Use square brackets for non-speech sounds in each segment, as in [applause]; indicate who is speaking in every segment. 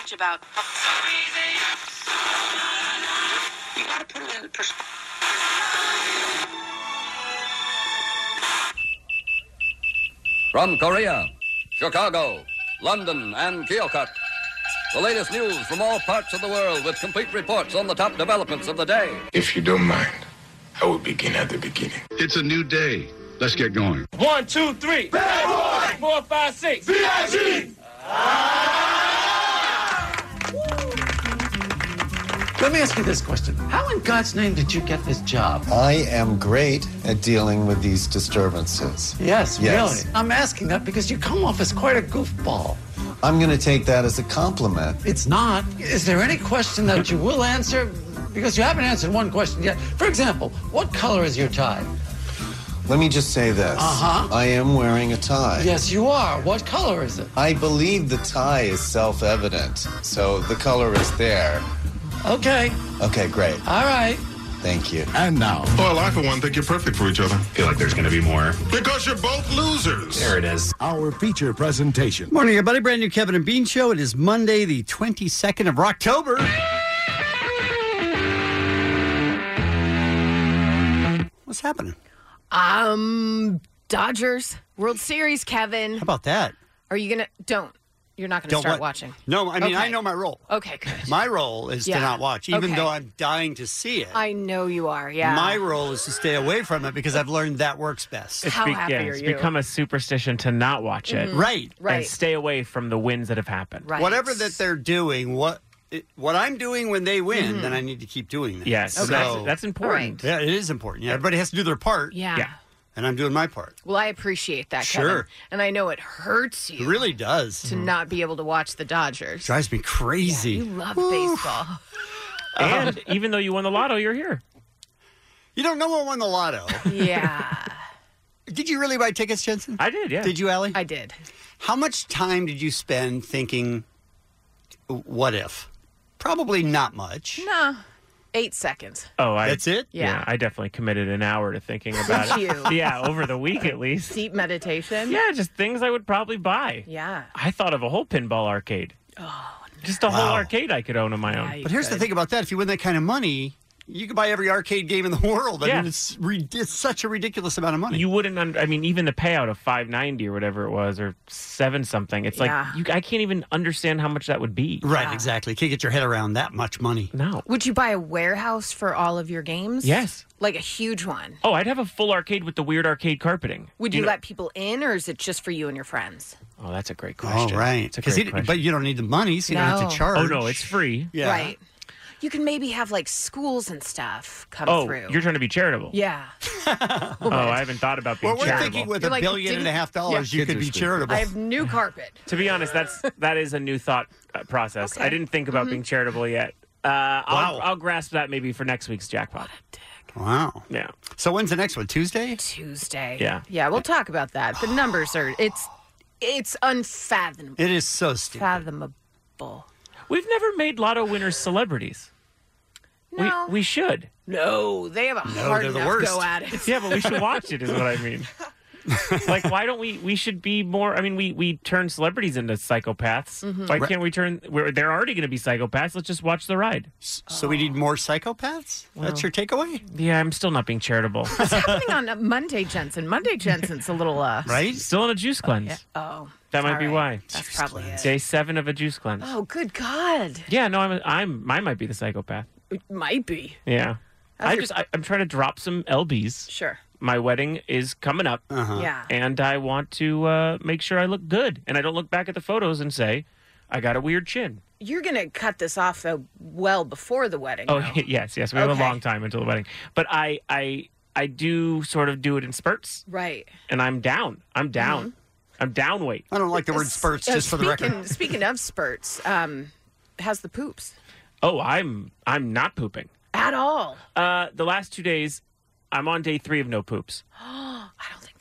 Speaker 1: much about. You gotta put it in pers-
Speaker 2: From Korea, Chicago, London, and Keokuk. The latest news from all parts of the world with complete reports on the top developments of the day.
Speaker 3: If you don't mind, I will begin at the beginning.
Speaker 4: It's a new day. Let's get going.
Speaker 5: One, two, three. Bad boy. Four, five, six. VIG.
Speaker 6: Ah! Let me ask you this question. How in God's name did you get this job?
Speaker 7: I am great at dealing with these disturbances.
Speaker 6: Yes,
Speaker 7: Yes.
Speaker 6: really. I'm asking that because you come off as quite a goofball.
Speaker 7: I'm going to take that as a compliment.
Speaker 6: It's not. Is there any question that you will answer? Because you haven't answered one question yet. For example, what color is your tie?
Speaker 7: Let me just say this.
Speaker 6: Uh-huh.
Speaker 7: I am wearing a tie.
Speaker 6: Yes, you are. What color is it?
Speaker 7: I believe the tie is self-evident, so the color is there.
Speaker 6: Okay.
Speaker 7: Okay, great.
Speaker 6: All right.
Speaker 7: Thank you.
Speaker 4: And now,
Speaker 3: Well, I for one think you're perfect for each other.
Speaker 8: feel like there's going to be more.
Speaker 3: Because you're both losers.
Speaker 8: There it is.
Speaker 4: our feature presentation.
Speaker 9: Morning, everybody. Brand new Kevin and Bean show. It is Monday, the 22nd of October. What's happening?
Speaker 10: Um, Dodgers World Series, Kevin.
Speaker 9: How about that?
Speaker 10: Are you gonna? Don't. You're not gonna
Speaker 9: Don't
Speaker 10: start
Speaker 9: what?
Speaker 10: watching.
Speaker 9: No, I mean, I
Speaker 10: Okay.
Speaker 9: know my role.
Speaker 10: Okay, good.
Speaker 9: My role is
Speaker 10: Yeah.
Speaker 9: to not watch, even
Speaker 10: Okay.
Speaker 9: though I'm dying to see it.
Speaker 10: I know you are. Yeah.
Speaker 9: My role is to stay away from it because I've learned that works best.
Speaker 10: How happy
Speaker 5: yeah,
Speaker 10: are
Speaker 5: it's
Speaker 10: you? Mm-hmm.
Speaker 5: become a superstition to not watch it
Speaker 9: Right.
Speaker 5: and
Speaker 10: right.
Speaker 5: stay away from the wins that have happened.
Speaker 10: Right.
Speaker 9: Whatever that they're doing, what it, what I'm doing when they win,
Speaker 10: Mm-hmm.
Speaker 9: then I need to keep doing that.
Speaker 5: Yes,
Speaker 9: So,
Speaker 5: that's, that's important.
Speaker 9: yeah, it is important. Yeah, everybody has to do their part.
Speaker 10: Yeah.
Speaker 5: Yeah.
Speaker 9: And I'm doing my part.
Speaker 10: Well, I appreciate that, Kevin.
Speaker 9: Sure. Mm-hmm.
Speaker 10: And I know it hurts
Speaker 9: It
Speaker 10: you
Speaker 9: really does.
Speaker 10: to not be able to watch the Dodgers.
Speaker 9: drives me crazy.
Speaker 10: You love [sighs] baseball. Uh-huh.
Speaker 5: And even though you won the lotto, you're here.
Speaker 9: You don't know what won
Speaker 10: [laughs]
Speaker 9: the lotto.
Speaker 10: Yeah,
Speaker 9: did you really buy tickets, Jensen?
Speaker 5: I did, yeah.
Speaker 9: Did you, Allie?
Speaker 10: I did.
Speaker 9: How much time did you spend thinking, what if? Probably not much.
Speaker 10: No, eight seconds.
Speaker 5: Oh, I,
Speaker 9: That's it?
Speaker 5: Yeah.
Speaker 10: Yeah.
Speaker 5: I definitely committed an hour to thinking about
Speaker 10: Did
Speaker 5: it.
Speaker 10: you?
Speaker 5: [laughs] Yeah, over the week at least.
Speaker 10: Deep meditation.
Speaker 5: Yeah, just things I would probably buy.
Speaker 10: Yeah.
Speaker 5: I thought of a whole pinball arcade. Oh, just a whole
Speaker 9: Wow.
Speaker 5: arcade I could own on my own.
Speaker 10: you
Speaker 9: But here's the
Speaker 10: could.
Speaker 9: thing about that: if you win that kind of money, you could buy every arcade game in the world. I
Speaker 5: Yeah.
Speaker 9: mean, it's, re- it's such a ridiculous amount of money.
Speaker 5: You wouldn't. Un- I mean, even the payout of five ninety or whatever it was, or seven something. It's
Speaker 10: Yeah.
Speaker 5: like you, I can't even understand how much that would be.
Speaker 9: right? Exactly. Can't get your head around that much money.
Speaker 5: No.
Speaker 10: Would you buy a warehouse for all of your games?
Speaker 5: Yes.
Speaker 10: Like a huge one.
Speaker 5: Oh, I'd have a full arcade with the weird arcade carpeting.
Speaker 10: Would
Speaker 5: Do
Speaker 10: you,
Speaker 5: know-
Speaker 10: let people in, or is it just for you and your friends?
Speaker 5: Oh, that's a great
Speaker 9: All
Speaker 5: question.
Speaker 9: right.
Speaker 5: It's a
Speaker 9: 'Cause
Speaker 5: great
Speaker 9: it-
Speaker 5: question.
Speaker 9: but you don't need the money, so you don't have
Speaker 10: No.
Speaker 9: to charge.
Speaker 5: oh no, it's free.
Speaker 9: yeah.
Speaker 10: Right. You can maybe have like schools and stuff come
Speaker 5: Oh,
Speaker 10: through.
Speaker 5: you're trying to
Speaker 10: [laughs]
Speaker 5: be charitable.
Speaker 10: yeah.
Speaker 5: Oh, I haven't thought about being
Speaker 9: Well, we're
Speaker 5: charitable.
Speaker 9: thinking with
Speaker 10: You're
Speaker 9: a
Speaker 10: like,
Speaker 9: billion and a
Speaker 10: didn't-
Speaker 9: half dollars,
Speaker 7: Yeah.
Speaker 9: you
Speaker 7: Kids
Speaker 9: could
Speaker 7: are
Speaker 9: be
Speaker 7: stupid.
Speaker 9: charitable.
Speaker 10: I have new carpet.
Speaker 5: [laughs] to be honest, that's that is a new thought uh, process. I
Speaker 10: Okay. Mm-hmm.
Speaker 5: didn't think about being charitable yet. Uh, I'll,
Speaker 9: Wow.
Speaker 5: I'll grasp that maybe for next week's jackpot.
Speaker 9: Wow.
Speaker 5: Yeah.
Speaker 9: So when's the next one? Tuesday?
Speaker 10: Tuesday.
Speaker 5: Yeah.
Speaker 10: Yeah, we'll talk about that. The numbers are it's it's unfathomable.
Speaker 9: It is so stupid.
Speaker 10: Fathomable.
Speaker 5: We've never made lotto winners celebrities.
Speaker 10: No.
Speaker 5: We, we should.
Speaker 10: no, they have a hard
Speaker 9: they're the
Speaker 10: enough
Speaker 9: worst.
Speaker 10: go at it.
Speaker 5: Yeah, but we should watch it, is what
Speaker 10: [laughs]
Speaker 5: I
Speaker 9: [laughs]
Speaker 5: mean. like, why don't we? We should be more. I mean, we we turn celebrities into psychopaths.
Speaker 10: Mm-hmm.
Speaker 5: Why can't we turn? We're, they're already going to be psychopaths. Let's just watch the ride.
Speaker 9: So we need more psychopaths? That's your takeaway?
Speaker 5: Yeah, I'm still not being charitable.
Speaker 10: What's happening on a Monday, Jensen? Monday, Jensen's a little uh.
Speaker 9: [laughs] Right?
Speaker 5: still on a juice cleanse.
Speaker 10: Oh,
Speaker 5: That might be
Speaker 10: all
Speaker 5: why.
Speaker 10: That's probably it.
Speaker 5: Day seven of a juice cleanse.
Speaker 10: Oh, good God.
Speaker 5: Yeah, no, I'm I'm I might be the psychopath.
Speaker 10: It might be.
Speaker 5: Yeah. I
Speaker 10: your-
Speaker 5: just I, I'm trying to drop some lbs.
Speaker 10: Sure.
Speaker 5: My wedding is coming up.
Speaker 9: Uh-huh.
Speaker 10: Yeah.
Speaker 5: and I want to uh, make sure I look good and I don't look back at the photos and say, I got a weird chin.
Speaker 10: You're going to cut this off though well before the wedding.
Speaker 5: Oh, [laughs]
Speaker 10: though.
Speaker 5: yes, yes. We have a
Speaker 10: Okay.
Speaker 5: long time until the wedding. But I, I, I do sort of do it in spurts
Speaker 10: right. Mm-hmm.
Speaker 5: and I'm down. I'm down. I'm down weight.
Speaker 9: I don't like the word spurts, just for the
Speaker 10: uh, speaking,
Speaker 5: record.
Speaker 10: Speaking of spurts, um, how's the poops?
Speaker 5: Oh, I'm I'm not pooping
Speaker 10: At all.
Speaker 5: Uh, the last two days, I'm on day three of no poops.
Speaker 10: I don't think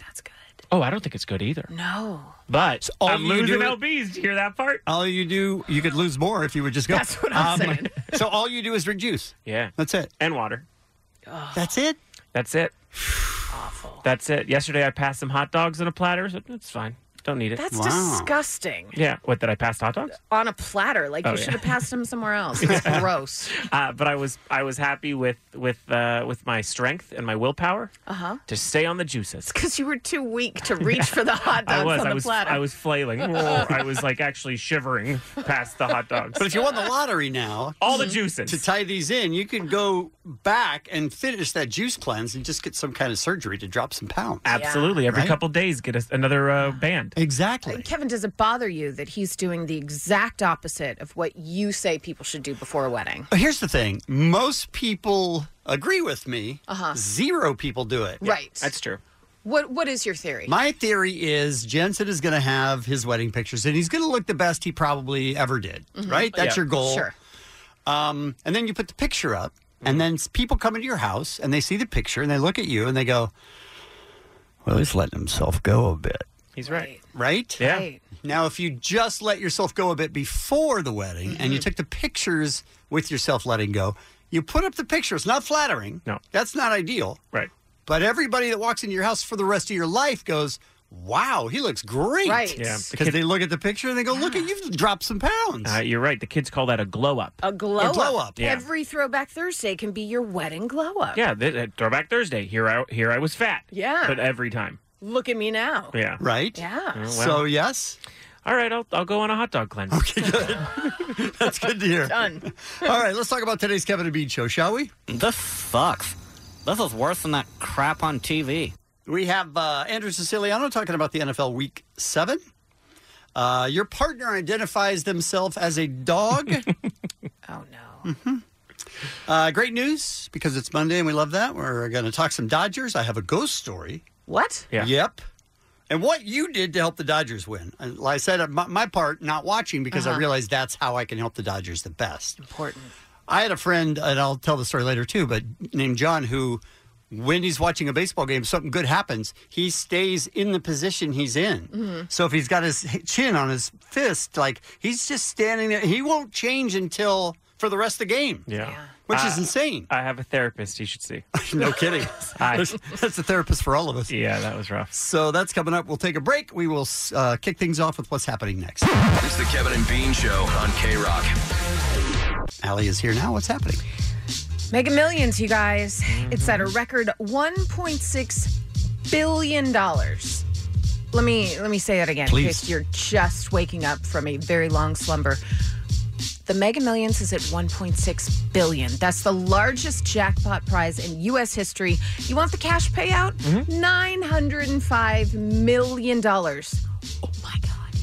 Speaker 5: Oh, I don't think it's good either.
Speaker 10: no.
Speaker 5: But
Speaker 9: all
Speaker 5: I'm
Speaker 9: you
Speaker 5: losing
Speaker 9: do-
Speaker 5: lbs. Did you hear that part?
Speaker 9: All you do, you could lose more if you would just go. Um,
Speaker 5: That's what I'm saying.
Speaker 9: So all you do is drink juice.
Speaker 5: Yeah,
Speaker 9: that's it.
Speaker 5: And water.
Speaker 9: That's it.
Speaker 5: That's it. Awful. That's it. Yesterday, I passed some hot dogs on a platter. So it's fine. Don't need it.
Speaker 10: That's disgusting.
Speaker 5: Yeah. What did I pass hot dogs?
Speaker 10: On a platter, like
Speaker 5: Oh,
Speaker 10: you
Speaker 5: yeah.
Speaker 10: should have passed them
Speaker 5: [laughs]
Speaker 10: somewhere else. It's [laughs] gross.
Speaker 5: Uh, but I was I was happy with with uh, with my strength and my willpower
Speaker 10: Uh huh.
Speaker 5: to stay on the juices.
Speaker 10: Because you were too weak
Speaker 5: [laughs]
Speaker 10: to reach for the hot dogs
Speaker 5: I was
Speaker 10: on
Speaker 5: I
Speaker 10: the
Speaker 5: was
Speaker 10: platter.
Speaker 5: I
Speaker 10: [laughs]
Speaker 5: was flailing. Oh, I was like actually shivering past the hot dogs.
Speaker 9: But if you won the lottery now,
Speaker 5: all the juices
Speaker 9: to tie these in, you could go back and finish that juice cleanse and just get some kind of surgery to drop some pounds.
Speaker 5: Absolutely. Every couple days, get us another uh, band.
Speaker 9: Exactly.
Speaker 10: Kevin, does it bother you that he's doing the exact opposite of what you say people should do before a wedding?
Speaker 9: Oh, Here's the thing: most people agree with me.
Speaker 10: Uh-huh.
Speaker 9: Zero people do it.
Speaker 10: Yeah, Right. that's
Speaker 5: true.
Speaker 10: What What is your theory?
Speaker 9: My theory is Jensen is going to have his wedding pictures, and he's going to look the best he probably ever did.
Speaker 10: Mhm.
Speaker 9: Right? That's
Speaker 10: Yeah.
Speaker 9: your goal.
Speaker 10: Sure.
Speaker 9: Um, and then you put the picture up,
Speaker 5: Mm-hmm.
Speaker 9: and then s- people come into your house and they see the picture and they look at you and they go, "Well, he's letting himself go a bit."
Speaker 5: He's right.
Speaker 9: Right?
Speaker 5: Yeah. Right.
Speaker 9: Now, if you just let yourself go a bit before the wedding and you took the pictures with yourself letting go, you put up the picture. It's not flattering. No. That's not ideal.
Speaker 5: Right.
Speaker 9: But everybody that walks into your house for the rest of your life goes, wow, he looks great.
Speaker 10: Right.
Speaker 5: Yeah.
Speaker 9: Because they look at the picture and they go, look at you've dropped
Speaker 5: [laughs]
Speaker 9: some pounds.
Speaker 5: Uh, you're right. The kids call that a glow up.
Speaker 10: A glow,
Speaker 5: A glow up. Yeah.
Speaker 10: Every Throwback Thursday can be your wedding glow up.
Speaker 5: Yeah, th- uh, Throwback Thursday. Here I here I was fat.
Speaker 10: Yeah.
Speaker 5: but every time.
Speaker 10: Look at me now.
Speaker 5: Yeah. Uh,
Speaker 9: Right.
Speaker 10: Yeah.
Speaker 9: So, yes.
Speaker 5: All right, I'll I'll go on a hot dog cleanse. Okay,
Speaker 9: That's good to hear.
Speaker 10: Done.
Speaker 9: [laughs] All right, let's talk about today's Kevin and Bean show, shall we?
Speaker 8: This sucks. This is worse than that crap on TV.
Speaker 9: We have uh, Andrew Siciliano talking about the NFL Week 7. Uh, your partner identifies themselves as a
Speaker 8: [laughs]
Speaker 9: dog. oh, no. Uh, great news because it's Monday and we love that. We're going to talk some Dodgers. I have a ghost story.
Speaker 10: What?
Speaker 5: Yeah.
Speaker 9: Yep. And what you did to help the Dodgers win. I, I said my, my part, not watching, because I
Speaker 10: Uh-huh.
Speaker 9: realized that's how I can help the Dodgers the best.
Speaker 10: Important.
Speaker 9: I had a friend, and I'll tell the story later too, but named John, who, when he's watching a baseball game, something good happens, he stays in the position he's in.
Speaker 11: Mm-hmm.
Speaker 5: Mm-hmm.
Speaker 12: Mhm.
Speaker 9: So if he's got his h- chin on his fist, like he's just standing there, he won't change until for the rest of the game.
Speaker 5: Yeah.
Speaker 9: Which is insane.
Speaker 5: I have a therapist you should see.
Speaker 9: [laughs] no kidding.
Speaker 5: I-
Speaker 9: There's- [laughs] that's a therapist for all of us.
Speaker 5: Yeah, that was rough.
Speaker 9: So that's coming up. We'll take a break. We will uh, kick things off with what's happening next.
Speaker 13: It's the Kevin and Bean Show on K Rock.
Speaker 9: Allie is here now. What's happening?
Speaker 10: Mega Millions, you guys. It's at a
Speaker 5: Mm-hmm.
Speaker 10: record 1.6 billion dollars. Let me let me say that again
Speaker 14: Please.
Speaker 10: in case you're just waking up from a very long slumber. The Mega Millions is at 1.6 billion. That's the largest jackpot prize in US history. You want the cash payout?
Speaker 5: Mm-hmm.
Speaker 10: 905 million dollars.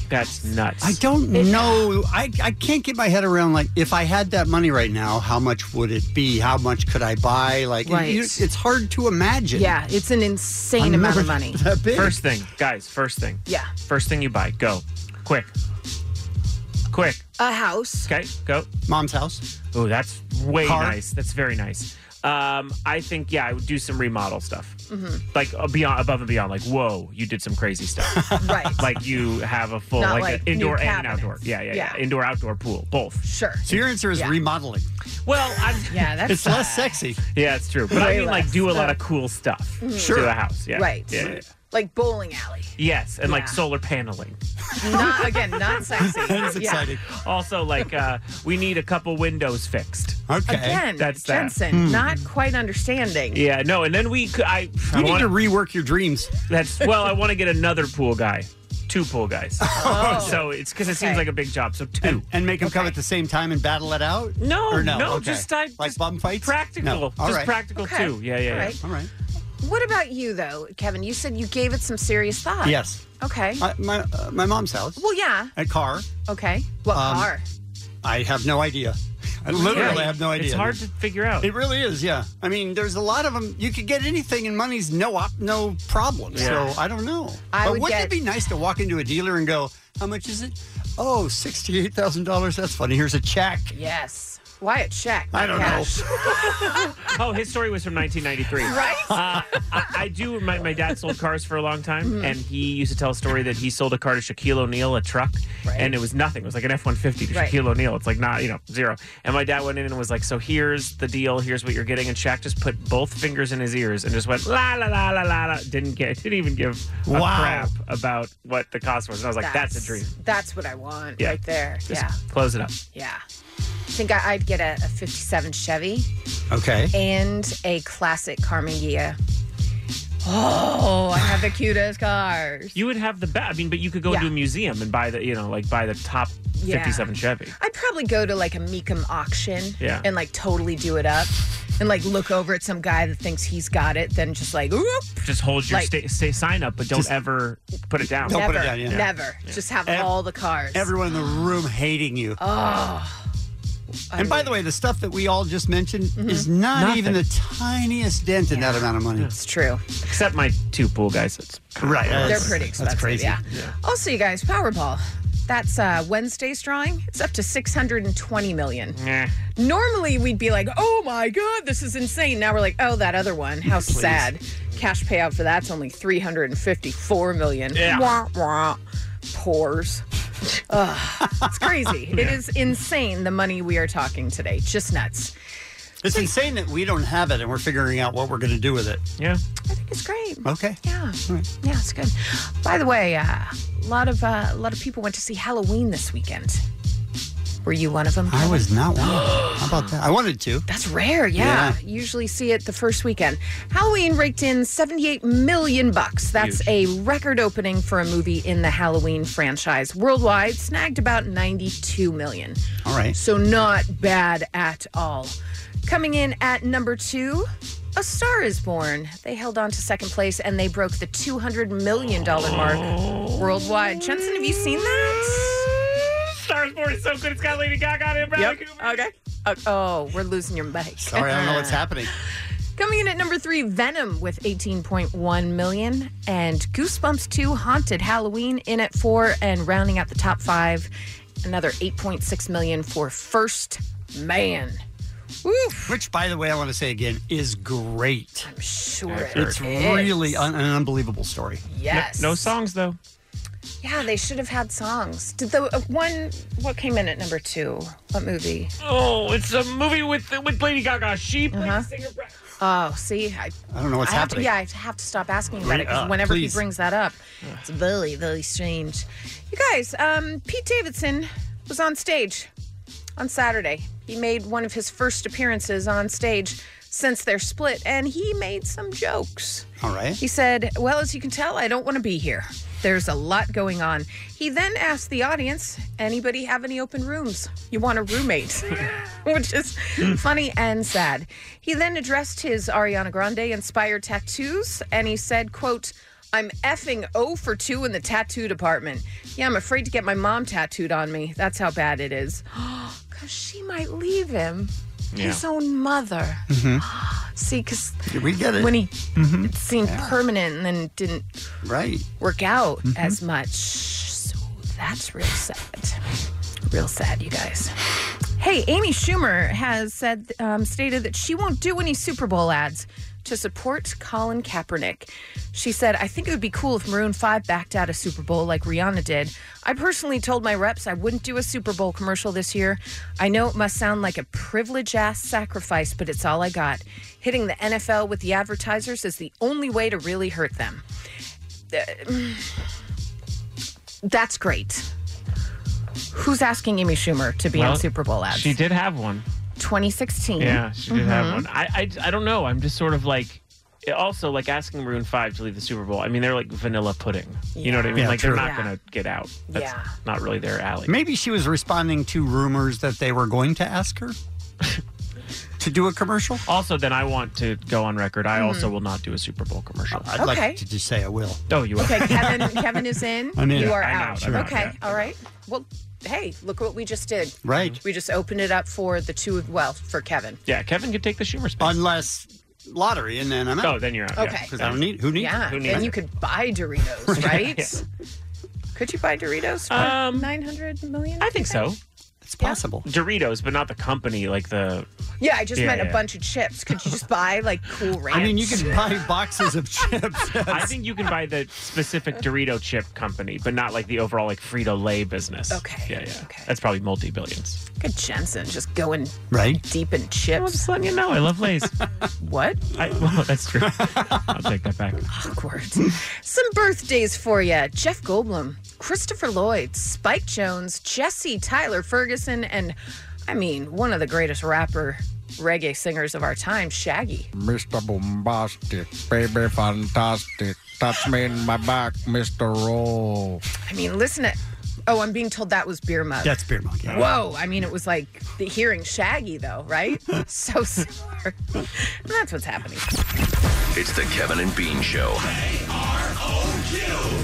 Speaker 5: That's nuts.
Speaker 9: I don't know. I, I can't get my head around like if I had that money right now, how much would it be? How much could I buy? Like
Speaker 10: Right.
Speaker 9: you- it's hard to imagine. [laughs]
Speaker 10: Yeah, it's an insane
Speaker 9: I've
Speaker 10: amount
Speaker 9: never
Speaker 10: of money.
Speaker 9: [laughs] that big.
Speaker 5: First thing, guys. First thing.
Speaker 10: Yeah.
Speaker 5: First thing you buy. Go, quick, quick.
Speaker 10: A house.
Speaker 5: Okay, go.
Speaker 9: Mom's house.
Speaker 5: Oh, that's way
Speaker 10: Car.
Speaker 5: nice. That's very nice. Um, I think yeah, I would do some remodel stuff.
Speaker 10: Mhm.
Speaker 9: Mm-hmm.
Speaker 5: Like uh, beyond, above and beyond. Like whoa, you did some crazy
Speaker 9: [laughs]
Speaker 5: stuff.
Speaker 10: right.
Speaker 5: Like you have a full
Speaker 10: Not
Speaker 5: like,
Speaker 10: like
Speaker 5: an indoor
Speaker 10: new
Speaker 5: and an
Speaker 10: cabinets.
Speaker 5: outdoor. Yeah, yeah, yeah,
Speaker 10: Yeah.
Speaker 5: Indoor outdoor pool, both.
Speaker 10: Sure.
Speaker 9: So your answer is
Speaker 5: Yeah.
Speaker 9: remodeling.
Speaker 5: Well, [laughs] I'm,
Speaker 10: yeah, that's [laughs]
Speaker 9: it's less sexy.
Speaker 5: Yeah, it's true. But I
Speaker 10: Way
Speaker 5: mean, like,
Speaker 10: less.
Speaker 5: do a lot of cool stuff
Speaker 10: Mhm.
Speaker 5: to
Speaker 10: Sure.
Speaker 5: the house. Yeah.
Speaker 10: Right.
Speaker 5: Yeah, yeah, yeah.
Speaker 10: Like bowling alley.
Speaker 5: Yes, and like
Speaker 10: Yeah.
Speaker 5: solar paneling.
Speaker 10: Not again, not
Speaker 5: [laughs]
Speaker 10: sexy. Yeah.
Speaker 5: Also, like, uh, we need a couple windows fixed.
Speaker 9: Okay. Hmm.
Speaker 10: Again,
Speaker 5: That's that. Hmm.
Speaker 10: Jensen, not quite understanding.
Speaker 5: Yeah, no, and then we. c- I, I
Speaker 9: You need
Speaker 5: wanna-
Speaker 9: to rework your dreams.
Speaker 5: That's well. I want to get another pool guy, two
Speaker 10: [laughs]
Speaker 5: pool guys.
Speaker 9: Oh.
Speaker 5: So it's because it seems
Speaker 9: Okay.
Speaker 5: like a big job. So two.
Speaker 9: And, and make them come at the same time and battle it out?
Speaker 5: No,
Speaker 9: or no,
Speaker 5: no,
Speaker 9: Okay.
Speaker 5: just I,
Speaker 9: like bum fights.
Speaker 5: practical,
Speaker 9: No. All
Speaker 5: just
Speaker 9: right.
Speaker 5: practical
Speaker 10: Okay.
Speaker 5: too. Yeah, yeah,
Speaker 10: All
Speaker 5: yeah.
Speaker 10: right.
Speaker 9: All right.
Speaker 10: What about you, though, Kevin? You said you gave it some serious thought.
Speaker 9: Yes.
Speaker 10: Okay.
Speaker 9: I, my uh, my mom's house.
Speaker 10: well, yeah.
Speaker 9: A car.
Speaker 10: Okay. What
Speaker 9: Um,
Speaker 10: car?
Speaker 9: I have no idea. I literally
Speaker 5: Yeah.
Speaker 9: have no
Speaker 5: It's
Speaker 9: idea.
Speaker 5: hard to figure out.
Speaker 9: It really is, yeah. I mean, there's a lot of them. You could get anything, and money's no op- no problem.
Speaker 5: Yeah.
Speaker 9: So I don't know.
Speaker 10: I
Speaker 9: but
Speaker 10: would
Speaker 9: wouldn't
Speaker 10: get-
Speaker 9: it be nice to walk into a dealer and go, "How much is it? Oh, sixty-eight thousand dollars. That's funny. Here's a check."
Speaker 10: Yes. Wyatt Shaq.
Speaker 9: I don't know.
Speaker 5: [laughs] oh, his story was from 1993.
Speaker 10: Right?
Speaker 5: Uh, I, I do. My, my dad sold cars for a long time,
Speaker 10: Mhm.
Speaker 5: and he used to tell a story that he sold a car to Shaquille O'Neal, a truck,
Speaker 10: Right.
Speaker 5: and it was nothing. It was like an F-150 to
Speaker 10: Right.
Speaker 5: Shaquille O'Neal. It's like not, you know, zero. And my dad went in and was like, "So here's the deal. Here's what you're getting." And Shaq just put both fingers in his ears and just went la la la la la la. Didn't get. Didn't even give a
Speaker 10: Wow.
Speaker 5: crap about what the cost was. And I was like, "That's, a dream."
Speaker 10: That's what I want
Speaker 5: Yeah.
Speaker 10: right there.
Speaker 5: Just
Speaker 10: yeah.
Speaker 5: Close it up.
Speaker 10: Yeah. I think I, I'd get a, a 57 Chevy
Speaker 9: Okay.
Speaker 10: and a classic Carmen Gia. Oh, I have the cutest cars.
Speaker 5: You would have the best. I mean, but you could go
Speaker 10: Yeah.
Speaker 5: to a museum and buy the, you know, like buy the top
Speaker 10: Yeah.
Speaker 5: 57 Chevy.
Speaker 10: I'd probably go to like a Meekum auction
Speaker 5: Yeah.
Speaker 10: and like totally do it up and like look over at some guy that thinks he's got it, then just like, whoop.
Speaker 5: Just hold your
Speaker 10: Like-
Speaker 5: sta- stay sign up, but don't ever put it down.
Speaker 10: never, never. Just have
Speaker 9: Ev-
Speaker 10: all the cars.
Speaker 9: Everyone in the room hating you.
Speaker 10: Oh.
Speaker 9: and by the way, the stuff that we all just mentioned
Speaker 10: Mm-hmm.
Speaker 9: is not
Speaker 5: Nothing.
Speaker 9: even the tiniest dent in that amount of money. It's
Speaker 10: true.
Speaker 5: Except my two pool guys. It's
Speaker 9: right.
Speaker 10: They're
Speaker 9: that's-
Speaker 10: pretty expensive.
Speaker 9: That's crazy.
Speaker 10: Yeah. Also, you guys, Powerball. That's uh, Wednesday's drawing. It's up to 620 million.
Speaker 5: Nah.
Speaker 10: Normally, we'd be like, oh my God, this is insane. Now we're like, oh, that other one. How
Speaker 12: Please.
Speaker 10: sad. Cash payout for that's only 354 million.
Speaker 12: Yeah.
Speaker 10: Wah, wah. Pores. Ugh, it's crazy. It
Speaker 9: Yeah.
Speaker 10: is insane the money we are talking today. Just nuts.
Speaker 9: It's insane that we don't have it and we're figuring out what we're going to do with it.
Speaker 5: Yeah.
Speaker 10: I think it's great.
Speaker 9: Okay.
Speaker 10: Yeah, yeah, it's good. By the way, uh, a lot of uh, a lot of people went to see Halloween this weekend. Were you one of them?
Speaker 9: I was not one. of them. How about that? [gasps] I wanted to.
Speaker 10: That's rare. Yeah. usually see it the first weekend. Halloween raked in 78 million bucks. That's a record opening for a movie in the Halloween franchise worldwide. Snagged about 92 million.
Speaker 9: All right.
Speaker 10: So not bad at all. Coming in at number two, A Star is Born. They held on to second place and they broke the $200 million mark worldwide. Jensen, have you seen that?
Speaker 5: Stars Born is so good. It's got Lady Gaga in it. Bradley Cooper.
Speaker 10: Okay. Oh, oh, we're losing your mic.
Speaker 9: Sorry, I
Speaker 10: [laughs]
Speaker 9: don't know what's happening.
Speaker 10: Coming in at number three, Venom with 18.1 million, and Goosebumps 2 Haunted Halloween in at four, and rounding out the top five, another 8.6 million for First Man.
Speaker 9: Which, by the way, I want to say again is great. I'm
Speaker 10: sure
Speaker 5: it is.
Speaker 9: it's really un- an unbelievable story.
Speaker 10: Yes.
Speaker 5: No, no songs though.
Speaker 10: Yeah, they should have had songs. Did the uh, one what came in at number two? What movie?
Speaker 5: Oh, it's a movie with with Lady Gaga. She plays
Speaker 10: Uh-huh.
Speaker 5: the singer. Bra-
Speaker 10: Oh, see, I,
Speaker 9: I don't know what's
Speaker 10: I have to-
Speaker 9: happening.
Speaker 10: yeah, I have to stop asking about
Speaker 9: Bring
Speaker 10: it
Speaker 9: it
Speaker 10: because
Speaker 9: up,
Speaker 10: whenever
Speaker 9: please.
Speaker 10: he brings that up, it's really, really strange. You guys, um, Pete Davidson was on stage on Saturday. He made one of his first appearances on stage since their split, and he made some jokes.
Speaker 9: All right.
Speaker 10: He said, Well, as you can tell, I don't want to be here. There's a lot going on. He then asked the audience, Anybody have any open rooms? You want a roommate? [laughs] Which is funny and sad. He then addressed his Ariana Grande inspired tattoos and he said, quote, I'm effing 0 for 2 in the tattoo department. Yeah, I'm afraid to get my mom tattooed on me. That's how bad it is. [gasps] Because she might leave him.
Speaker 9: Yeah.
Speaker 10: His own mother. See, because
Speaker 9: Mm-hmm. We get it. Mm-hmm.
Speaker 10: when he
Speaker 11: Mm-hmm.
Speaker 10: it seemed permanent and then didn't
Speaker 9: Right.
Speaker 10: work out as much. So that's real sad. Real sad, you guys. Hey, Amy Schumer has said um, stated that she won't do any Super Bowl ads to support Colin Kaepernick. She said, "I think it would be cool if Maroon Five backed out of Super Bowl like Rihanna did. I personally told my reps I wouldn't do a Super Bowl commercial this year. I know it must sound like a privilege ass sacrifice, but it's all I got. Hitting the NFL with the advertisers is the only way to really hurt them." Uh, [sighs] that's great. Who's asking Amy Schumer to be
Speaker 5: Well,
Speaker 10: on Super Bowl ads?
Speaker 5: She did have one.
Speaker 10: 2016.
Speaker 5: Yeah,
Speaker 9: Mm-hmm.
Speaker 5: she did
Speaker 10: Mhm.
Speaker 5: have one. I, I I don't know. I'm just sort of like. Also, like asking Maroon Five to leave the Super Bowl. I mean, they're like vanilla pudding. You know what I
Speaker 9: Yeah.
Speaker 5: mean?
Speaker 9: Yeah,
Speaker 5: like
Speaker 9: true.
Speaker 5: they're not
Speaker 9: Yeah.
Speaker 5: gonna get out. That's
Speaker 10: Yeah.
Speaker 5: not really their alley.
Speaker 9: Maybe she was responding to rumors that they were going to ask her to do a commercial.
Speaker 5: Also, then I want to go on record. I
Speaker 10: Mhm.
Speaker 5: also will not do a Super Bowl commercial.
Speaker 9: I'd
Speaker 10: Okay.
Speaker 9: like to just say I will.
Speaker 5: Oh, you will.
Speaker 10: Okay, Kevin. Kevin is in.
Speaker 5: I'm in.
Speaker 10: You are
Speaker 5: I'm
Speaker 10: out.
Speaker 5: out, I'm out,
Speaker 10: okay. All right. Well, hey, look what we just did.
Speaker 9: Right.
Speaker 10: We just opened it up for the two, of- well, for Kevin.
Speaker 5: [laughs] Yeah, Kevin could take the Schumer space.
Speaker 9: Unless lottery, and then I'm out.
Speaker 5: Oh, then you're out.
Speaker 10: Okay.
Speaker 9: Because I don't need who needs
Speaker 10: Yeah.
Speaker 9: who needs
Speaker 10: then
Speaker 9: it?
Speaker 10: you could buy
Speaker 5: [laughs]
Speaker 10: Doritos, right? Could you buy Doritos for
Speaker 5: Um,
Speaker 10: 900 million?
Speaker 5: I think so.
Speaker 9: It's possible.
Speaker 5: Doritos, but not the company, like the.
Speaker 10: Yeah, I just
Speaker 5: Yeah,
Speaker 10: meant
Speaker 5: yeah.
Speaker 10: a bunch of chips. Could you just buy like cool ranch?
Speaker 5: I mean, you could buy
Speaker 9: boxes
Speaker 10: [laughs]
Speaker 9: of chips.
Speaker 5: I think you can buy the specific Dorito chip company, but not like the overall like Frito Lay business.
Speaker 10: Okay,
Speaker 5: Yeah, yeah. That's probably multi billions.
Speaker 10: Good Jensen, just going
Speaker 9: right
Speaker 10: deep in chips. I'm just
Speaker 5: letting you know, I love Lay's.
Speaker 10: [laughs] what?
Speaker 5: I, [laughs] well, that's
Speaker 9: [laughs]
Speaker 5: true. I'll take that back.
Speaker 10: Awkward. Some birthdays for you: Jeff Goldblum, Christopher Lloyd, Spike Jones, Jesse Tyler Ferguson, and I mean, one of the greatest rapper reggae singers of our time, Shaggy.
Speaker 12: Mr. Bombastic, baby fantastic, touch me in my back, Mr. Roll.
Speaker 10: I mean, listen to. Oh, I'm being told that was beer mug.
Speaker 12: That's beer mug, yeah.
Speaker 10: Whoa! I mean, it was like the hearing Shaggy, though,
Speaker 9: [laughs]
Speaker 10: right? so similar. That's what's happening.
Speaker 13: It's the Kevin and Bean Show.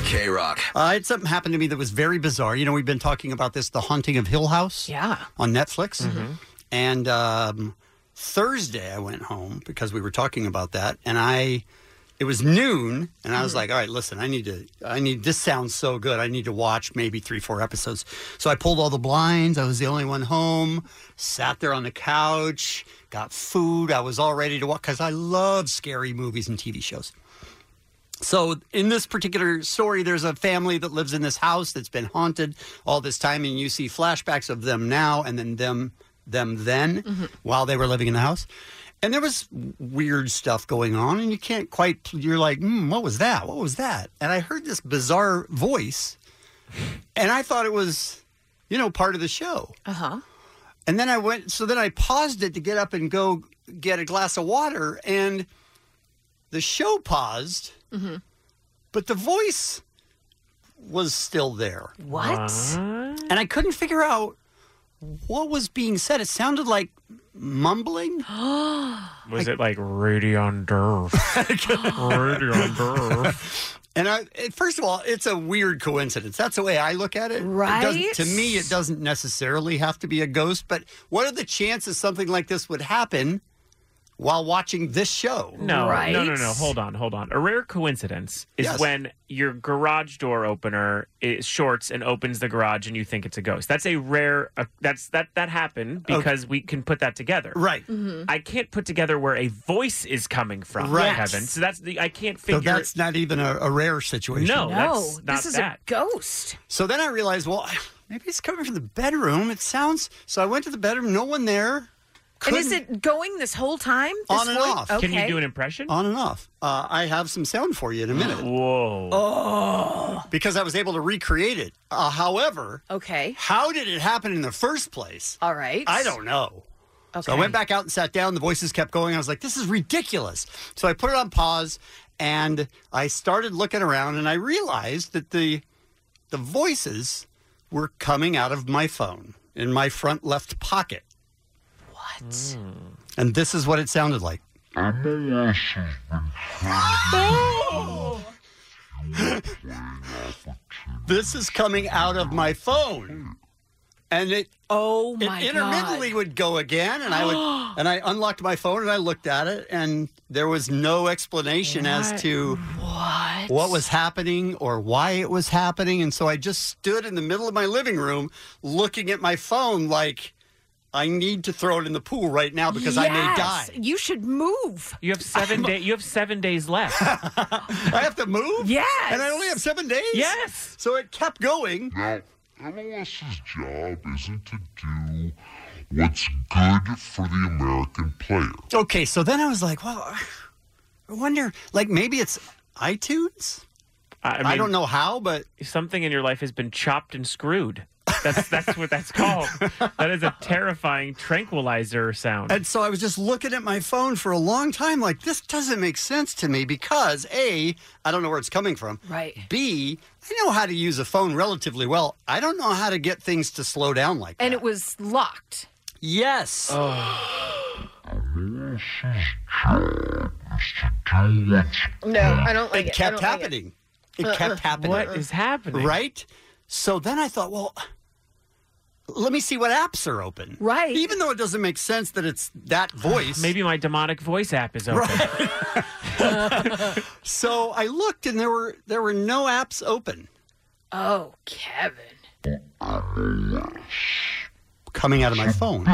Speaker 13: K Rock.
Speaker 9: Uh, I had something happen to me that was very bizarre. You know, we've been talking about this, The Haunting of Hill House.
Speaker 10: Yeah.
Speaker 9: On Netflix. And um, Thursday, I went home because we were talking about that, and I. It was noon, and I was like, "All right, listen, I need to. I need. This sounds so good. I need to watch maybe three, four episodes." So I pulled all the blinds. I was the only one home. Sat there on the couch, got food. I was all ready to watch because I love scary movies and TV shows. So, in this particular story, there's a family that lives in this house that's been haunted all this time, and you see flashbacks of them now and then them them then while they were living in the house. And there was weird stuff going on, and you can't quite. You're like, hmm, what was that? What was that? And I heard this bizarre voice, and I thought it was, you know, part of the show.
Speaker 10: Uh huh.
Speaker 9: And then I went, so then I paused it to get up and go get a glass of water, and the show paused,
Speaker 11: Mm-hmm.
Speaker 9: but the voice was still there.
Speaker 10: What?
Speaker 5: Mm-hmm.
Speaker 9: And I couldn't figure out what was being said. It sounded like
Speaker 10: [gasps]
Speaker 9: mumbling.
Speaker 10: Oh.
Speaker 5: [laughs] Was it like Rudy on
Speaker 9: [laughs]
Speaker 5: Durf? Rudy on Durf.
Speaker 9: And I, it- first of all, it's a weird coincidence. That's the way I look at it. It doesn't-
Speaker 10: Right?
Speaker 9: to me, it doesn't necessarily have to be a ghost, but what are the chances something like this would happen while watching this show?
Speaker 5: No, no, no, no. Hold on, hold on. A rare coincidence is
Speaker 9: Yes.
Speaker 5: when your garage door opener is shorts and opens the garage, and you think it's a ghost. That's a rare. Uh, that's that that happened
Speaker 9: Okay.
Speaker 5: because we can put that together.
Speaker 9: Right.
Speaker 5: I can't put together where a voice is coming from.
Speaker 9: Right.
Speaker 5: Kevin. So that's the I can't
Speaker 9: So
Speaker 5: figure.
Speaker 9: that's not even a, a rare situation.
Speaker 5: No, No, that's not
Speaker 10: this is
Speaker 5: that.
Speaker 10: a ghost.
Speaker 9: So then I realized, well, maybe it's coming from the bedroom. It sounds. So I went to the bedroom. No one there.
Speaker 10: and is
Speaker 9: Couldn't-
Speaker 10: it going this whole time? This
Speaker 9: on and
Speaker 10: whole-
Speaker 9: off?
Speaker 10: Okay.
Speaker 5: impression?
Speaker 9: On and off. Uh, I have some sound for you in a minute.
Speaker 5: Whoa!
Speaker 9: Oh, because I was able to recreate it. Uh, however,
Speaker 10: Okay.
Speaker 9: how did it happen in the first place?
Speaker 10: All right.
Speaker 9: I don't know.
Speaker 10: Okay.
Speaker 9: So I went back out and sat down. The voices kept going. I was like, this is ridiculous. So I put it on pause and I started looking around and I realized that the the voices were coming out of my phone in my front left pocket. What? And this is what it sounded like. this is coming out of my
Speaker 5: Hmm.
Speaker 9: phone. And it
Speaker 10: oh
Speaker 9: it intermittently would go again and I would
Speaker 10: [gasps]
Speaker 9: and I unlocked my phone and I looked at it and there was no explanation as to
Speaker 10: What?
Speaker 9: what was happening or why it was happening and so I just stood in the middle of my living room looking at my phone like I need to throw it in the pool right now because I may
Speaker 10: Yes,
Speaker 9: die.
Speaker 10: You should move.
Speaker 5: You have
Speaker 9: [laughs]
Speaker 5: seven day. You have seven days left.
Speaker 9: I have to move?
Speaker 10: Yes.
Speaker 9: And I only have 7 days?
Speaker 5: Yes.
Speaker 9: So it kept going.
Speaker 14: Now, Edelweiss' job isn't to do what's good for the American player.
Speaker 9: Okay, so then I was like, well, I wonder like maybe it's iTunes?
Speaker 5: I,
Speaker 9: I don't know how, but
Speaker 5: something in your life has been chopped and screwed. That's that's what that's called.
Speaker 9: [laughs]
Speaker 5: That is a terrifying tranquilizer sound.
Speaker 9: And so I was just looking at my phone for a long time, like, this doesn't make sense to me because A, I don't know where it's coming from.
Speaker 10: Right.
Speaker 9: B, I know how to use a phone relatively well. I don't know how to get things to slow down like that.
Speaker 10: And it was locked.
Speaker 9: Yes.
Speaker 10: No, I don't like it.
Speaker 9: it
Speaker 10: I don't like it.
Speaker 9: kept
Speaker 10: Uh-uh.
Speaker 9: happening. It kept happening.
Speaker 5: What is happening?
Speaker 9: Right? So then I thought, well, let me see what apps are open. Right. Even though it doesn't make sense that it's that voice.
Speaker 5: Maybe my demonic voice app is open.
Speaker 9: so I looked and there were there were no apps open.
Speaker 10: Oh, Kevin.
Speaker 9: Coming out of my phone.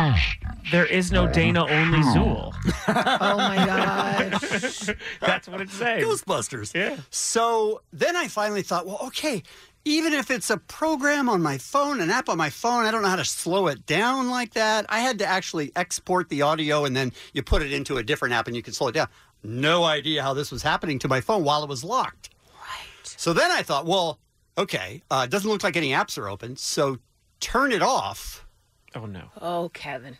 Speaker 5: There is no Dana only Zool.
Speaker 10: [laughs] Oh my god.
Speaker 5: [laughs] That's what it's saying.
Speaker 10: [laughs]
Speaker 5: [laughs]
Speaker 9: Ghostbusters. Yeah. So then I finally thought, well, okay, even if it's a program on my phone, an app on my phone, I don't know how to slow it down like that. I had to actually export the audio and then you put it into a different app and you can slow it down. No idea how this was happening to my phone while it was locked. Right. So then I thought, well, okay, uh, it doesn't look like any apps are open, so turn it off.
Speaker 5: Oh no.
Speaker 10: Oh, Kevin.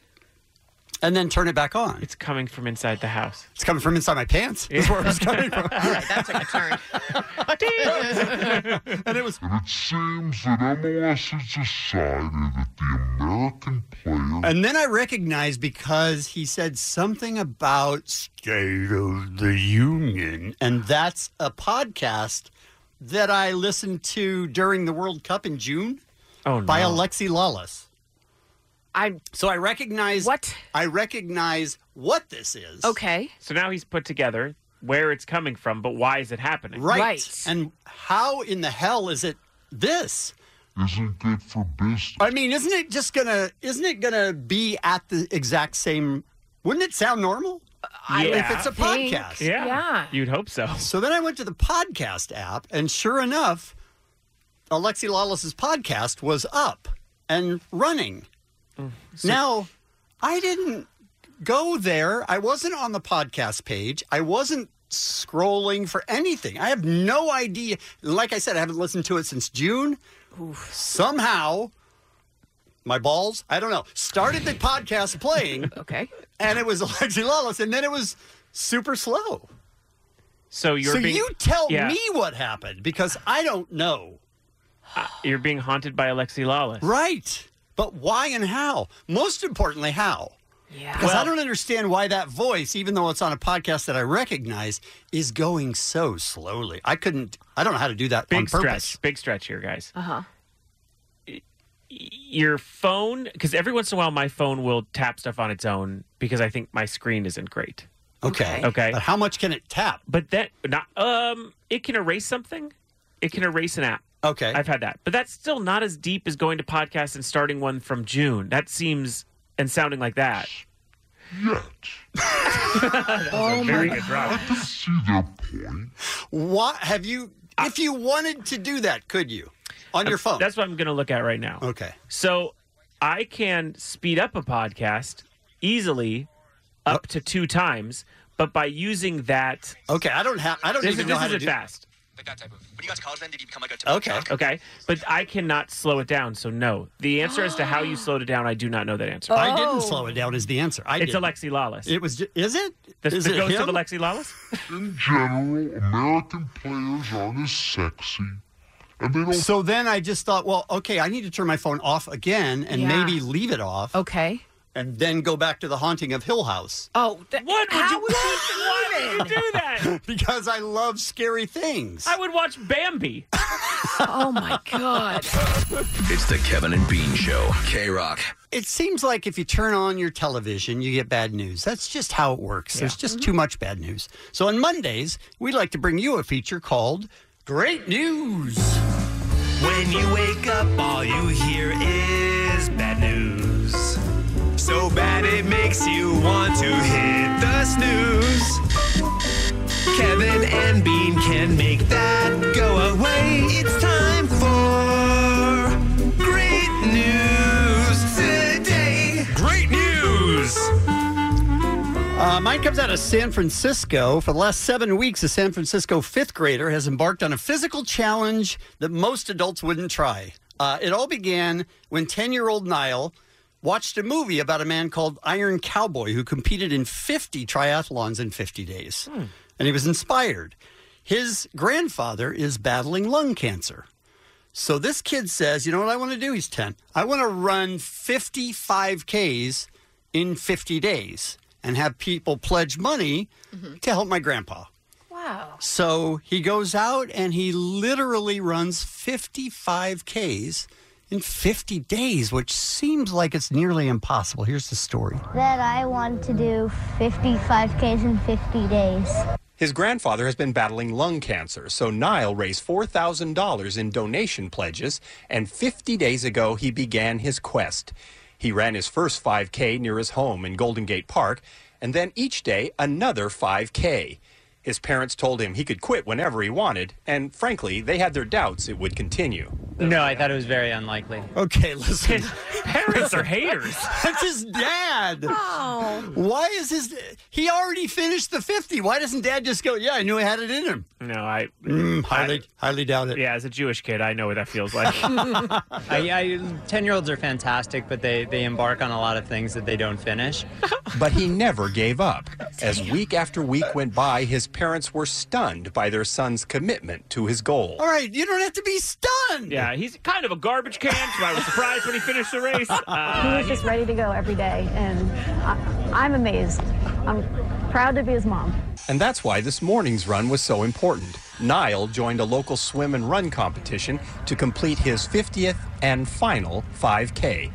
Speaker 9: And then turn it back on.
Speaker 5: It's coming from inside the house.
Speaker 9: It's coming from inside my pants. Is where it was coming from. and it was.
Speaker 14: And [laughs] it seems that MLS has decided that the American player
Speaker 9: And then I recognized because he said something about State of the Union, and that's a podcast that I listened to during the World Cup in June
Speaker 5: oh,
Speaker 9: by
Speaker 10: no.
Speaker 9: Alexi Lawless.
Speaker 10: I'm
Speaker 9: so I recognize what I recognize what this is.
Speaker 10: Okay.
Speaker 5: So now he's put together where it's coming from, but why is it happening?
Speaker 9: Right. And how in the hell is it this?
Speaker 14: isn't good for business.
Speaker 9: I mean, isn't it just gonna? Isn't it gonna be at the exact same? Wouldn't it sound normal? I-
Speaker 5: Yeah.
Speaker 9: if it's a
Speaker 5: Think.
Speaker 9: podcast,
Speaker 5: Yeah. Yeah. You'd hope so.
Speaker 9: So then I went to the podcast app, and sure enough, Alexi Lawless's podcast was up and running. now, I didn't go there. I wasn't on the podcast page. I wasn't scrolling for anything. I have no idea. Like I said, I haven't listened to it since June. Somehow, my balls, I don't know, started the podcast playing.
Speaker 10: Okay.
Speaker 9: And it was [laughs] Alexi Lawless, and then it was super slow.
Speaker 5: So you're
Speaker 9: so
Speaker 5: being,
Speaker 9: you tell
Speaker 5: Yeah.
Speaker 9: me what happened because I don't know.
Speaker 5: Uh, You're being haunted by Alexi Lawless.
Speaker 9: Right. But why and how? Most importantly, how? Yeah. Because I don't understand why that voice, even though it's on a podcast that I recognize, is going so slowly. I couldn't, I don't know how to do that on
Speaker 5: Big
Speaker 9: purpose.
Speaker 5: stretch. Big stretch here, guys.
Speaker 10: Uh huh.
Speaker 5: your phone because every once in a while my phone will tap stuff on its own because I think my screen isn't great.
Speaker 9: Okay.
Speaker 5: Okay.
Speaker 9: But how much can it tap?
Speaker 5: But that not um it can erase something. It can erase an app.
Speaker 9: Okay.
Speaker 5: I've had that. But that's still not as deep as going to podcasts and starting one from June. That seems and sounding like that.
Speaker 9: Oh,
Speaker 5: very good drop.
Speaker 9: What have you, if you wanted to do that, could you? On your phone.
Speaker 5: Uh, That's what I'm going to look at right now.
Speaker 9: Okay.
Speaker 5: So I can speed up a podcast easily
Speaker 9: Uh-huh.
Speaker 5: up to two times, but by using that.
Speaker 9: Okay, I don't have. I don't
Speaker 5: this
Speaker 9: even
Speaker 5: is,
Speaker 9: know
Speaker 5: this
Speaker 9: how
Speaker 5: is
Speaker 9: to
Speaker 5: it
Speaker 9: do-
Speaker 5: fast.
Speaker 9: Okay.
Speaker 5: Okay. But I cannot slow it down. So no. The answer as to how you slowed it down, I do not know that answer.
Speaker 9: I didn't slow it down, is the answer. I
Speaker 5: it's
Speaker 9: didn't.
Speaker 5: Alexi Lawless.
Speaker 9: It was, ju- is it?
Speaker 5: The,
Speaker 9: Is
Speaker 5: the
Speaker 9: it
Speaker 5: ghost
Speaker 9: him?
Speaker 5: of Alexi Lawless.
Speaker 14: In general, American players aren't as sexy. And they don't
Speaker 9: So then I just thought, well, okay, I need to turn my phone off again and
Speaker 14: Yeah.
Speaker 9: maybe leave it off.
Speaker 10: Okay.
Speaker 9: And then go back to the haunting of Hill House.
Speaker 10: Oh, th-
Speaker 5: what would
Speaker 10: you,
Speaker 5: [laughs] why would you do that?
Speaker 9: [laughs] because I love scary things.
Speaker 5: I would watch Bambi.
Speaker 10: [laughs] oh my god.
Speaker 13: It's the Kevin and Bean Show. K Rock.
Speaker 9: It seems like if you turn on your television, you get bad news. That's just how it works. There's just too much bad news. So on Mondays, we like to bring you a feature called Great News.
Speaker 11: When you wake up, all you hear is bad news. So bad it makes you want to hit the snooze. Kevin and Bean can make that go away. It's time for great news today. Great news!
Speaker 9: Uh, mine comes out of San Francisco. For the last seven weeks, a San Francisco fifth grader has embarked on a physical challenge that most adults wouldn't try. Uh, it all began when 10 year old Niall watched a movie about a man called Iron Cowboy who competed in 50 triathlons in 50 days. And he was inspired. His grandfather is battling lung cancer. So this kid says, you know what I want to do? He's 10. I want to run 55 Ks in 50 days and have people pledge money to help my grandpa.
Speaker 10: Mm-hmm. Wow.
Speaker 9: So he goes out and he literally runs 55 Ks in in 50 days, which seems like it's nearly impossible. Here's the story.
Speaker 15: That I want to do 55Ks in 50 days.
Speaker 16: His grandfather has been battling lung cancer, so Niall raised $4,000 in donation pledges, and 50 days ago he began his quest. He ran his first 5K near his home in Golden Gate Park, and then each day another 5K. His parents told him he could quit whenever he wanted, and frankly, they had their doubts it would continue.
Speaker 17: No, I thought it was very unlikely.
Speaker 9: Okay, listen.
Speaker 17: [laughs]
Speaker 5: parents
Speaker 9: [laughs]
Speaker 5: are haters.
Speaker 9: That's his dad.
Speaker 10: [laughs] Oh.
Speaker 9: Why is his. He already finished the 50. Why doesn't dad just go, yeah, I knew I had it in
Speaker 5: [laughs]
Speaker 9: him? [laughs]
Speaker 5: No, I
Speaker 9: Mm, highly, highly doubt it.
Speaker 5: Yeah, as a Jewish kid, I know what that feels like.
Speaker 17: [laughs] I, I, 10 year olds are fantastic, but they, they embark on a lot of things that they don't finish.
Speaker 16: But he never gave up. As week after week went by, his parents were stunned by their son's commitment to his goal.
Speaker 9: All right, you don't have to be stunned.
Speaker 5: Yeah, he's kind of a garbage can, so I was surprised when he finished the race.
Speaker 18: [laughs] he
Speaker 5: Uh,
Speaker 18: was just ready to go every day, and I, I'm amazed. I'm proud to be his mom.
Speaker 16: And that's why this morning's run was so important. Niall joined a local swim and run competition to complete his 50th and final 5K.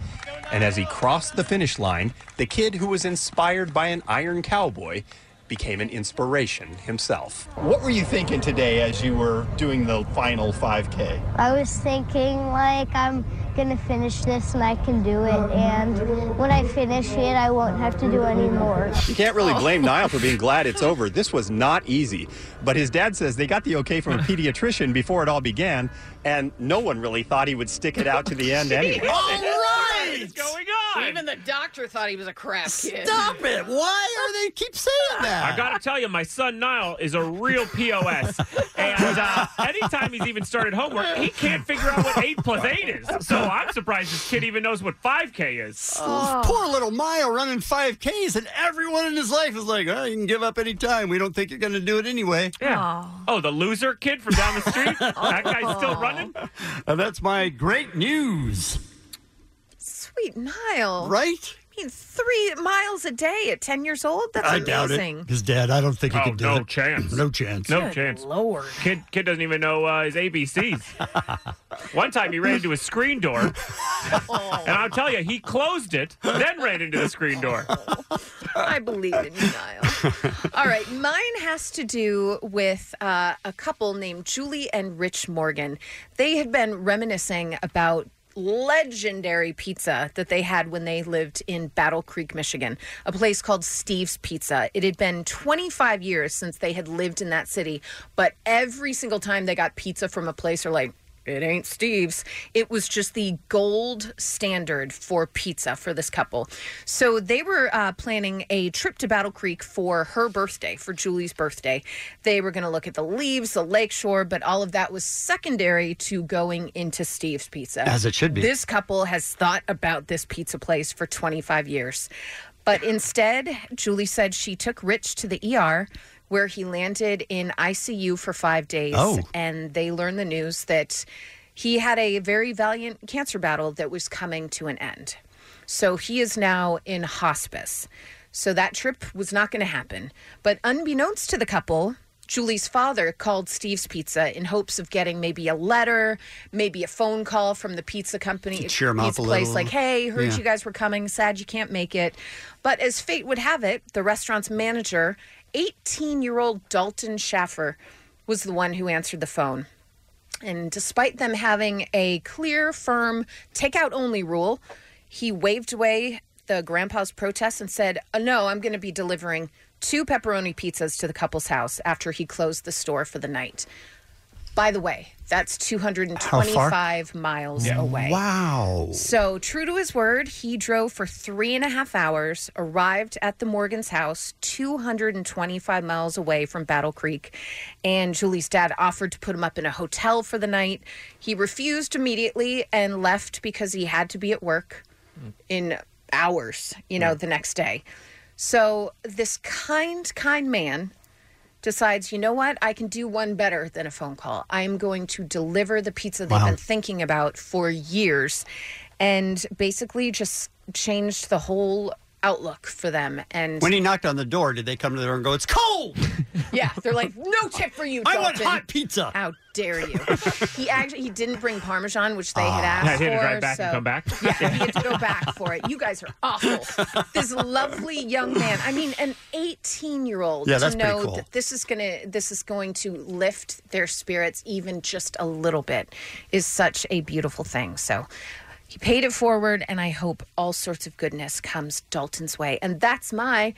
Speaker 16: And as he crossed the finish line, the kid who was inspired by an iron cowboy became an inspiration himself.
Speaker 19: What were you thinking today as you were doing the final 5K?
Speaker 15: I was thinking, like, I'm gonna finish this and I can do it, and when I finish it, I won't have to do any more.
Speaker 16: You can't really blame Niall for being glad it's over. This was not easy. But his dad says they got the okay from a pediatrician before it all began, and no one really thought he would stick it out to the end anyway.
Speaker 9: right. What is
Speaker 5: going
Speaker 20: on? Even the doctor thought he was a crap kid. Ah.
Speaker 9: Stop it. Why are they keep saying that?
Speaker 5: I gotta tell you, my son Niall is a real POS. and uh, anytime he's even started homework, he can't figure out what eight plus eight is. So I'm surprised this kid even knows what five K is.
Speaker 10: Oh.
Speaker 9: Poor little Mayo running 5Ks, and everyone in his life is like, oh, you can give up any time. We don't think you're going to do it anyway.
Speaker 5: Yeah. Oh, the loser kid from down the street? that guy's still
Speaker 10: Oh.
Speaker 5: running?
Speaker 9: Uh, that's my great news.
Speaker 10: Sweet Nile.
Speaker 9: Right?
Speaker 10: I mean, three miles a day at 10 years old? That's
Speaker 9: I doubt
Speaker 10: amazing.
Speaker 9: it. His dad, I don't think he
Speaker 5: Oh,
Speaker 9: can do
Speaker 5: no
Speaker 9: it.
Speaker 5: chance.
Speaker 9: No chance.
Speaker 5: No chance.
Speaker 10: Lord.
Speaker 5: Kid kid doesn't even know uh, his ABCs. One time he ran into a screen door, and I'll tell you, he closed it, then ran into the screen door.
Speaker 10: I believe in you, Niall. All right, mine has to do with uh, a couple named Julie and Rich Morgan. They had been reminiscing about legendary pizza that they had when they lived in Battle Creek, Michigan, a place called Steve's Pizza. It had been 25 years since they had lived in that city, but every single time they got pizza from a place, they're like, it ain't Steve's. It was just the gold standard for pizza for this couple. So they were uh, planning a trip to Battle Creek for her birthday, for Julie's birthday. They were going to look at the leaves, the lakeshore, but all of that was secondary to going into Steve's Pizza.
Speaker 9: As it should be.
Speaker 10: This couple has thought about this pizza place for 25 years. But instead, Julie said she took Rich to the ER where he landed in ICU for five days.
Speaker 9: Oh.
Speaker 10: And they learned the news that he had a very valiant cancer battle that was coming to an end. So he is now in hospice. So that trip was not going to happen. But unbeknownst to the couple, Julie's father called Steve's Pizza in hopes of getting maybe a letter, maybe a phone call from the pizza company,
Speaker 9: cheer 'em up
Speaker 10: pizza
Speaker 9: a
Speaker 10: place,
Speaker 9: little.
Speaker 10: like, "Hey, heard
Speaker 9: Yeah.
Speaker 10: you guys were coming. Sad you can't make it." But as fate would have it, the restaurant's manager, 18-year-old Dalton Schaffer, was the one who answered the phone. And despite them having a clear, firm takeout only rule, he waved away the grandpa's protest and said, "Uh, No, I'm going to be delivering two pepperoni pizzas to the couple's house after he closed the store for the night. By the way, that's 225 miles away.
Speaker 9: Wow.
Speaker 10: So, true to his word, he drove for three and a half hours, arrived at the Morgan's house, 225 miles away from Battle Creek. And Julie's dad offered to put him up in a hotel for the night. He refused immediately and left because he had to be at work in hours, you know, the next day. So, this kind, kind man decides, you know what? I can do one better than a phone call. I am going to deliver the pizza they've
Speaker 21: Wow.
Speaker 10: been thinking about for years and basically just changed the whole outlook for them. And
Speaker 9: When he knocked on the door, did they come to the door and go, "It's cold"?
Speaker 10: [laughs] yeah, they're like, no tip for you.
Speaker 9: [laughs] I want
Speaker 10: Dalton."
Speaker 9: hot pizza.
Speaker 10: How dare
Speaker 9: [laughs]
Speaker 10: you? he actually he didn't bring Parmesan, which they had
Speaker 5: Ah. Yeah,
Speaker 10: asked
Speaker 5: he had to
Speaker 10: for.
Speaker 5: drive back
Speaker 10: so
Speaker 5: and come back.
Speaker 10: Yeah, he had to go back for it. You guys are awful. This lovely young man. I mean, an 18 year old
Speaker 9: Yeah,
Speaker 10: to
Speaker 9: that's pretty
Speaker 10: know
Speaker 9: cool.
Speaker 10: that this is gonna this is going to lift their spirits even just a little bit is such a beautiful thing. So. He paid it forward, and I hope all sorts of goodness comes Dalton's way. And that's my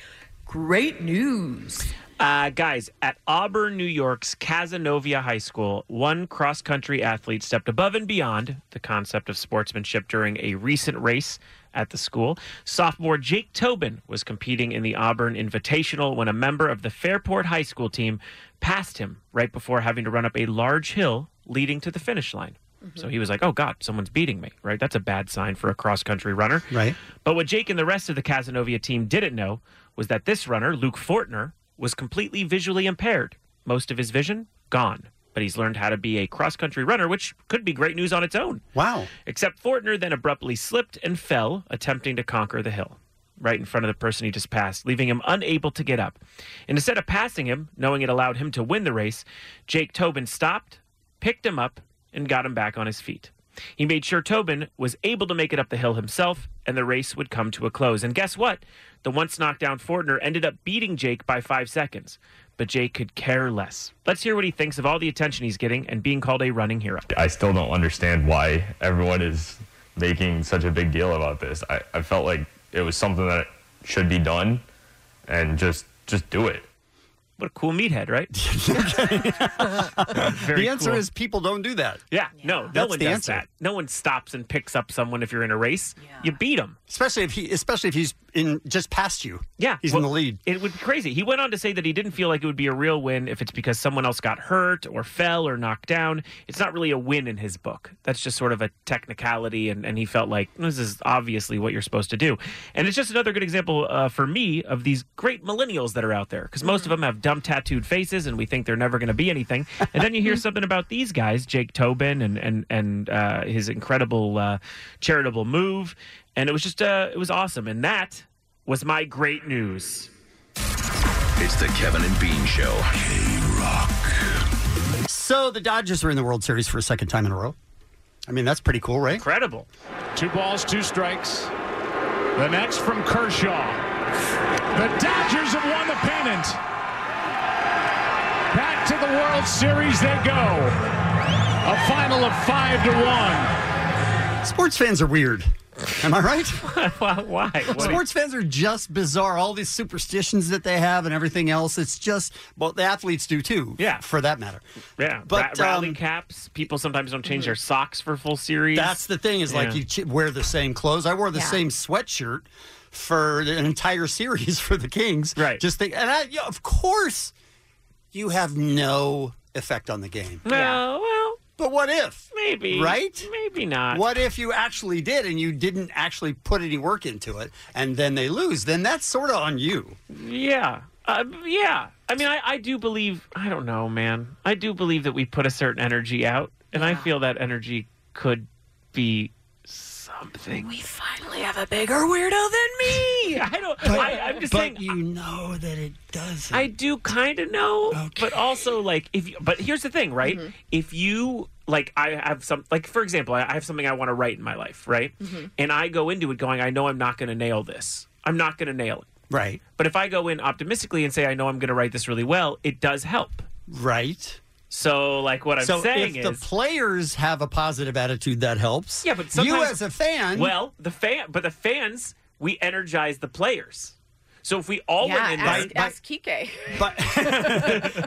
Speaker 10: great news.
Speaker 5: Uh, guys, at Auburn, New York's Casanova High School, one cross country athlete stepped above and beyond the concept of sportsmanship during a recent race at the school. Sophomore Jake Tobin was competing in the Auburn Invitational when a member of the Fairport High School team passed him right before having to run up a large hill leading to the finish line. So he was like, oh, God, someone's beating me, right? That's a bad sign for a cross country runner. Right. But what Jake and the rest of the Casanova team didn't know was that this runner, Luke Fortner, was completely visually impaired. Most of his vision gone. But he's learned how to be a cross country runner, which could be great news on its own. Wow. Except Fortner then abruptly slipped and fell, attempting to conquer the hill right in front of the person he just passed, leaving him unable to get up. And instead of passing him, knowing it allowed him to win the race, Jake Tobin stopped, picked him up, and got him back on his feet. He made sure Tobin was able to make it up the hill himself, and the race would come to a close. And guess what? The once knocked down Fortner ended up beating Jake by five seconds, but Jake could care less. Let's hear what he thinks of all the attention he's getting and being called a running hero.
Speaker 22: I still don't understand why everyone is making such a big deal about this. I, I felt like it was something that should be done and just just do it.
Speaker 5: What a cool meathead,
Speaker 9: [laughs]
Speaker 5: right? [laughs]
Speaker 9: the answer is people don't do that.
Speaker 5: Yeah, no, no
Speaker 9: That's
Speaker 5: one
Speaker 9: the
Speaker 5: does
Speaker 9: answer.
Speaker 5: that. No one stops and picks up someone if you're in a race. You beat them.
Speaker 9: Especially if he, especially if he's in just past you.
Speaker 5: Yeah,
Speaker 9: he's in the lead.
Speaker 5: It would be crazy. He went on to say that he didn't feel like it would be a real win if it's because someone else got hurt or fell or knocked down. It's not really a win in his book. That's just sort of a technicality, and, and he felt like this is obviously what you're supposed to do. And it's just another good example uh, for me of these great millennials that are out there because most of them have dumb tattooed faces, and we think they're never going to be anything. And then you hear something about these guys, Jake Tobin, and and and uh, his incredible uh, charitable move, and it was just uh, it was awesome, and that was my great news.
Speaker 13: It's the Kevin and Bean Show.
Speaker 9: So the Dodgers are in the World Series for a second time in a row. I mean, that's pretty cool, right?
Speaker 5: Incredible.
Speaker 23: Two balls, two strikes. The next from Kershaw. The Dodgers have won the pennant. Back to the World Series they go. A final of five to one.
Speaker 9: Sports fans are weird. Am I right?
Speaker 23: [laughs]
Speaker 5: [laughs] Why?
Speaker 9: Sports fans are just bizarre. All these superstitions that they have and everything else. It's just, well, the athletes do too. Yeah. For that matter.
Speaker 5: Yeah,
Speaker 9: But,
Speaker 5: but rally
Speaker 9: um, Mm-hmm.
Speaker 5: caps. People sometimes don't change their socks for full series.
Speaker 9: That's the thing is like
Speaker 5: Yeah.
Speaker 9: you ch- wear the same clothes. I wore the same sweatshirt for an entire series [laughs] for the Kings. Right. Just think, and I, yeah, of course, you have no effect on the game.
Speaker 5: No, well,
Speaker 9: but what if?
Speaker 5: Maybe.
Speaker 9: Right?
Speaker 5: Maybe not.
Speaker 9: What if you actually did and you didn't actually put any work into it and then they lose? Then that's sort of on you.
Speaker 5: Yeah. Uh, yeah. I mean, I, I do believe, I don't know, man. I do believe that we put a certain energy out, and I feel that energy could be something. We
Speaker 10: finally have a bigger weirdo than
Speaker 5: [laughs]
Speaker 9: [laughs]
Speaker 10: me.
Speaker 5: I don't. I, I'm just
Speaker 9: but
Speaker 5: saying.
Speaker 9: you know that it doesn't.
Speaker 5: I do kind of know, but also like if. You, but here's the thing, right?
Speaker 10: Mm-hmm.
Speaker 5: If you like, I have some like for example, I, I have something I want to write in my life, right?
Speaker 10: Mm-hmm.
Speaker 11: Mhm.
Speaker 5: And I go into it going, I know I'm not going to nail this. I'm not going to nail it.
Speaker 9: Right.
Speaker 5: But if I go in optimistically and say I know I'm going to write this really well, it does help.
Speaker 9: Right.
Speaker 5: So like what I'm
Speaker 9: so
Speaker 5: saying
Speaker 9: if
Speaker 5: is
Speaker 9: the players have a positive attitude, that helps.
Speaker 5: Yeah, but sometimes
Speaker 9: you as a fan,
Speaker 5: well, the fan, but the fans, we energize the players. So if we all
Speaker 20: yeah,
Speaker 5: went in
Speaker 20: ask,
Speaker 5: there,
Speaker 20: ask Kike.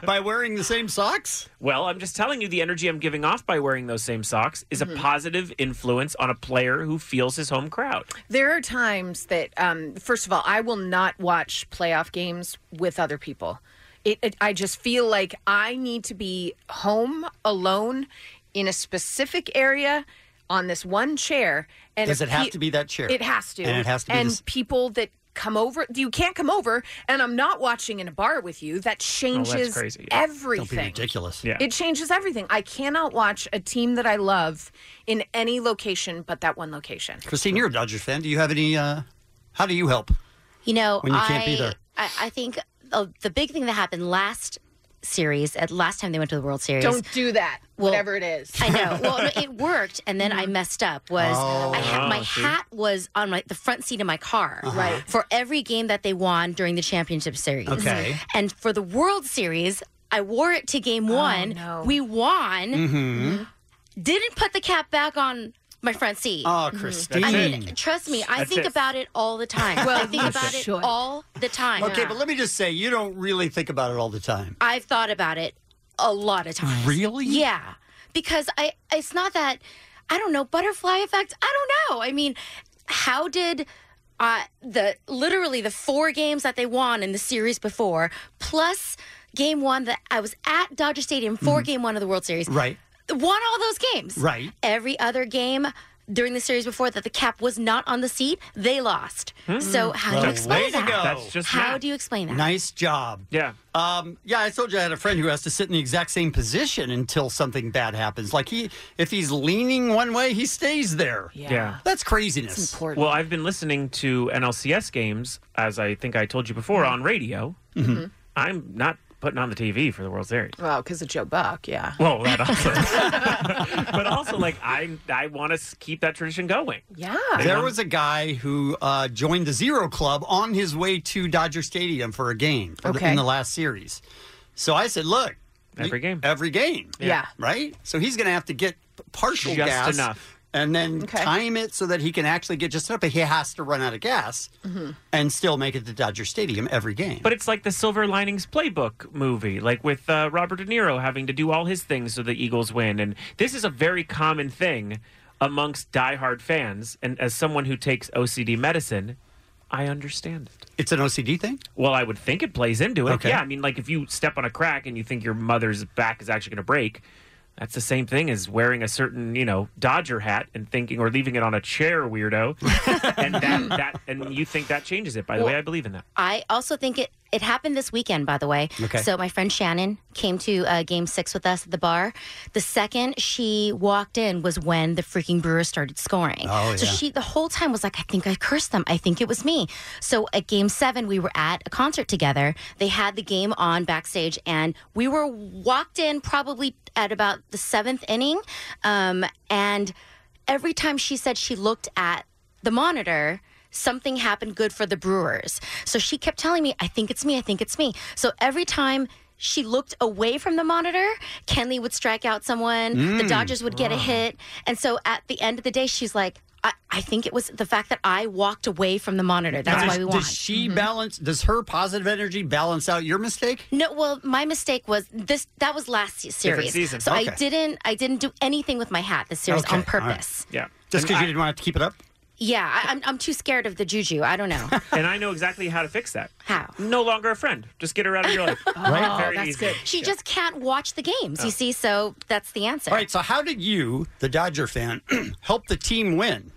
Speaker 9: by [laughs] wearing the same socks?
Speaker 5: Well, I'm just telling you, the energy I'm giving off by wearing those same socks is a positive influence on a player who feels his home crowd.
Speaker 10: There are times that, um, first of all, I will not watch playoff games with other people. It, it, I just feel like I need to be home alone in a specific area on this one chair. And
Speaker 9: Does
Speaker 10: if
Speaker 9: it have
Speaker 10: pe-
Speaker 9: to be that chair?
Speaker 10: It has to.
Speaker 9: And it has to be
Speaker 10: And
Speaker 9: this-
Speaker 10: people that come over, you can't come over, and I'm not watching in a bar with
Speaker 9: Oh,
Speaker 10: you. That changes
Speaker 5: oh,
Speaker 10: everything.
Speaker 9: Don't be ridiculous. Yeah.
Speaker 10: It changes everything. I cannot watch a team that I love in any location but that one location.
Speaker 9: Christine, you're a Dodgers fan. Do you have any? Uh, how do you help?
Speaker 1: You know,
Speaker 9: When you
Speaker 1: I,
Speaker 9: can't be there.
Speaker 1: I, I think uh, the big thing that happened last series, at last time they went to the World Series.
Speaker 20: Don't do that. whatever it is. Mm.
Speaker 1: I
Speaker 20: [laughs]
Speaker 1: know. Well, no, it worked, and then I messed up. Was I ha-
Speaker 20: Oh,
Speaker 1: my
Speaker 20: see.
Speaker 1: hat was on my the front seat of my car,
Speaker 20: Uh-huh. Right.
Speaker 1: For every game that they won during the championship series,
Speaker 9: Okay.
Speaker 20: Mm-hmm.
Speaker 1: and for the World Series, I wore it to
Speaker 20: Oh,
Speaker 1: game one. We won.
Speaker 9: Mm-hmm.
Speaker 1: Didn't put the cap back on my front seat.
Speaker 9: Oh, Christine.
Speaker 1: I mean, trust me, I
Speaker 9: That's
Speaker 1: think
Speaker 9: it.
Speaker 1: about it all the
Speaker 9: [laughs]
Speaker 1: time.
Speaker 9: Well,
Speaker 1: I think
Speaker 9: you
Speaker 1: about it
Speaker 9: should.
Speaker 1: all the time.
Speaker 9: Okay, but let me just say, you don't really think about it all the time.
Speaker 1: I've thought about it a lot of times.
Speaker 9: Really?
Speaker 1: Yeah. Because I it's not that I don't know butterfly effect. I don't know. I mean, how did uh the literally the four games that they won in the series before plus game 1 that I was at Dodger Stadium
Speaker 9: Mm-hmm.
Speaker 1: for game 1 of the World Series.
Speaker 9: Right.
Speaker 1: Won all those games.
Speaker 9: Right.
Speaker 1: Every other game during the series before that the cap was not on the seat, they lost.
Speaker 9: Hmm.
Speaker 1: So how do
Speaker 9: Well,
Speaker 1: you
Speaker 9: way
Speaker 1: explain
Speaker 9: to
Speaker 1: that?
Speaker 9: go. That's just
Speaker 1: how
Speaker 9: Matt.
Speaker 1: do you explain that?
Speaker 9: Nice job.
Speaker 5: Yeah.
Speaker 9: Um, yeah, I told you I had a friend who has to sit in the exact same position until something bad happens. Like he, if he's leaning one way, he stays there.
Speaker 5: Yeah.
Speaker 9: That's craziness. It's important.
Speaker 5: Well, I've been listening to NLCS games, as I think I told you before, on radio.
Speaker 9: Mm-hmm.
Speaker 10: Mm-hmm.
Speaker 2: Mhm.
Speaker 5: I'm not putting on the TV for the World Series.
Speaker 2: Well, because of Joe Buck, yeah.
Speaker 5: Well, that also. [laughs] but also, like, I I want to keep that tradition going.
Speaker 2: Yeah.
Speaker 9: There was a guy who uh, joined the Zero Club on his way to Dodger Stadium for a game for the-
Speaker 2: Okay.
Speaker 9: in the last series. So I said, "Look, every game, every game,
Speaker 2: Yeah. Yeah.
Speaker 9: right." So he's going to have to get partial
Speaker 5: Just
Speaker 9: gas
Speaker 5: enough.
Speaker 9: and then time it so that he can actually get just enough. But he has to run out of gas
Speaker 5: Mm-hmm.
Speaker 9: and still make it to Dodger Stadium every game.
Speaker 5: But it's like the Silver Linings Playbook movie, like with uh, Robert De Niro having to do all his things so the Eagles win. And this is a very common thing amongst diehard fans. And as someone who takes OCD medicine, I understand it.
Speaker 9: It's an OCD thing?
Speaker 5: Well, I would think it plays into it.
Speaker 9: Okay.
Speaker 5: Yeah, I mean, like if you step on a crack and you think your mother's back is actually going to break, that's the same thing as wearing a certain, you know, Dodger hat and thinking or leaving it on a chair,
Speaker 9: [laughs]
Speaker 5: weirdo. and that, that and you think that changes it. By the way,
Speaker 1: Well-
Speaker 5: I believe in that.
Speaker 1: I also think it it happened this weekend, by the way.
Speaker 5: Okay.
Speaker 1: So my friend Shannon came to uh, Game Six with us at the bar. The second she walked in was when the freaking Brewers started scoring.
Speaker 21: Oh,
Speaker 1: so
Speaker 21: yeah.
Speaker 1: she the whole time was like, "I think I cursed them. I think it was me." So at Game Seven, we were at a concert together. They had the game on backstage, and we were walked in probably at about the seventh inning, um, and every time she said she looked at the monitor, something happened good for the Brewers. So she kept telling me, I think it's me, I think it's me. So every time she looked away from the monitor, Kenley would strike out someone, the
Speaker 21: Mm.
Speaker 1: Dodgers would get a
Speaker 21: Wow.
Speaker 1: hit. And so at the end of the day, she's like, I, I think it was the fact that I walked away from the monitor. That's
Speaker 9: Now,
Speaker 1: why
Speaker 9: does,
Speaker 1: we Mm-hmm. won.
Speaker 9: Does she balance? Does her positive energy balance out your mistake?
Speaker 1: No, well, my mistake was this. That was last se-
Speaker 9: Different
Speaker 1: series,
Speaker 9: season.
Speaker 1: so I
Speaker 9: Okay.
Speaker 1: didn't. I didn't do anything with my hat this series on
Speaker 9: all right.
Speaker 1: purpose.
Speaker 5: Yeah.
Speaker 9: Just because you didn't want to keep it up.
Speaker 1: Yeah, I, I'm. I'm too scared of the juju. I don't know.
Speaker 5: and I know exactly how to fix that.
Speaker 1: How?
Speaker 5: No longer a friend. Just get her out of your
Speaker 10: [laughs] Oh,
Speaker 5: life.
Speaker 9: [laughs] Right?
Speaker 5: Very easy.
Speaker 1: She just can't watch the games,
Speaker 9: Oh.
Speaker 1: you see, so that's the answer.
Speaker 9: All right. So how did you, the Dodger fan, [clears throat] help the team win?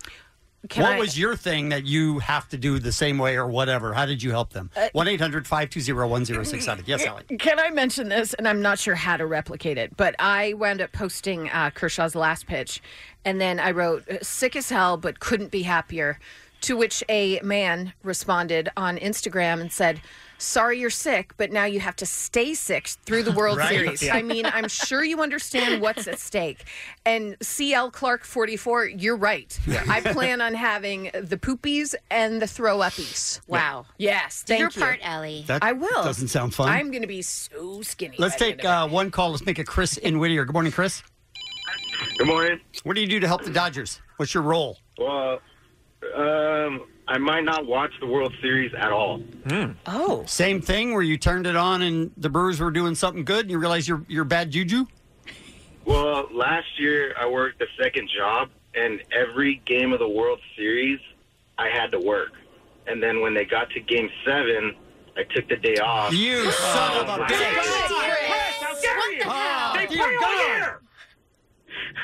Speaker 1: Can
Speaker 9: what
Speaker 1: I-
Speaker 9: was your thing that you have to do the same way or whatever? How did you help them?
Speaker 20: Uh,
Speaker 9: 1 800 520 1067. Yes, Ellie.
Speaker 20: Can I mention this? And I'm not sure how to replicate it, but I wound up posting uh, Kershaw's last pitch, and then I wrote "Uh, "sick as hell, but couldn't be happier." To which a man responded on Instagram and said, "Sorry you're sick, but now you have to stay sick through the World
Speaker 21: [laughs] Right,
Speaker 20: Series.
Speaker 21: yeah.
Speaker 20: I mean, I'm sure you understand what's at stake." And CL Clark 44, you're right.
Speaker 21: Yeah.
Speaker 20: I plan on having the poopies and the throw upies.
Speaker 1: Wow.
Speaker 20: Yes.
Speaker 1: Do
Speaker 20: Thank
Speaker 1: your
Speaker 20: you.
Speaker 1: part, Ellie.
Speaker 9: That
Speaker 20: I will.
Speaker 9: doesn't sound fun.
Speaker 20: I'm going to be so skinny.
Speaker 9: Let's
Speaker 20: by the end
Speaker 9: take uh, one call. Let's make it Chris in Whittier. Good morning, Chris.
Speaker 24: Good morning.
Speaker 9: What do you do to help the Dodgers? What's your role?
Speaker 24: Well, um, I might not watch the World Series at all.
Speaker 5: Hmm.
Speaker 9: Oh. Same thing where you turned it on and the Brewers were doing something good and you realize you're, you're bad juju?
Speaker 24: Well, last year I worked a second job, and every game of the World Series I had to work. And then when they got to Game Seven, I took the day off. Oh,
Speaker 9: You son of a bitch!
Speaker 5: They
Speaker 9: play all year!
Speaker 24: [laughs]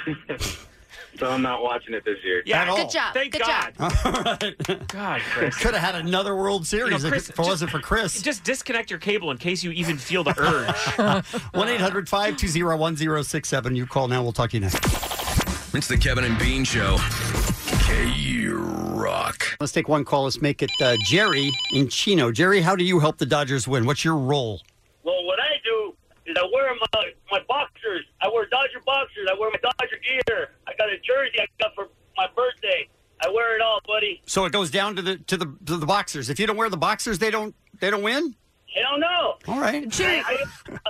Speaker 24: So I'm not watching it this year.
Speaker 9: Yeah, At all. good
Speaker 1: job.
Speaker 5: Thank
Speaker 1: Good
Speaker 5: God. God, Chris.
Speaker 9: Could have had another [laughs] World
Speaker 5: You know,
Speaker 9: Series
Speaker 5: Chris,
Speaker 9: if it wasn't for Chris.
Speaker 5: Just disconnect your cable in case you even feel
Speaker 9: [laughs]
Speaker 5: the urge.
Speaker 9: 1 800 520 1067. You call now. We'll talk to you next.
Speaker 13: It's the Kevin and Bean Show. K Rock.
Speaker 9: Let's take one call. Let's make it uh, Jerry in Chino. Jerry, how do you help the Dodgers win? What's your role?
Speaker 2: Well, what I do is I wear my, my boxers. I wear Dodger boxers. I wear my Dodger gear. I got a jersey I got for my birthday. I wear it all, buddy.
Speaker 9: So it goes down to the to the to the boxers. If you don't wear the boxers, they don't they don't win.
Speaker 2: Hell no.
Speaker 9: All right.
Speaker 2: Jimmy. I,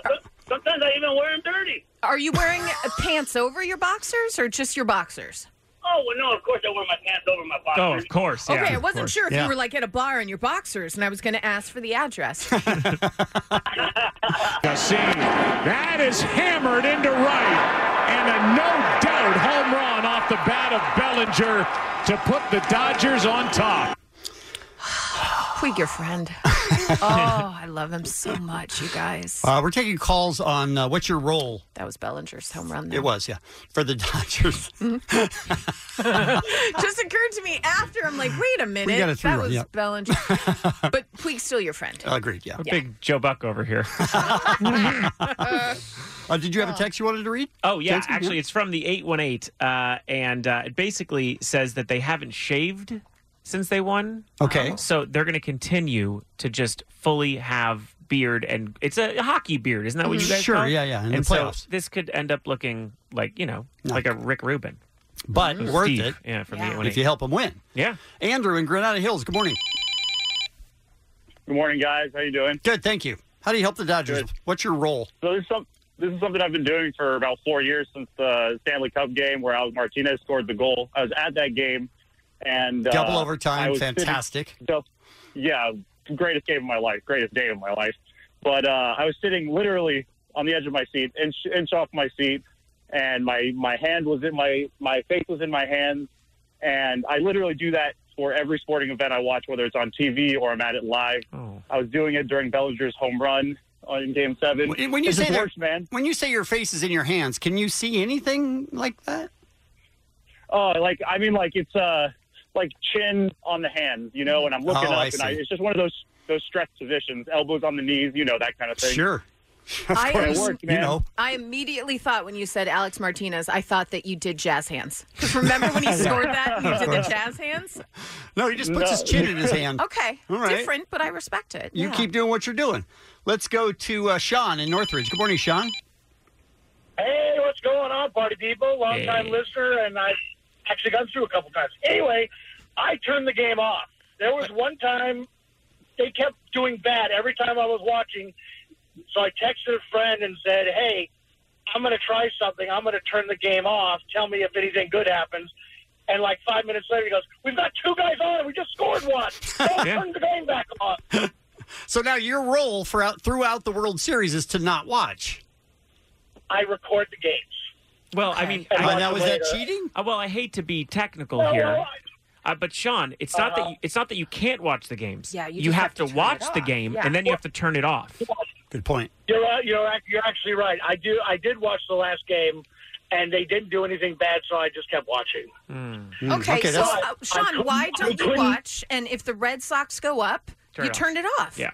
Speaker 2: I- sometimes I even wear them dirty.
Speaker 10: Are you wearing
Speaker 2: [laughs]
Speaker 10: uh, pants over your boxers or just your boxers?
Speaker 2: Oh, well, no, of course I wear my pants over my boxers.
Speaker 5: Oh, of course. Yeah.
Speaker 10: okay, I
Speaker 5: Of
Speaker 10: wasn't
Speaker 5: course.
Speaker 10: sure if
Speaker 5: Yeah.
Speaker 10: you were like at a bar in your boxers, and I was going to ask for the
Speaker 2: [laughs]
Speaker 10: address.
Speaker 25: Cassini. That is hammered into right. And a no doubt home run off the bat of Bellinger to put the Dodgers on top.
Speaker 10: Puig, your
Speaker 2: [laughs]
Speaker 10: friend. oh, I love him so much, you guys.
Speaker 9: Uh, we're taking calls on uh, what's your role.
Speaker 10: That was Bellinger's home run. There.
Speaker 9: It was, yeah, for
Speaker 10: [laughs]
Speaker 9: the [laughs] Dodgers.
Speaker 10: just occurred to me after. I'm like, wait a minute,
Speaker 9: got a
Speaker 10: that
Speaker 9: three-run,
Speaker 10: was
Speaker 9: yeah.
Speaker 2: [laughs]
Speaker 10: Bellinger. but Puig's still your friend.
Speaker 9: Agreed. Yeah.
Speaker 5: A Big Joe Buck over here.
Speaker 9: [laughs] Uh, did you have a text you wanted to read?
Speaker 5: Oh yeah,
Speaker 9: Text me,
Speaker 5: actually, it's from the eight one eight, and uh, it basically says that they haven't shaved since they won.
Speaker 9: Okay.
Speaker 5: so they're going to continue to just fully have beard, and it's a hockey beard, isn't that what you
Speaker 9: Mhm.
Speaker 5: guys
Speaker 9: Sure,
Speaker 5: call it?
Speaker 9: yeah, yeah, in the
Speaker 5: and so
Speaker 9: playoffs.
Speaker 5: this could end up looking like you know, like a Rick Rubin,
Speaker 9: but
Speaker 5: Or
Speaker 9: worth
Speaker 5: Steve,
Speaker 9: it.
Speaker 5: Yeah, from the eight one eight.
Speaker 9: if you help them win.
Speaker 5: Yeah.
Speaker 9: Andrew in Granada Hills. Good morning.
Speaker 2: Good morning, guys. How you doing?
Speaker 9: Good, thank you. How do you help the Dodgers? What's your role?
Speaker 2: So this is some this is something I've been doing for about four years since the Stanley Cup game where Alex Martinez scored the goal. I was at that game, and
Speaker 9: Double
Speaker 2: uh, I
Speaker 9: overtime,
Speaker 2: was sitting-
Speaker 9: fantastic.
Speaker 2: just yeah, greatest game of my life, greatest day of my life. But uh, I was sitting literally on the edge of my seat, inch, inch off my seat, and my my hand was in my my face was in my hands, and I literally do that for every sporting event I watch, whether it's on TV or I'm at it live. I was doing it during Bellinger's home run on in Game Seven.
Speaker 9: When when you
Speaker 2: It's
Speaker 9: say
Speaker 2: the
Speaker 9: that-
Speaker 2: worst, man.
Speaker 9: when you say your face is in your hands, can you see anything like that?
Speaker 2: Oh, like I mean, like it's uh, like chin on the hand, you know. And I'm looking
Speaker 9: Oh,
Speaker 2: up,
Speaker 9: I
Speaker 2: and I,
Speaker 9: see.
Speaker 2: it's just one of those those stress positions, elbows on the knees, you know, that kind of thing.
Speaker 9: Sure. [laughs]
Speaker 10: I,
Speaker 2: And it worked, man.
Speaker 10: I immediately thought when you said Alex Martinez, I thought that you did jazz hands. 'Cause remember when he
Speaker 9: Yeah.
Speaker 10: scored that, you did the
Speaker 9: Of course.
Speaker 10: jazz hands?
Speaker 9: No, he just puts
Speaker 2: No.
Speaker 9: his
Speaker 10: [laughs]
Speaker 9: chin in his hand.
Speaker 10: Okay.
Speaker 9: All right.
Speaker 10: Different, but I respect it.
Speaker 9: You
Speaker 10: Yeah.
Speaker 9: keep doing what you're doing. Let's go to uh, Sean in Northridge. Good morning, Sean.
Speaker 2: Hey, what's going on, party people? Long time
Speaker 9: Hey.
Speaker 2: listener, and I've actually gone through a couple times. Anyway, I turned the game off. There was one time they kept doing bad every time I was watching, so I texted a friend and said, "Hey, I'm going to try something. I'm going to turn the game off. Tell me if anything good happens." And like five minutes later, he goes, "We've got two guys on, and we just scored
Speaker 9: [laughs]
Speaker 2: one. Don't turn the game back on."
Speaker 9: So now your role for out, throughout the World Series is to not watch.
Speaker 2: I record the games.
Speaker 5: Well, I mean,
Speaker 2: And
Speaker 5: I,
Speaker 2: watch it later.
Speaker 5: Uh, well, I hate to be technical
Speaker 2: No,
Speaker 5: here,
Speaker 2: no, Uh-huh.
Speaker 5: uh, but Sean, it's not that you, it's not that you can't watch the games.
Speaker 2: Yeah, you
Speaker 5: you,
Speaker 2: just
Speaker 5: have, to,
Speaker 2: turn it
Speaker 5: watch the
Speaker 2: off.
Speaker 5: game,
Speaker 2: Yeah.
Speaker 5: and then you have to turn it off.
Speaker 9: Good point.
Speaker 2: You're uh, you're ac- you're actually right. I do I did watch the last game, and they didn't do anything bad, so I just kept watching.
Speaker 9: Hmm.
Speaker 10: Okay, so uh, Sean,
Speaker 2: couldn't-
Speaker 10: why
Speaker 2: I
Speaker 10: don't you
Speaker 2: couldn't-
Speaker 10: watch? And if the Red Sox go up,
Speaker 9: Turn
Speaker 10: you
Speaker 9: it off.
Speaker 10: turned it off.
Speaker 5: Yeah.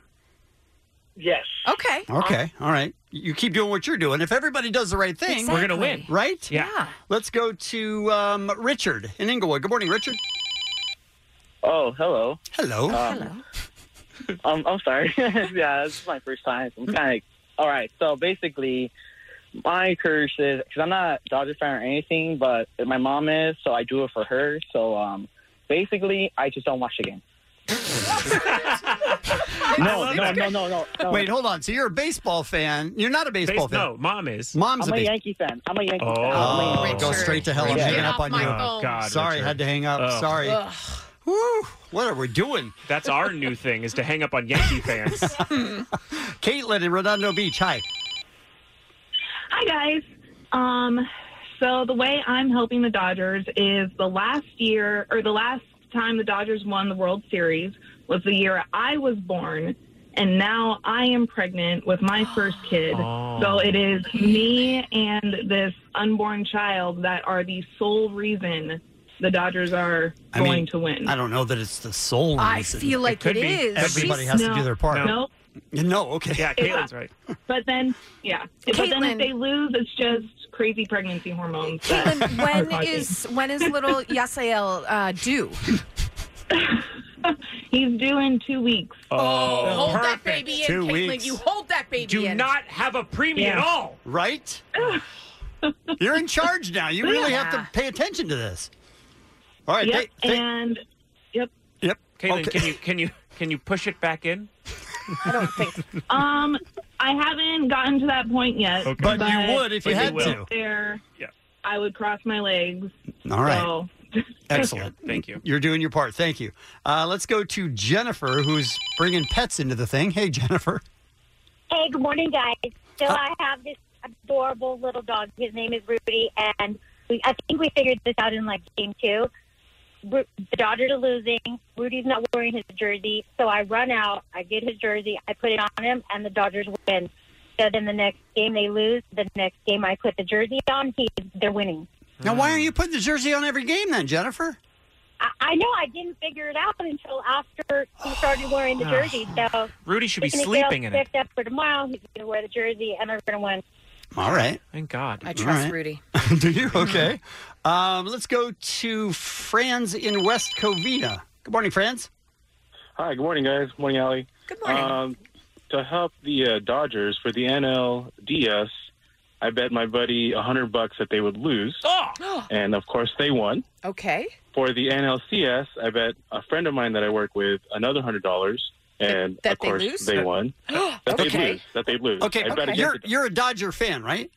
Speaker 2: Yes.
Speaker 10: Okay.
Speaker 9: Okay. All right. You keep doing what you're doing. If everybody does the right thing,
Speaker 10: We're gonna win. Exactly.
Speaker 9: Right?
Speaker 10: Yeah. Yeah.
Speaker 9: Let's go to um, Richard in Inglewood. Good morning, Richard.
Speaker 11: Oh, hello.
Speaker 9: Hello.
Speaker 11: Um, um, I'm sorry. [laughs] yeah, this is my first time. so I'm kind of all right. So basically, my curse is because I'm not a Dodger fan or anything, but my mom is, so I do it for her. So um, basically, I just don't watch the game. no,
Speaker 9: No,
Speaker 11: no, no, no, no.
Speaker 9: Wait, hold on. So you're a baseball fan. You're not a baseball
Speaker 11: Base-
Speaker 9: fan.
Speaker 11: no,
Speaker 5: mom is.
Speaker 9: Mom's
Speaker 11: I'm a
Speaker 9: base-
Speaker 11: Yankee fan. I'm a Yankee
Speaker 9: Oh,
Speaker 11: fan. I'm a Yankee
Speaker 9: go
Speaker 11: fan.
Speaker 9: straight to hell. I'm
Speaker 11: Yeah.
Speaker 9: hanging up on you.
Speaker 5: God,
Speaker 9: Sorry,
Speaker 5: Richard.
Speaker 9: had to hang up.
Speaker 5: Ugh.
Speaker 9: Sorry.
Speaker 5: Ugh.
Speaker 9: Woo! What are we doing?
Speaker 5: That's our new thing is to hang up on
Speaker 2: [laughs]
Speaker 5: Yankee fans.
Speaker 9: Caitlin in Redondo Beach. Hi.
Speaker 6: Hi guys. Um, so the way I'm helping the Dodgers is the last year or the last time the Dodgers won the World Series was the year I was born, and now I am pregnant with my first kid.
Speaker 9: Oh.
Speaker 6: So it is me and this unborn child that are the sole reason the Dodgers are
Speaker 9: I
Speaker 6: going
Speaker 9: mean,
Speaker 6: to win.
Speaker 9: I don't know that it's the sole reason.
Speaker 6: I feel like It could it be. is.
Speaker 9: Everybody
Speaker 6: She's-
Speaker 9: has to
Speaker 6: No.
Speaker 9: do their part.
Speaker 6: No.
Speaker 9: No, okay.
Speaker 6: Yeah, Caitlin's
Speaker 5: right.
Speaker 6: But then, yeah. But then
Speaker 10: Caitlin-
Speaker 6: if they lose, it's just crazy pregnancy [laughs] hormones. that
Speaker 10: Caitlin,
Speaker 6: are
Speaker 10: when
Speaker 6: causing-
Speaker 10: is when is little Yasael uh, due?
Speaker 6: He's due in two weeks.
Speaker 5: Oh,
Speaker 11: hold that
Speaker 5: perfect.
Speaker 11: baby in,
Speaker 5: Two
Speaker 11: Caitlin.
Speaker 5: weeks.
Speaker 11: You hold that baby
Speaker 5: Do
Speaker 11: in.
Speaker 5: not have a premium
Speaker 11: Yeah.
Speaker 5: at all.
Speaker 11: [laughs]
Speaker 9: Right? You're in charge now. You really have to
Speaker 11: Yeah.
Speaker 9: pay attention to this. All right.
Speaker 5: Yep,
Speaker 9: they- they-
Speaker 6: And yep.
Speaker 9: Yep.
Speaker 5: Caitlin,
Speaker 9: Okay.
Speaker 5: can you can you can you push it back in?
Speaker 6: Um, I haven't gotten to that point yet.
Speaker 5: Okay. But you would if you
Speaker 6: if
Speaker 5: had
Speaker 6: it
Speaker 5: to.
Speaker 6: was There,
Speaker 5: yeah.
Speaker 6: I would cross my legs.
Speaker 9: All right.
Speaker 6: So,
Speaker 9: Excellent.
Speaker 5: [laughs] Thank you.
Speaker 9: You're doing your part. Thank you. Uh, let's go to Jennifer, who's bringing pets into the thing. Hey, Jennifer.
Speaker 20: Hey, good morning, guys. So
Speaker 9: Uh,
Speaker 20: I have this adorable little dog. His name is Rudy, and we, I think we figured this out in like game two. Ru- The Dodgers are losing. Rudy's not wearing his jersey, so I run out. I get his jersey. I put it on him, and the Dodgers win. So then the next game they lose. The next game I put the jersey on. He they're winning.
Speaker 9: Now, why aren't you putting the jersey on every game then, Jennifer?
Speaker 20: I, I know I didn't figure it out until after he started wearing
Speaker 5: [sighs]
Speaker 20: the jersey. So
Speaker 5: Rudy should be
Speaker 20: he's gonna
Speaker 5: sleeping
Speaker 20: get
Speaker 5: in
Speaker 20: all
Speaker 5: it.
Speaker 20: Up for tomorrow, he's going to wear the jersey, and they're going to win.
Speaker 9: All right.
Speaker 5: Thank God.
Speaker 9: I trust All right.
Speaker 10: Rudy.
Speaker 9: [laughs] Do you? Okay. Um, let's go to Franz in West Covina. Good morning, Franz.
Speaker 7: Hi, good morning, guys. Morning, Allie. Good morning. Um, to help the uh, Dodgers for the NLDS, I bet my buddy a hundred bucks that they would lose,
Speaker 10: Oh.
Speaker 7: and of course they won.
Speaker 10: okay.
Speaker 7: For the NLCS, I bet a friend of mine that I work with another hundred dollars, and
Speaker 9: that
Speaker 7: of
Speaker 9: they
Speaker 7: course
Speaker 9: lose?
Speaker 7: they won. That
Speaker 9: [gasps]
Speaker 7: they
Speaker 9: Okay.
Speaker 7: lose. That they lose.
Speaker 9: Okay,
Speaker 7: I bet against
Speaker 9: you're
Speaker 7: the
Speaker 9: you're a Dodger fan, right?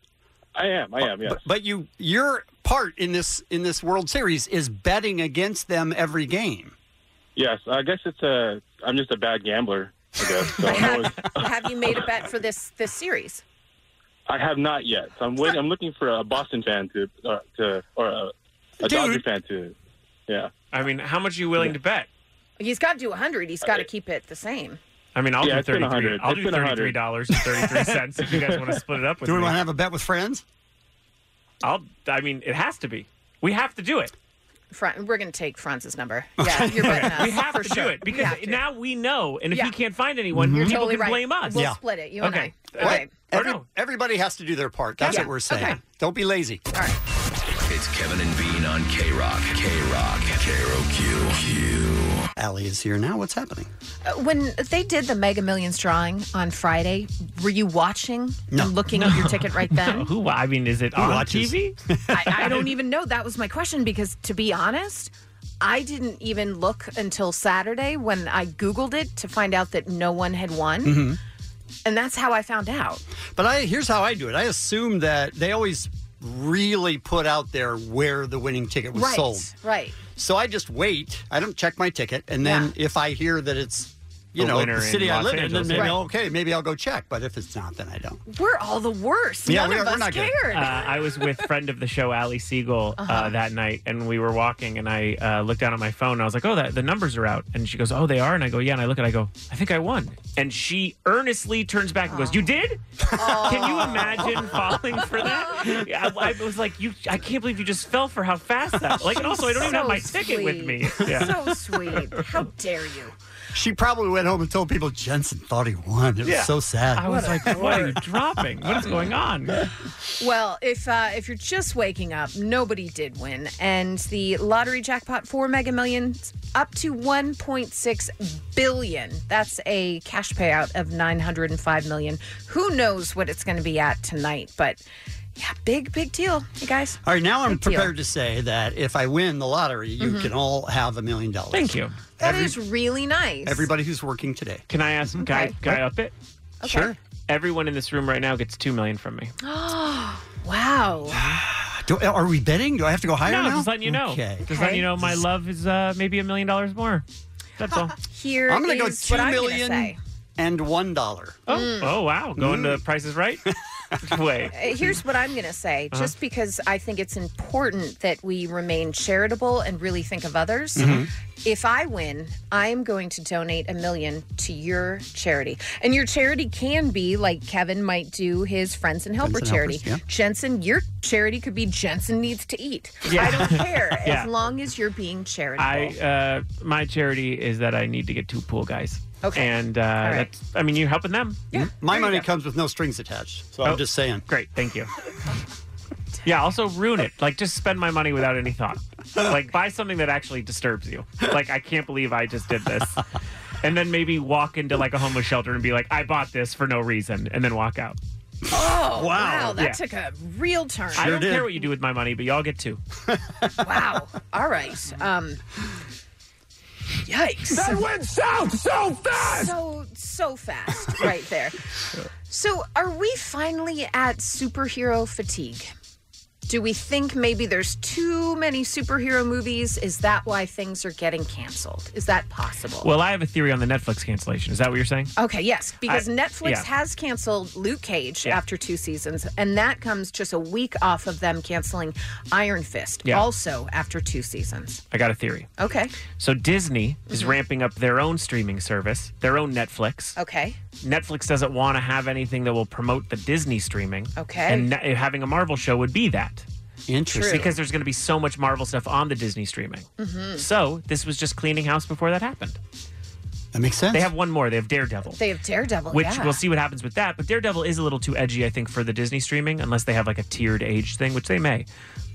Speaker 7: I am. I am. Yes.
Speaker 9: But, but you, your part in this in this World Series is betting against them every game.
Speaker 7: Yes, I guess it's a. I'm just a bad gambler.
Speaker 9: [laughs]
Speaker 7: I guess. So I'm always,
Speaker 10: Have you made a bet for this this series?
Speaker 7: I have not yet. So I'm waiting. I'm looking for a Boston fan to uh, to or a, a Dodger fan to. Yeah.
Speaker 5: I mean, how much are you willing to bet?
Speaker 10: He's got to do 100. He's got to keep it the same.
Speaker 5: I mean, I'll
Speaker 7: Yeah,
Speaker 5: do
Speaker 7: it's been
Speaker 5: thirty three.
Speaker 7: 100.
Speaker 5: I'll
Speaker 7: It's
Speaker 5: do
Speaker 7: been
Speaker 5: thirty
Speaker 7: 100.
Speaker 5: three dollars and thirty three cents if you guys want to split it up with
Speaker 9: Do we
Speaker 5: me.
Speaker 9: want to have a bet with friends?
Speaker 5: I'll. I mean, it has to be. We have to do it.
Speaker 10: Fran, we're going to take Franz's
Speaker 9: [laughs]
Speaker 10: number. Yeah, you're betting us.
Speaker 5: [laughs] we have
Speaker 10: for
Speaker 5: to
Speaker 10: sure.
Speaker 5: do it because
Speaker 10: We have to.
Speaker 5: now we know. And if
Speaker 10: Yeah.
Speaker 5: he can't find anyone,
Speaker 9: Mm-hmm.
Speaker 10: You're
Speaker 5: people
Speaker 10: totally
Speaker 5: can
Speaker 10: right.
Speaker 5: blame us.
Speaker 10: We'll split it, you and
Speaker 5: okay.
Speaker 10: I. Okay.
Speaker 5: Oh,
Speaker 9: Every- Everybody has to do their part. That's
Speaker 13: Yeah.
Speaker 9: what we're saying.
Speaker 13: Okay.
Speaker 9: Don't be lazy. All
Speaker 10: right.
Speaker 13: It's Kevin and Bean on K Rock. K Rock. K Rock. Q.
Speaker 9: Allie is here now. What's happening?
Speaker 10: Uh, When they did the Mega Millions drawing on Friday, were you watching and looking at your ticket
Speaker 9: [laughs]
Speaker 10: right then?
Speaker 5: [laughs] No, Who? I mean, is it on TV?
Speaker 10: I, I don't even know. That was my question because, to be honest, I didn't even look until Saturday when I Googled it to find out that no one had won.
Speaker 9: Mhm.
Speaker 10: And that's how I found out.
Speaker 9: But I here's how I do it. I assume that they always really put out there where the winning ticket was
Speaker 10: right.
Speaker 9: sold.
Speaker 10: Right.
Speaker 9: So I just wait. I don't check my ticket, and then if I hear that it's you
Speaker 5: The
Speaker 9: know
Speaker 5: winner
Speaker 9: the
Speaker 5: in
Speaker 9: city I
Speaker 5: Los
Speaker 9: live in, then
Speaker 5: Angeles,
Speaker 9: maybe
Speaker 5: yeah.
Speaker 9: I'll- okay, maybe I'll go check. But if it's not, then I don't.
Speaker 10: We're all the worst.
Speaker 9: Yeah,
Speaker 10: None
Speaker 9: we are-
Speaker 10: of
Speaker 9: we're
Speaker 10: us
Speaker 9: not good.
Speaker 10: cared.
Speaker 5: Uh, I was with friend of the show Ali Siegel uh,
Speaker 10: Uh-huh.
Speaker 5: that night, and we were walking, and I uh, looked down at my phone. And I was like, "Oh, that, the numbers are out," and she goes, "Oh, they are," and I go, "Yeah," and I look at, it, I go, "I think I won," and she earnestly turns back and goes, "You did? Can you imagine falling
Speaker 10: [laughs]
Speaker 5: for that?" Yeah, I, I was like, "You, I can't believe you just fell for how
Speaker 10: [laughs]
Speaker 5: fast that." Like, and also, I don't even
Speaker 10: So
Speaker 5: have my ticket with me.
Speaker 10: sweet.
Speaker 5: Yeah.
Speaker 10: So sweet. How dare you?
Speaker 9: She probably went home and told people Jensen thought he won. It was
Speaker 10: Yeah.
Speaker 9: so sad.
Speaker 5: I was like, "What are you dropping? What is going on?"
Speaker 10: Well, if uh, if you're just waking up, nobody did win, and the lottery jackpot for Mega Millions up to 1.6 billion. That's a cash payout of 905 million. Who knows what it's going to be at tonight? But yeah, big big deal, you guys.
Speaker 9: All right, now I'm
Speaker 10: Big deal.
Speaker 9: prepared to say that if I win the lottery, you
Speaker 10: Mhm.
Speaker 9: can all have a million dollars.
Speaker 5: Mm-hmm. Thank you.
Speaker 10: That is really nice.
Speaker 9: Everybody who's working today.
Speaker 5: Can I ask? Can I, can I up it?
Speaker 10: Okay. Sure.
Speaker 5: Everyone in this room right now gets two million from me.
Speaker 10: Oh, [gasps] wow.
Speaker 9: Do, are we betting? Do I have to go higher
Speaker 5: no,
Speaker 9: now?
Speaker 5: just letting you know.
Speaker 9: Okay.
Speaker 5: Just letting you know my love is uh, maybe a million dollars more. That's all.
Speaker 10: [gasps] Here
Speaker 9: I'm gonna go
Speaker 10: is what
Speaker 9: two
Speaker 10: I'm gonna
Speaker 9: million
Speaker 10: say.
Speaker 9: and one dollar.
Speaker 5: Oh, oh wow. Going
Speaker 9: [laughs]
Speaker 5: to [laughs] prices right? Wait.
Speaker 10: Uh, Here's what I'm going to say,
Speaker 5: Uh-huh.
Speaker 10: just because I think it's important that we remain charitable and really think of others.
Speaker 5: Mm-hmm.
Speaker 10: If I win, I am going to donate a million to your charity. And your charity can be like Kevin might do his Friends and Helper Friends and charity. Helpers, yeah. Jensen, your charity could be Jensen Needs to Eat.
Speaker 5: Yeah.
Speaker 10: I don't care
Speaker 5: [laughs] Yeah.
Speaker 10: as long as you're being charitable.
Speaker 5: I uh, my charity is that I need to get two pool guys.
Speaker 10: Okay.
Speaker 5: And uh,
Speaker 10: right.
Speaker 5: that's I mean you're helping them.
Speaker 10: Yeah.
Speaker 9: My money comes with no strings attached. So
Speaker 5: Oh.
Speaker 9: I'm just saying.
Speaker 10: [laughs]
Speaker 5: Great, thank you. Yeah, also ruin it. Like just spend my money without any thought. like buy something that actually disturbs you. Like I can't believe I just did
Speaker 10: [laughs]
Speaker 5: this. And then maybe walk into like a homeless shelter and be like, I bought this for no reason, and then walk out.
Speaker 10: Oh, wow. that
Speaker 5: Yeah.
Speaker 10: took a real turn.
Speaker 5: I don't care what you do with my money, but y'all get two.
Speaker 10: Wow. All right. Um, yikes.
Speaker 11: That went south so fast!
Speaker 10: So, so fast right there. So, are we finally at superhero fatigue? Do we think maybe there's too many superhero movies? Is that why things are getting canceled? Is that possible?
Speaker 5: Well, I have a theory on the Netflix cancellation. Is that what you're saying?
Speaker 10: Okay, yes, because
Speaker 5: I-
Speaker 10: Netflix
Speaker 5: yeah.
Speaker 10: has canceled Luke Cage
Speaker 5: Yeah.
Speaker 10: after two seasons, and that comes just a week off of them canceling Iron Fist,
Speaker 5: Yeah.
Speaker 10: also after two seasons.
Speaker 5: I got a theory.
Speaker 10: Okay,
Speaker 5: So Disney is
Speaker 9: Mm-hmm.
Speaker 10: Mhm.
Speaker 5: ramping up their own streaming service, their own Netflix.
Speaker 10: okay,
Speaker 5: Netflix doesn't want to have anything that will promote the Disney streaming.
Speaker 10: Okay.
Speaker 5: And ne- having a Marvel show would be that.
Speaker 9: Interesting.
Speaker 10: True.
Speaker 5: Because there's going to be so much Marvel stuff on the Disney streaming.
Speaker 10: Mhm.
Speaker 5: So this was just cleaning house before that happened.
Speaker 9: That makes sense.
Speaker 5: They have one more. They have Daredevil.
Speaker 10: they have Daredevil,
Speaker 5: which
Speaker 10: yeah.
Speaker 5: we'll see what happens with that. But Daredevil is a little too edgy, I think, for the Disney streaming, unless they have like a tiered age thing, which they may.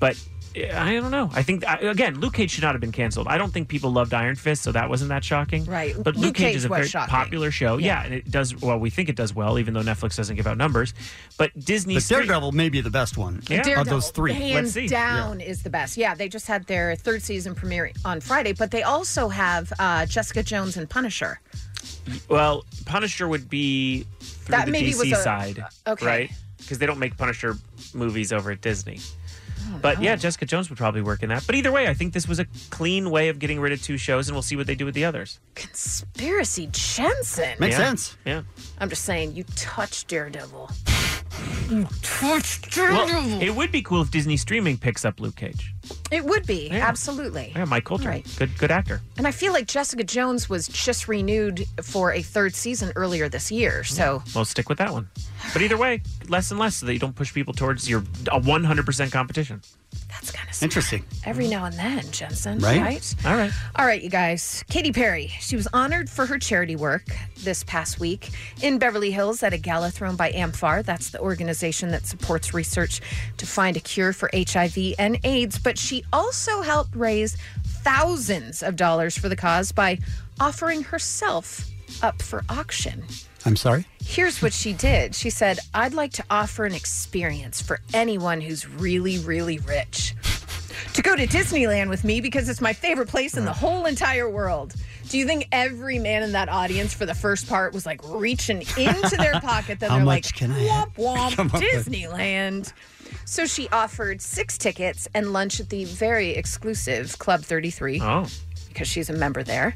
Speaker 5: But eh, I don't know. I think I- again, Luke Cage should not have been canceled. I don't think people loved Iron Fist, so that wasn't that shocking.
Speaker 10: Right.
Speaker 5: But Luke,
Speaker 10: Luke
Speaker 5: Cage,
Speaker 10: Cage
Speaker 5: is a
Speaker 10: was
Speaker 5: very
Speaker 10: shocking.
Speaker 5: popular show. Yeah.
Speaker 10: Yeah.
Speaker 5: and it does well. We think it does well, even though Netflix doesn't give out numbers. But Disney,
Speaker 9: But Daredevil may be the best one
Speaker 10: Daredevil,
Speaker 9: of those three.
Speaker 10: hands down, is the best. Yeah, they just had their third season premiere on Friday, but they also have uh, Jessica Jones and Punisher.
Speaker 5: well, Punisher would be through
Speaker 10: That
Speaker 5: the
Speaker 10: maybe
Speaker 5: DC
Speaker 10: was a-
Speaker 5: side,
Speaker 10: okay.
Speaker 5: right? Because they don't make Punisher movies over at Disney. But
Speaker 10: Uh-huh.
Speaker 5: yeah, Jessica Jones would probably work in that. But either way, I think this was a clean way of getting rid of two shows, and we'll see what they do with the others.
Speaker 10: Conspiracy Jensen.
Speaker 5: Yeah. Yeah.
Speaker 10: I'm just saying, you touched Daredevil. You touched
Speaker 9: Mm-hmm.
Speaker 10: Daredevil.
Speaker 5: Well, it would be cool if Disney streaming picks up Luke Cage.
Speaker 10: It would be, absolutely.
Speaker 5: Yeah, Mike Coulter,
Speaker 10: Right.
Speaker 5: good good actor.
Speaker 10: And I feel like Jessica Jones was just renewed for a third season earlier this year. So,
Speaker 5: We'll stick with that one. But either way, less and less, so that you don't push people towards your a 100% competition.
Speaker 10: That's kind of
Speaker 9: interesting,
Speaker 5: Mm-hmm.
Speaker 10: every now and then, Jensen,
Speaker 5: right?
Speaker 10: right?
Speaker 5: All right.
Speaker 10: All right, you guys. Katy Perry, she was honored for her charity work this past week in Beverly Hills at a gala thrown by AMFAR. That's the organization that supports research to find a cure for HIV and AIDS. But she also helped raise thousands of dollars for the cause by offering herself up for auction.
Speaker 9: I'm sorry.
Speaker 10: Here's what she did. She said, I'd like to offer an experience for anyone who's really, really rich to go to Disneyland with me because it's my favorite place in the whole entire world. Do you think every man in that audience for the first part was like reaching into
Speaker 9: [laughs]
Speaker 10: their pocket? Then
Speaker 9: How
Speaker 10: they're
Speaker 9: much
Speaker 10: like,
Speaker 9: can I [laughs]
Speaker 10: womp,
Speaker 9: Come
Speaker 10: womp,
Speaker 9: on.
Speaker 10: Disneyland. So she offered six tickets and lunch at the very exclusive Club 33
Speaker 5: Oh.
Speaker 10: because she's a member there.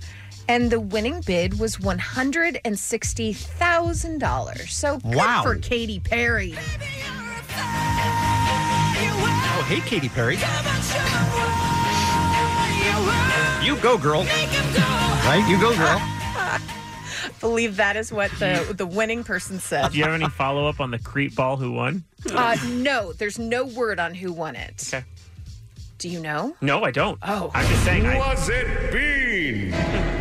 Speaker 10: And the winning bid was one hundred and sixty thousand dollars. So good
Speaker 9: Wow.
Speaker 10: for Katy Perry.
Speaker 9: Oh, hey, Katy Perry. You go, girl. Right? You go, girl.
Speaker 10: I believe that is what the the winning person said.
Speaker 5: Do you have any follow up on the creep ball who won?
Speaker 10: Uh, no, there's no word on who won it.
Speaker 5: Okay.
Speaker 10: Do you know?
Speaker 5: No, I don't.
Speaker 10: Oh.
Speaker 5: I'm just saying. I,
Speaker 10: Was
Speaker 5: it Bean?
Speaker 9: [laughs]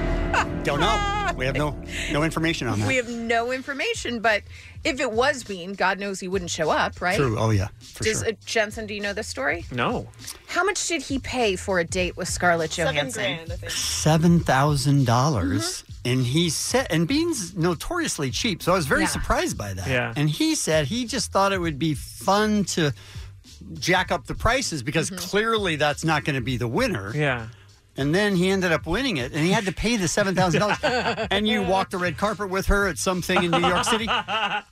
Speaker 9: Don't know. We have no
Speaker 5: [laughs]
Speaker 9: no information on that.
Speaker 10: We have no information, but if it was Bean, God knows he wouldn't show up, right?
Speaker 9: True. Oh yeah, for
Speaker 10: Does
Speaker 9: sure.
Speaker 10: uh, Jensen? Do you know the story?
Speaker 5: No.
Speaker 10: How much did he pay for a date with Scarlett Johansson?
Speaker 9: Seven dollars, and he said, and Bean's notoriously cheap, so I was very
Speaker 10: Mm-hmm. Yeah.
Speaker 9: surprised by that.
Speaker 5: Yeah.
Speaker 9: And he said he just thought it would be fun to jack up the prices because
Speaker 10: Mm-hmm.
Speaker 9: clearly that's not going to be the winner.
Speaker 5: Yeah.
Speaker 9: And then he ended up winning it, and he had to pay the seven thousand
Speaker 10: [laughs]
Speaker 9: dollars. and you walked the red carpet with her at something in New York City,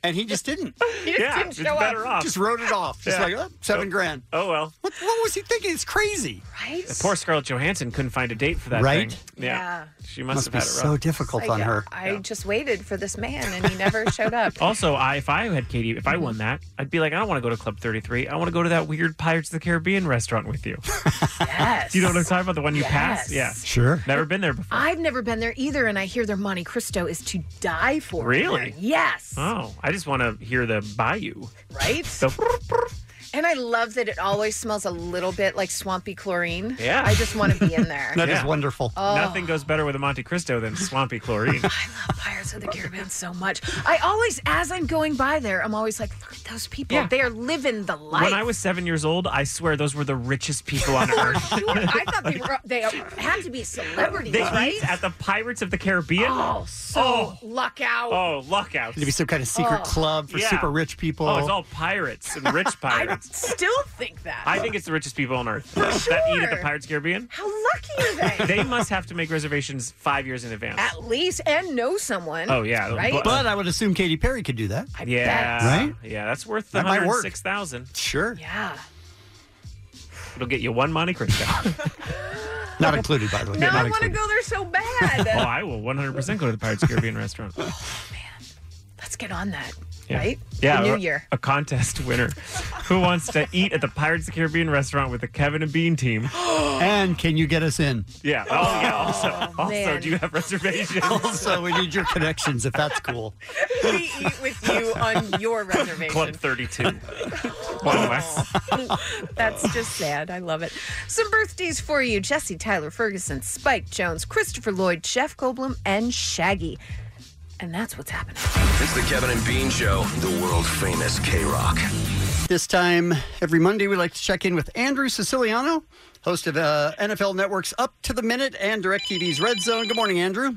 Speaker 9: and he just didn't.
Speaker 10: [laughs] He just Yeah, didn't it's show up. better off.
Speaker 9: Just wrote it off. Just
Speaker 5: Yeah.
Speaker 9: like oh, seven
Speaker 5: Oh,
Speaker 9: grand.
Speaker 5: Oh well.
Speaker 9: What, what was he thinking? It's crazy.
Speaker 10: Right.
Speaker 5: Poor Scarlett Johansson couldn't find a date for that
Speaker 9: Right?
Speaker 5: thing. Yeah. She must,
Speaker 9: Must
Speaker 5: have
Speaker 9: be
Speaker 5: had it rough.
Speaker 9: so difficult
Speaker 10: Like,
Speaker 9: on her.
Speaker 10: I just waited for this man and he never showed
Speaker 9: [laughs]
Speaker 10: up.
Speaker 5: Also, I if I had Katie, if I won that, I'd be like, I don't want to go to Club 33. I want to go to that weird Pirates of the Caribbean restaurant with
Speaker 9: [laughs]
Speaker 5: you.
Speaker 10: Yes.
Speaker 5: Do you know what I'm talking about? The one you passed? Yeah.
Speaker 10: Yes.
Speaker 9: Sure.
Speaker 5: Never been there before.
Speaker 10: I've never been there either, and I hear their Monte Cristo is to die for. in
Speaker 5: Really?
Speaker 10: there. Yes.
Speaker 5: Oh, I just want to hear the bayou.
Speaker 10: Right?
Speaker 9: [laughs]
Speaker 5: So,
Speaker 10: And I love that it always smells a little bit like swampy chlorine.
Speaker 5: Yeah.
Speaker 10: I
Speaker 9: [laughs]
Speaker 10: just want to be in there.
Speaker 5: Yeah.
Speaker 9: wonderful.
Speaker 10: Oh. [laughs]
Speaker 5: Nothing goes better with a Monte Cristo than swampy chlorine. I love
Speaker 20: Pirates of the Caribbean so much. I always, as I'm going by there, I'm always like, look at those people.
Speaker 5: Yeah.
Speaker 20: They are living the life.
Speaker 5: When I was seven years old, I swear those were the richest
Speaker 10: [laughs]
Speaker 5: people on earth.
Speaker 20: I thought they were they had to be celebrities,
Speaker 5: They
Speaker 20: right?
Speaker 5: eat at the Pirates of the Caribbean.
Speaker 20: Oh, so luck out.
Speaker 5: Oh, luck out.
Speaker 9: It'd be some kind of secret
Speaker 20: Oh.
Speaker 9: club for
Speaker 5: Yeah.
Speaker 9: super rich people.
Speaker 5: Oh, it's all pirates
Speaker 10: [laughs]
Speaker 5: and
Speaker 9: [laughs]
Speaker 5: rich pirates.
Speaker 20: Still think that.
Speaker 5: I think it's the richest people on earth that eat at the
Speaker 20: sure.
Speaker 5: Pirates Caribbean.
Speaker 20: How lucky are they?
Speaker 5: [laughs] They must have to make reservations five years in advance. Oh,
Speaker 20: At least and know someone. right.
Speaker 9: But, I would assume Katy Perry could
Speaker 10: [gasps]
Speaker 9: do that.
Speaker 5: yeah,
Speaker 9: Right?
Speaker 5: Yeah, that's worth
Speaker 9: That
Speaker 5: one
Speaker 9: might
Speaker 5: hundred
Speaker 9: work.
Speaker 5: six thousand.
Speaker 9: Sure.
Speaker 20: Yeah.
Speaker 5: It'll get you one Monte
Speaker 20: [laughs]
Speaker 5: Cristo.
Speaker 9: Not included, by the way.
Speaker 20: now I want to go there so bad.
Speaker 5: [laughs] Oh, I will one hundred percent go to the Pirates Caribbean
Speaker 20: [laughs]
Speaker 5: restaurant.
Speaker 20: Let's get on that.
Speaker 5: Yeah.
Speaker 20: Right?
Speaker 5: Yeah,
Speaker 20: The new
Speaker 5: or-
Speaker 20: year.
Speaker 5: A contest winner who wants to eat at the Pirates of the Caribbean restaurant with the Kevin and Bean team.
Speaker 9: [gasps] and can you get us in?
Speaker 5: Yeah. Oh, yeah. Also, also,
Speaker 20: man.
Speaker 5: do you have reservations?
Speaker 9: [laughs] also, we need your connections if that's cool.
Speaker 20: We eat with you on [laughs] your reservation.
Speaker 5: Club
Speaker 20: [laughs]
Speaker 5: 32. One less.
Speaker 20: That's just sad. I love it. Some birthdays for you Jesse Tyler Ferguson, Spike Jones, Christopher Lloyd, Jeff Goldblum, and Shaggy. And that's what's happening.
Speaker 13: It's the Kevin and Bean Show, the world famous K Rock.
Speaker 9: This time every Monday, we like to check in with Andrew Siciliano, host of uh, NFL Network's Up to the Minute and DirecTV's Red Zone. Good morning, Andrew.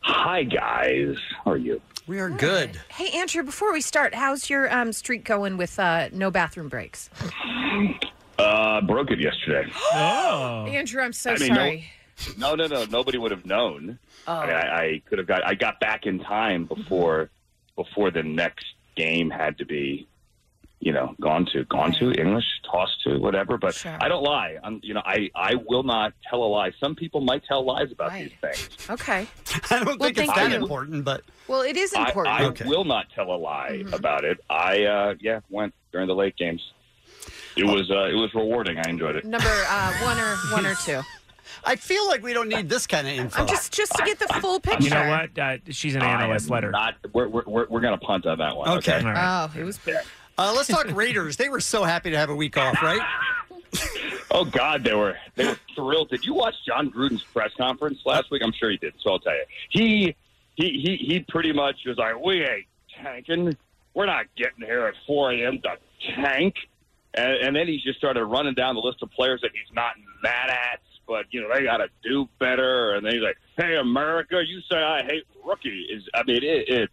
Speaker 8: Hi, guys. How are you?
Speaker 9: We are good.
Speaker 20: Hey, Andrew, before we start, how's your um, streak going with uh, no bathroom breaks?
Speaker 8: Uh, broke it yesterday.
Speaker 5: Oh.
Speaker 20: Andrew, I'm so
Speaker 8: I mean, no-
Speaker 20: sorry.
Speaker 8: No, no, no. Nobody would have known. I, mean, I, I could have got. I got back in time before before the next game had to be, you know, gone to, gone to English, tossed to, whatever. But I don't lie. I'm, you know, I I will not tell a lie. Some people might tell lies about these things.
Speaker 20: Oh, Okay.
Speaker 9: [laughs] I don't
Speaker 20: Well,
Speaker 9: think it's
Speaker 8: thank
Speaker 9: that
Speaker 8: you.
Speaker 9: important, but
Speaker 20: Well, it is
Speaker 8: I,
Speaker 20: important.
Speaker 8: I will not tell a lie about it. I uh, yeah went during the late games. It was uh, it was rewarding. I enjoyed it.
Speaker 20: Number uh, one or one or two.
Speaker 9: [laughs] I feel like we don't need this kind of info.
Speaker 20: I'm just just to get the full picture.
Speaker 5: You know what? Uh, she's an
Speaker 8: I am
Speaker 5: analyst letter.
Speaker 8: Not, we're we're, we're, we're going to punt on that one.
Speaker 9: Okay.
Speaker 8: Okay.
Speaker 20: Oh, it was big.
Speaker 9: Uh, let's talk Raiders. They were so happy to have a week off, right?
Speaker 8: Oh God, they were they were thrilled. Did you watch John Gruden's press conference last week? I'm sure you did. So I'll tell you, he he he he pretty much was like, "We ain't tanking. We're not getting here at 4 a.m. to tank." And, and then he just started running down the list of players that he's not mad at, but you know they got to do better. And then he's like, "Hey, America, you say I hate rookies." I mean, it, it's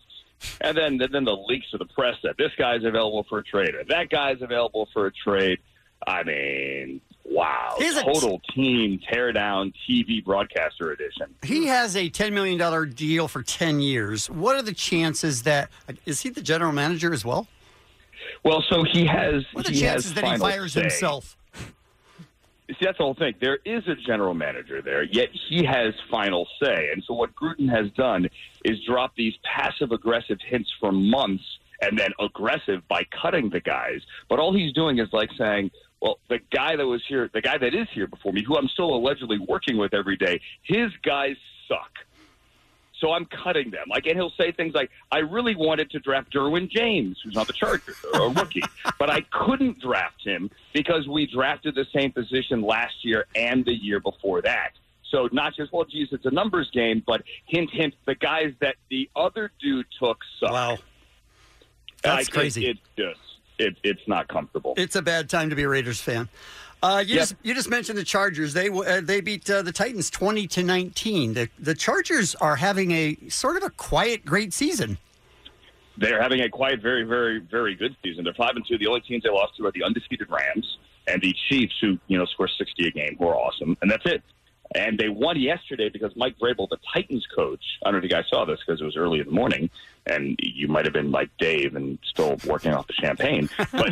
Speaker 8: and then and then the leaks to the press that this guy's available for a trade or that guy's available for a trade. I mean, wow,
Speaker 9: He's a-
Speaker 8: total team teardown TV broadcaster edition.
Speaker 9: He has a ten million dollar deal for ten years. What are the chances that is he the general manager as well?
Speaker 8: Well, so he has.
Speaker 9: What are the
Speaker 8: he has
Speaker 9: chances that he
Speaker 8: final
Speaker 9: fires
Speaker 8: say.
Speaker 9: himself?
Speaker 8: See, that's the whole thing. There is a general manager there, yet he has final say. And so what Gruden has done is drop these passive aggressive hints for months and then aggressive by cutting the guys. But all he's doing is like saying, well, the guy that was here, the guy that is here before me, who I'm still allegedly working with every day, his guys suck. So I'm cutting them. Like, and he'll say things like, "I really wanted to draft Derwin James, who's on the Chargers, a
Speaker 9: [laughs]
Speaker 8: rookie, but I couldn't draft him because we drafted the same position last year and the year before that." So not just, well, geez, it's a numbers game, but hint, hint, the guys that the other dude took suck. Wow,
Speaker 9: That's crazy.
Speaker 8: It's just, it, it's not comfortable.
Speaker 9: It's a bad time to be a Raiders fan. Uh, you
Speaker 8: Yep.
Speaker 9: just you just mentioned the Chargers. They w- uh, they beat uh, the Titans twenty to nineteen. The the Chargers are having a sort of a quiet great season.
Speaker 8: they're having a quiet, very, very, very good season. They're five and two. The only teams they lost to are the undefeated Rams and the Chiefs, who you know score sixty a game, who are awesome, and that's it. And they won yesterday because Mike Vrabel, the Titans coach, I don't think I saw this because it was early in the morning, and you might have been like Dave and still working off the champagne. But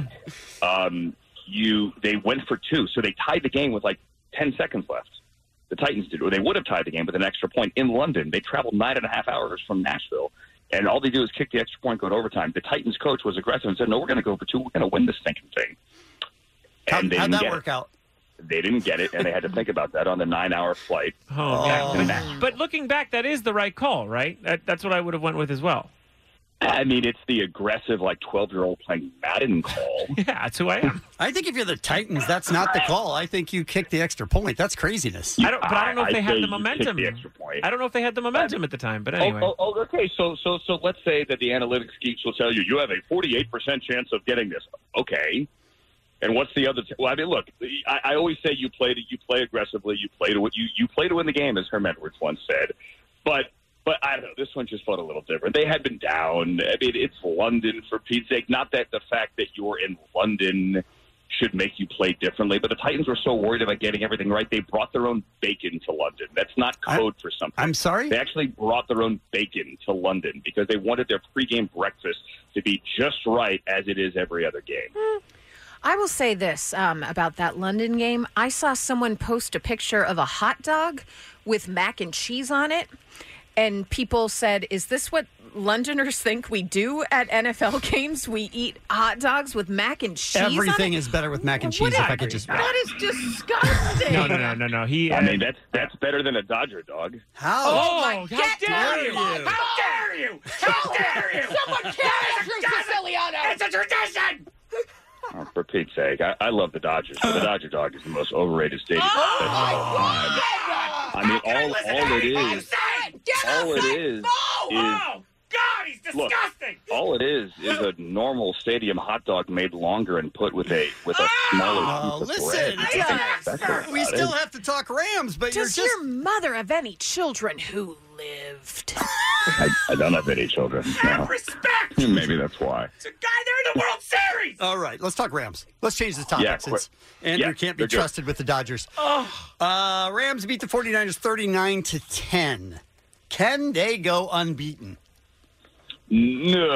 Speaker 8: um, you, they went for two, so they tied the game with like ten seconds left. The Titans did, or they would have tied the game with an extra point in London. They traveled nine and a half hours from Nashville and all they do is kick the extra point, go to overtime. The Titans coach was aggressive and said, "No, we're going to go for two. We're going to win this stinking thing." And they didn't
Speaker 9: How'd that
Speaker 8: get
Speaker 9: work
Speaker 8: it.
Speaker 9: out?
Speaker 8: They didn't get it, and they had to think about that on the nine-hour flight.
Speaker 5: Oh,
Speaker 8: back to
Speaker 5: man.
Speaker 8: Nashville.
Speaker 5: But looking back, that is the right call, right? That, that's what I would have went with as well.
Speaker 8: I mean, it's the aggressive, like twelve-year-old playing Madden call.
Speaker 5: yeah, that's who I am.
Speaker 9: I think if you're the Titans, that's not the call. I think you kick the extra point. That's craziness.
Speaker 5: I don't, but I don't know if they had the momentum. I don't know if they had the momentum at the time. But
Speaker 8: Oh,
Speaker 5: anyway,
Speaker 8: Oh, oh, okay, so so so let's say that the analytics geeks will tell you you have a forty-eight percent chance of getting this. Okay, and what's the other? T- well, I mean, look, I, I always say you play to you play aggressively, you play to what you you play to win the game, as Herm Edwards once said. But but I don't know. This one just felt a little different. They had been down. I mean, it's London for Pete's sake. Not that the fact that you're in London should make you play differently, but the Titans were so worried about getting everything right, they brought their own bacon to London. That's not code for something.
Speaker 9: I'm sorry.
Speaker 8: They actually brought their own bacon to London because they wanted their pregame breakfast to be just right as it is every other game.
Speaker 10: I will say this um, about that London game. I saw someone post a picture of a hot dog with mac and cheese on it, and people said, Is this what Londoners [laughs] think we do at NFL [laughs] games? We eat hot dogs with mac and cheese? on it?"
Speaker 9: Everything is better with mac and cheese.
Speaker 10: What
Speaker 9: If
Speaker 10: a-
Speaker 9: I could just
Speaker 10: That is
Speaker 9: [laughs]
Speaker 10: disgusting.
Speaker 5: no, no, no, no, no. He. uh,
Speaker 8: I mean, that's that's better than a Dodger dog.
Speaker 9: How?
Speaker 5: Oh, my God!
Speaker 11: Get
Speaker 5: dare
Speaker 11: down,
Speaker 5: you.
Speaker 11: Mom. How dare you? How dare you?
Speaker 5: [laughs]
Speaker 11: Someone kill Siciliano. It's a tradition.
Speaker 8: Oh, for Pete's sake, I, I love the Dodgers,
Speaker 9: [gasps]
Speaker 8: but the Dodger dog is the most overrated stadium.
Speaker 11: Oh
Speaker 9: Oh,
Speaker 8: I mean, all all it is, all it is, is
Speaker 11: God, he's
Speaker 8: Look.
Speaker 11: disgusting.
Speaker 8: all it is is a normal stadium hot dog made longer and put with a with a
Speaker 9: Ah!
Speaker 8: smaller piece of bread.
Speaker 9: listen, Doug, we still have to talk Rams, but
Speaker 10: Does
Speaker 9: you're just.
Speaker 10: your mother have any children who lived?
Speaker 8: I, I don't have any children. No. Hmm,
Speaker 11: Respect.
Speaker 8: Maybe that's why.
Speaker 11: It's a guy there in the World Series.
Speaker 9: All right, let's talk Rams. Let's change the topic
Speaker 8: Yeah,
Speaker 9: since
Speaker 8: quick.
Speaker 9: Andrew
Speaker 8: Yeah,
Speaker 9: can't be
Speaker 8: they're good.
Speaker 9: trusted with the Dodgers. Uh, Rams beat the 49ers 39 to 10. Can they go unbeaten?
Speaker 8: No,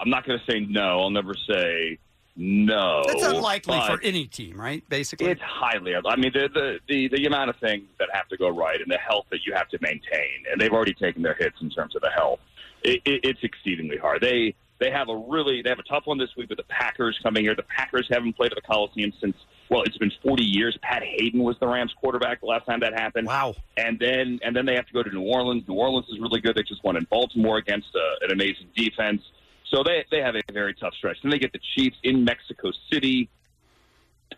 Speaker 8: I'm not going to say no. I'll never say no.
Speaker 9: That's unlikely
Speaker 8: but
Speaker 9: for any team, right? Basically,
Speaker 8: it's highly. I mean, the, the the the amount of things that have to go right and the health that you have to maintain, and they've already taken their hits in terms of the health. It, it, it's exceedingly hard. They they have a really they have a tough one this week with the Packers coming here. The Packers haven't played at the Coliseum since well, it's been 40 years. Pat Hayden was the Rams quarterback the last time that happened.
Speaker 9: Wow.
Speaker 8: And then and then they have to go to New Orleans. New Orleans is really good. They just won in Baltimore against uh, an amazing defense. So they they have a very tough stretch. Then they get the Chiefs in Mexico City.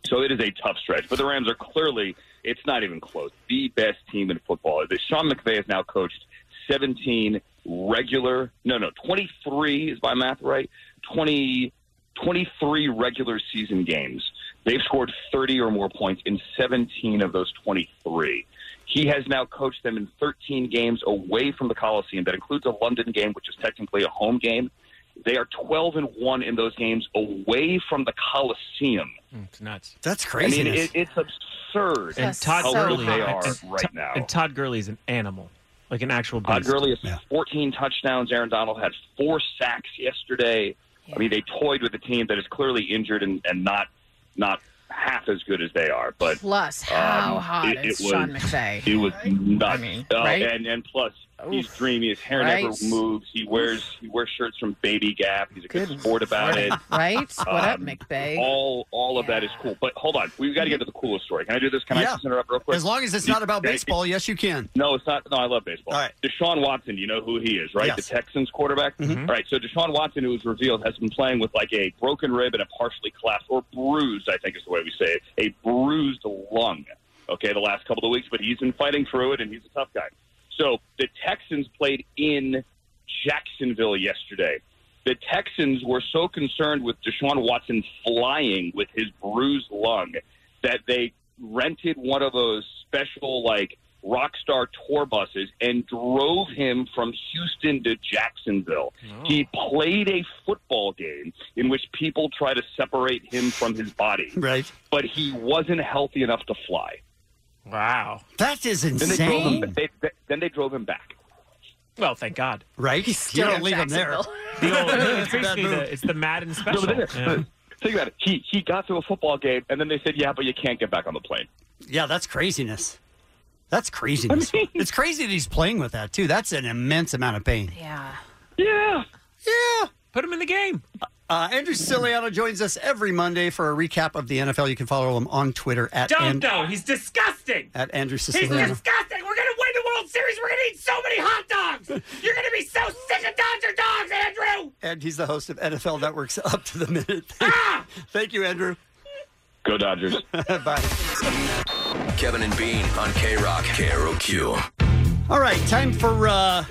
Speaker 8: So it is a tough stretch. But the Rams are clearly, it's not even close, the best team in football. The- Sean McVay has now coached 17 regular, no, no, 23 is my math right? 20, 23 regular season games. They've scored 30 or more points in 17 of those 23. He has now coached them in 13 games away from the Coliseum. That includes a London game, which is technically a home game. They are 12 and 1 in those games away from the Coliseum.
Speaker 5: Mm, It's nuts.
Speaker 9: That's
Speaker 8: I mean, it, it's absurd.
Speaker 5: and Todd
Speaker 8: how
Speaker 5: Gurley
Speaker 8: good they are
Speaker 5: and,
Speaker 8: right
Speaker 5: and,
Speaker 8: now.
Speaker 5: and Todd Gurley is an animal, like an actual beast.
Speaker 8: Todd Gurley has 14 touchdowns. Aaron Donald had four sacks yesterday. I mean, they toyed with a team that is clearly injured and, and not not half as good as they are. But
Speaker 10: Plus, how
Speaker 8: um,
Speaker 10: hot
Speaker 8: it,
Speaker 10: is
Speaker 8: it was,
Speaker 10: Sean McVay?
Speaker 8: It was nuts. Uh,
Speaker 10: right?
Speaker 8: and, and plus, he's dreamy. His hair never
Speaker 10: Right.
Speaker 8: moves. He wears he wears shirts from Baby Gap. He's a good, sport about it.
Speaker 10: right? What up,
Speaker 8: Um,
Speaker 10: McBay?
Speaker 8: All all of that is cool. But hold on, we've got to get to the coolest story. Can I do this? Can I
Speaker 9: Yeah.
Speaker 8: just interrupt real quick?
Speaker 9: as long as it's
Speaker 8: You-
Speaker 9: not about
Speaker 8: yeah,
Speaker 9: baseball, yes, you can.
Speaker 8: no, it's not. No, I love baseball.
Speaker 9: All right.
Speaker 8: Deshaun Watson, you know who he is, right?
Speaker 9: Yes.
Speaker 8: The Texans quarterback.
Speaker 9: Mhm.
Speaker 8: All right. So Deshaun Watson, who was revealed, has been playing with like a broken rib and a partially collapsed or bruised, I think is the way we say it, a bruised lung. Okay, the last couple of weeks, but he's been fighting through it, and he's a tough guy. So the Texans played in Jacksonville yesterday. The Texans were so concerned with Deshaun Watson flying with his bruised lung that they rented one of those special like rock star tour buses and drove him from Houston to Jacksonville. He played a football game in which people try to separate him from his body.
Speaker 9: Right.
Speaker 8: But he wasn't healthy enough to fly.
Speaker 5: Wow.
Speaker 9: That is
Speaker 8: Then they drove him,
Speaker 9: insane.
Speaker 8: they, they- then they drove him back.
Speaker 5: Well, thank God.
Speaker 9: Right? you don't leave him there.
Speaker 8: [laughs]
Speaker 5: The old, it's,
Speaker 8: It's a bad
Speaker 5: basically
Speaker 8: move.
Speaker 5: the, it's the Madden
Speaker 8: No,
Speaker 5: special.
Speaker 8: but then-
Speaker 5: Yeah.
Speaker 8: Think about it. He he got to a football game, and then they said, "Yeah, but you can't get back on the plane."
Speaker 9: Yeah, that's craziness. That's craziness. it's crazy that he's playing with that too. That's an immense amount of pain.
Speaker 10: Yeah.
Speaker 8: Yeah.
Speaker 9: Yeah.
Speaker 5: Put him in the game.
Speaker 9: Uh, Andrew Siciliano joins us every Monday for a recap of the NFL. You can follow him on Twitter at
Speaker 11: Don't
Speaker 9: and-
Speaker 11: know. He's disgusting.
Speaker 9: at Andrew
Speaker 11: He's
Speaker 9: Siciliano.
Speaker 11: disgusting. We're gonna win the World
Speaker 12: World Series, we're gonna eat so many hot dogs. You're gonna be so sick of Dodger dogs, Andrew.
Speaker 9: And he's the host of NFL Network's [laughs] Up to the Minute. Thank you, Andrew.
Speaker 8: Go Dodgers.
Speaker 9: Bye.
Speaker 13: Kevin and Bean on K Rock. KROQ.
Speaker 9: All right, time for uh,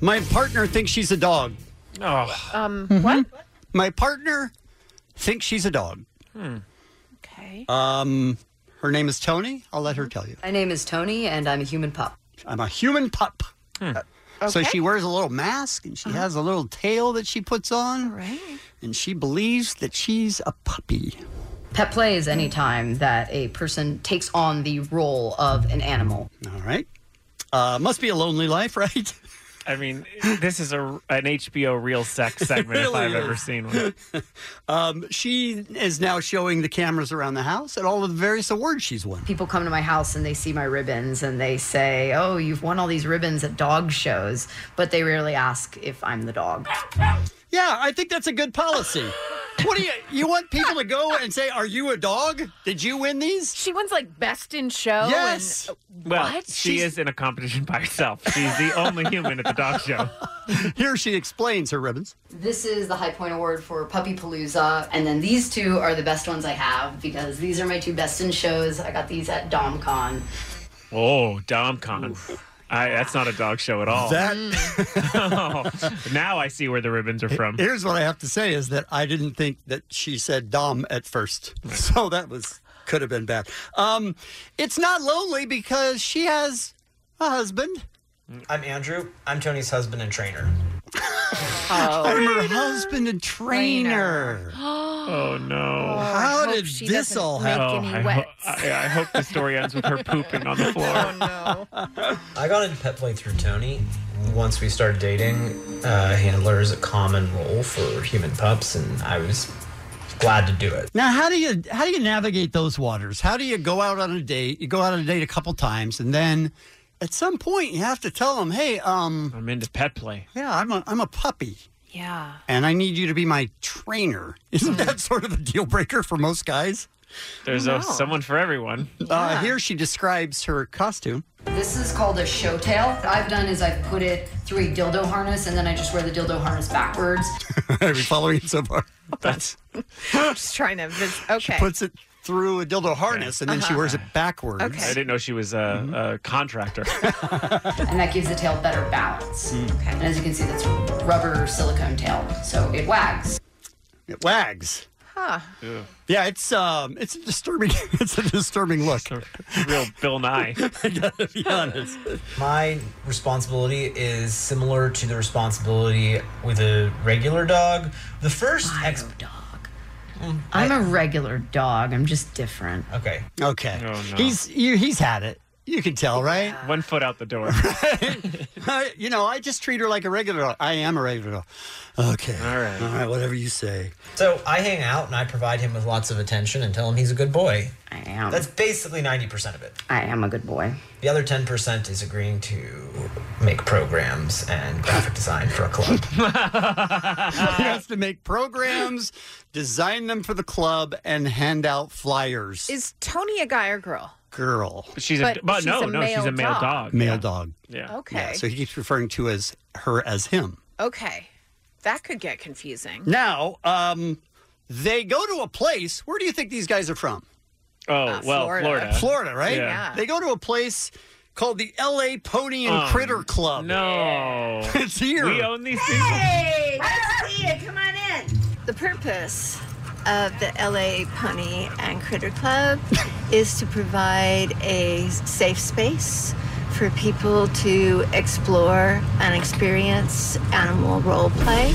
Speaker 9: my partner thinks she's a dog.
Speaker 5: Oh,
Speaker 10: um,
Speaker 9: what? My partner thinks she's a dog.
Speaker 14: Hmm.
Speaker 9: Um, her name is Tony. I'll let her tell you.
Speaker 14: My name is Tony, and I'm a human pup.
Speaker 9: I'm a human pup. Uh, So
Speaker 14: Okay.
Speaker 9: she wears a little mask and she has a little tail that she puts on. Right. And she believes that she's a puppy.
Speaker 14: Pet play is any time that a person takes on the role of an animal.
Speaker 9: All right. Uh, must be a lonely life, [laughs] right?
Speaker 5: I mean, this is a an
Speaker 9: [laughs]
Speaker 5: HBO real sex [laughs] segment if
Speaker 9: Really
Speaker 5: I've
Speaker 9: is.
Speaker 5: ever seen one.
Speaker 9: [laughs] Um, she is now showing the cameras around the house at all of the various awards she's won.
Speaker 14: People come to my house and they see my ribbons and they say, Oh, you've won all these ribbons at dog shows, but they rarely ask if I'm the dog.
Speaker 9: Yeah, I think that's a good policy. what do you you want people to go and say, "Are you a dog? Did you win these?"
Speaker 10: She wins like best in show. and-
Speaker 9: Yes.
Speaker 5: Well,
Speaker 9: What?
Speaker 5: she
Speaker 9: She's-
Speaker 5: is in a competition by herself. She's the only human at the dog show.
Speaker 9: [laughs] Here she explains her ribbons.
Speaker 14: This is the High Point Award for Puppy Palooza. And then these two are the best ones I have because these are my two best in shows. I got these at DomCon.
Speaker 5: [laughs] Oh, DomCon. I, that's not a dog show at all.
Speaker 9: That-
Speaker 5: [laughs] Oh, now I see where the ribbons are from.
Speaker 9: Here's what I have to say is that I didn't think that she said Dom at first. So that was could have been bad. Um, it's not lonely because she has a husband.
Speaker 17: I'm Andrew. I'm Tony's husband and trainer.
Speaker 9: I'm her husband and trainer.
Speaker 5: Oh no!
Speaker 9: How did this all happen?
Speaker 5: Oh, I, ho- I, I hope the story ends with her pooping
Speaker 17: [laughs]
Speaker 5: on the floor.
Speaker 9: Oh,
Speaker 17: I got into pet play through Tony. Once we started dating, uh, handler is a common role for human pups, and I was glad to do it.
Speaker 9: Now, how do you how do you navigate those waters? How do you go out on a date? You go out on a date a couple times, and then at some point you have to tell them, "Hey, um,
Speaker 5: I'm into pet play.
Speaker 9: Yeah, I'm a I'm a puppy,
Speaker 10: Yeah.
Speaker 9: and I need you to be my trainer." Isn't that sort of a deal breaker for most guys?
Speaker 5: There's a, someone for everyone.
Speaker 9: Uh, here she describes her costume. [laughs]
Speaker 14: This is called a show tail. What I've done is I've put it through a dildo harness and then I just wear the dildo harness backwards.
Speaker 9: Are we following it so far? That's
Speaker 10: [laughs] Just trying to. Vis- okay.
Speaker 9: [laughs] puts it through a dildo harness, and then she
Speaker 14: Uh-huh.
Speaker 9: wears it backwards. Mm-hmm.
Speaker 14: Okay. I
Speaker 5: didn't know she was a, a contractor.
Speaker 14: [laughs] and that gives the tail better balance.
Speaker 9: Hmm.
Speaker 14: Okay. And as you can see, that's rubber silicone tail, so it wags.
Speaker 9: It wags.
Speaker 10: Huh.
Speaker 9: Yeah, it's um, it's a disturbing, [laughs] it's a disturbing look.
Speaker 5: Real Bill Nye.
Speaker 9: [laughs] I gotta be honest.
Speaker 17: My responsibility is similar to the responsibility with a regular dog. The first ex- dog.
Speaker 14: I'm a regular dog. I'm just different.
Speaker 17: Okay.
Speaker 9: Okay.
Speaker 5: Oh,
Speaker 9: He's you, he's had it. [laughs] You can tell, right?
Speaker 5: One foot out the door.
Speaker 9: [laughs] I- you know, I just treat her like a regular. dog. I am a regular. dog. Okay. All right. All right. Whatever you say.
Speaker 17: So I hang out and I provide him with lots of attention and tell him he's a good boy.
Speaker 14: I am.
Speaker 17: That's basically 90% of it.
Speaker 14: I am a good boy.
Speaker 17: The other 10% is agreeing to make programs and graphic design for a club.
Speaker 10: Uh,
Speaker 9: he has to make programs, design them for the club, and hand out flyers.
Speaker 10: Is Tony a guy or girl?
Speaker 9: Girl.
Speaker 5: She's
Speaker 10: a- But but she's no, a no, she's a male male dog. dog,
Speaker 9: Male
Speaker 10: yeah.
Speaker 9: dog.
Speaker 5: Yeah.
Speaker 10: Okay.
Speaker 9: so he keeps referring to as her as him.
Speaker 10: Okay. That could get confusing.
Speaker 9: Now, um, they go to a place. Where do you think these guys are from?
Speaker 5: Oh,
Speaker 10: Uh,
Speaker 5: well, Florida. Florida.
Speaker 9: Florida, right?
Speaker 5: Yeah. Yeah.
Speaker 9: They go to a place called the L.A. Pony and
Speaker 5: Um,
Speaker 9: Critter Club.
Speaker 5: No.
Speaker 9: [laughs] It's here.
Speaker 5: We own these people.
Speaker 21: Hey, nice to see you. Come on in. The purpose of the LA Pony and Critter Club [laughs] is to provide a safe space for people to explore and experience animal role play.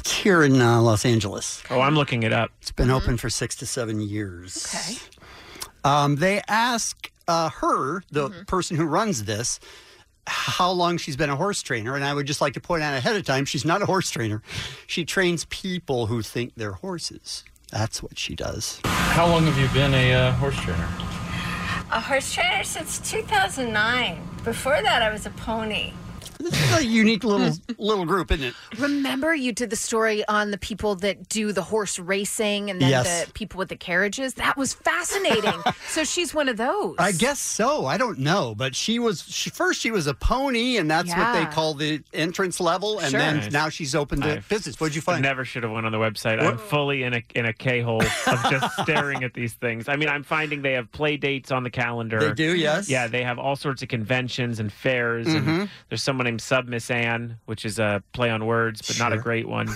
Speaker 9: It's here in uh, Los Angeles.
Speaker 5: Oh, I'm looking it up.
Speaker 9: It's been open for six to seven years. Okay. Um, they ask uh, her, the person who runs this, how long she's been a horse trainer. And I would just like to point out ahead of time, she's not a horse trainer. She trains people who think they're horses. That's what she does.
Speaker 26: How long have you been a uh, horse trainer?
Speaker 21: A horse trainer since 2009. Before that, I was a pony.
Speaker 9: This is a unique little little group, isn't it?
Speaker 10: Remember, you did the story on the people that do the horse racing and then
Speaker 9: Yes.
Speaker 10: the people with the carriages. That was
Speaker 9: [laughs]
Speaker 10: fascinating. so she's one of those.
Speaker 9: I guess so. I don't know, but she was she, first. She was a pony, and that's what
Speaker 10: Yeah.
Speaker 9: they call the entrance level. And
Speaker 5: Sure.
Speaker 9: then
Speaker 5: Nice.
Speaker 9: now she's open to
Speaker 5: I've-
Speaker 9: visits. What'd you
Speaker 5: I
Speaker 9: find?
Speaker 5: never should have went on the website. I'm
Speaker 9: What?
Speaker 5: fully in a in a K hole of
Speaker 9: [laughs]
Speaker 5: just staring at these things. I mean, I'm finding they have play dates on the calendar.
Speaker 9: They do, yes.
Speaker 5: Yeah, they have all sorts of conventions and fairs.
Speaker 9: Mhm.
Speaker 5: And there's someone named Sub Miss Ann, which is a play on words, but not a
Speaker 9: Sure.
Speaker 5: great
Speaker 9: [laughs]
Speaker 5: one.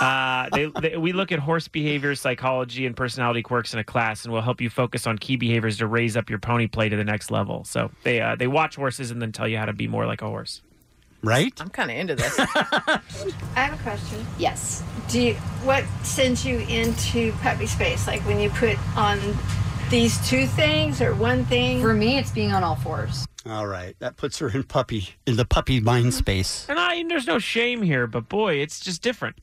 Speaker 5: uh, they, they, we look at horse behavior, psychology, and personality quirks in a class, and we'll help you focus on key behaviors to raise up your pony play to the next level. So they uh, they watch horses and then tell you how to be more like a horse.
Speaker 9: Right.
Speaker 10: I'm kind of into this.
Speaker 21: I have a question.
Speaker 14: Yes.
Speaker 21: Do you, what sends you into puppy space? Like when you put on these two things or one thing? For
Speaker 14: me, it's being on all fours.
Speaker 9: All right, that puts her in puppy in the puppy mind
Speaker 14: Mm-hmm.
Speaker 9: space.
Speaker 5: And I, there's no shame here, but boy, it's just different.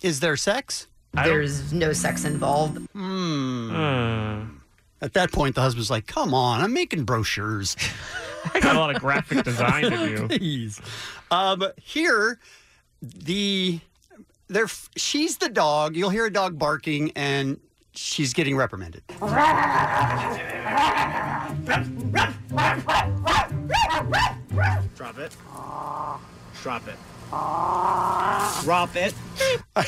Speaker 9: Is there sex?
Speaker 14: There's no sex involved.
Speaker 9: Hmm.
Speaker 5: Uh.
Speaker 9: At that point, the husband's like, "Come on, I'm making brochures."
Speaker 5: [laughs] I got a lot of graphic design to
Speaker 9: [laughs]
Speaker 10: [laughs]
Speaker 5: do.
Speaker 9: Please. Um, here, the there she's the dog. You'll hear a dog barking, and she's getting reprimanded. [laughs]
Speaker 12: Drop it. Drop it. Drop it.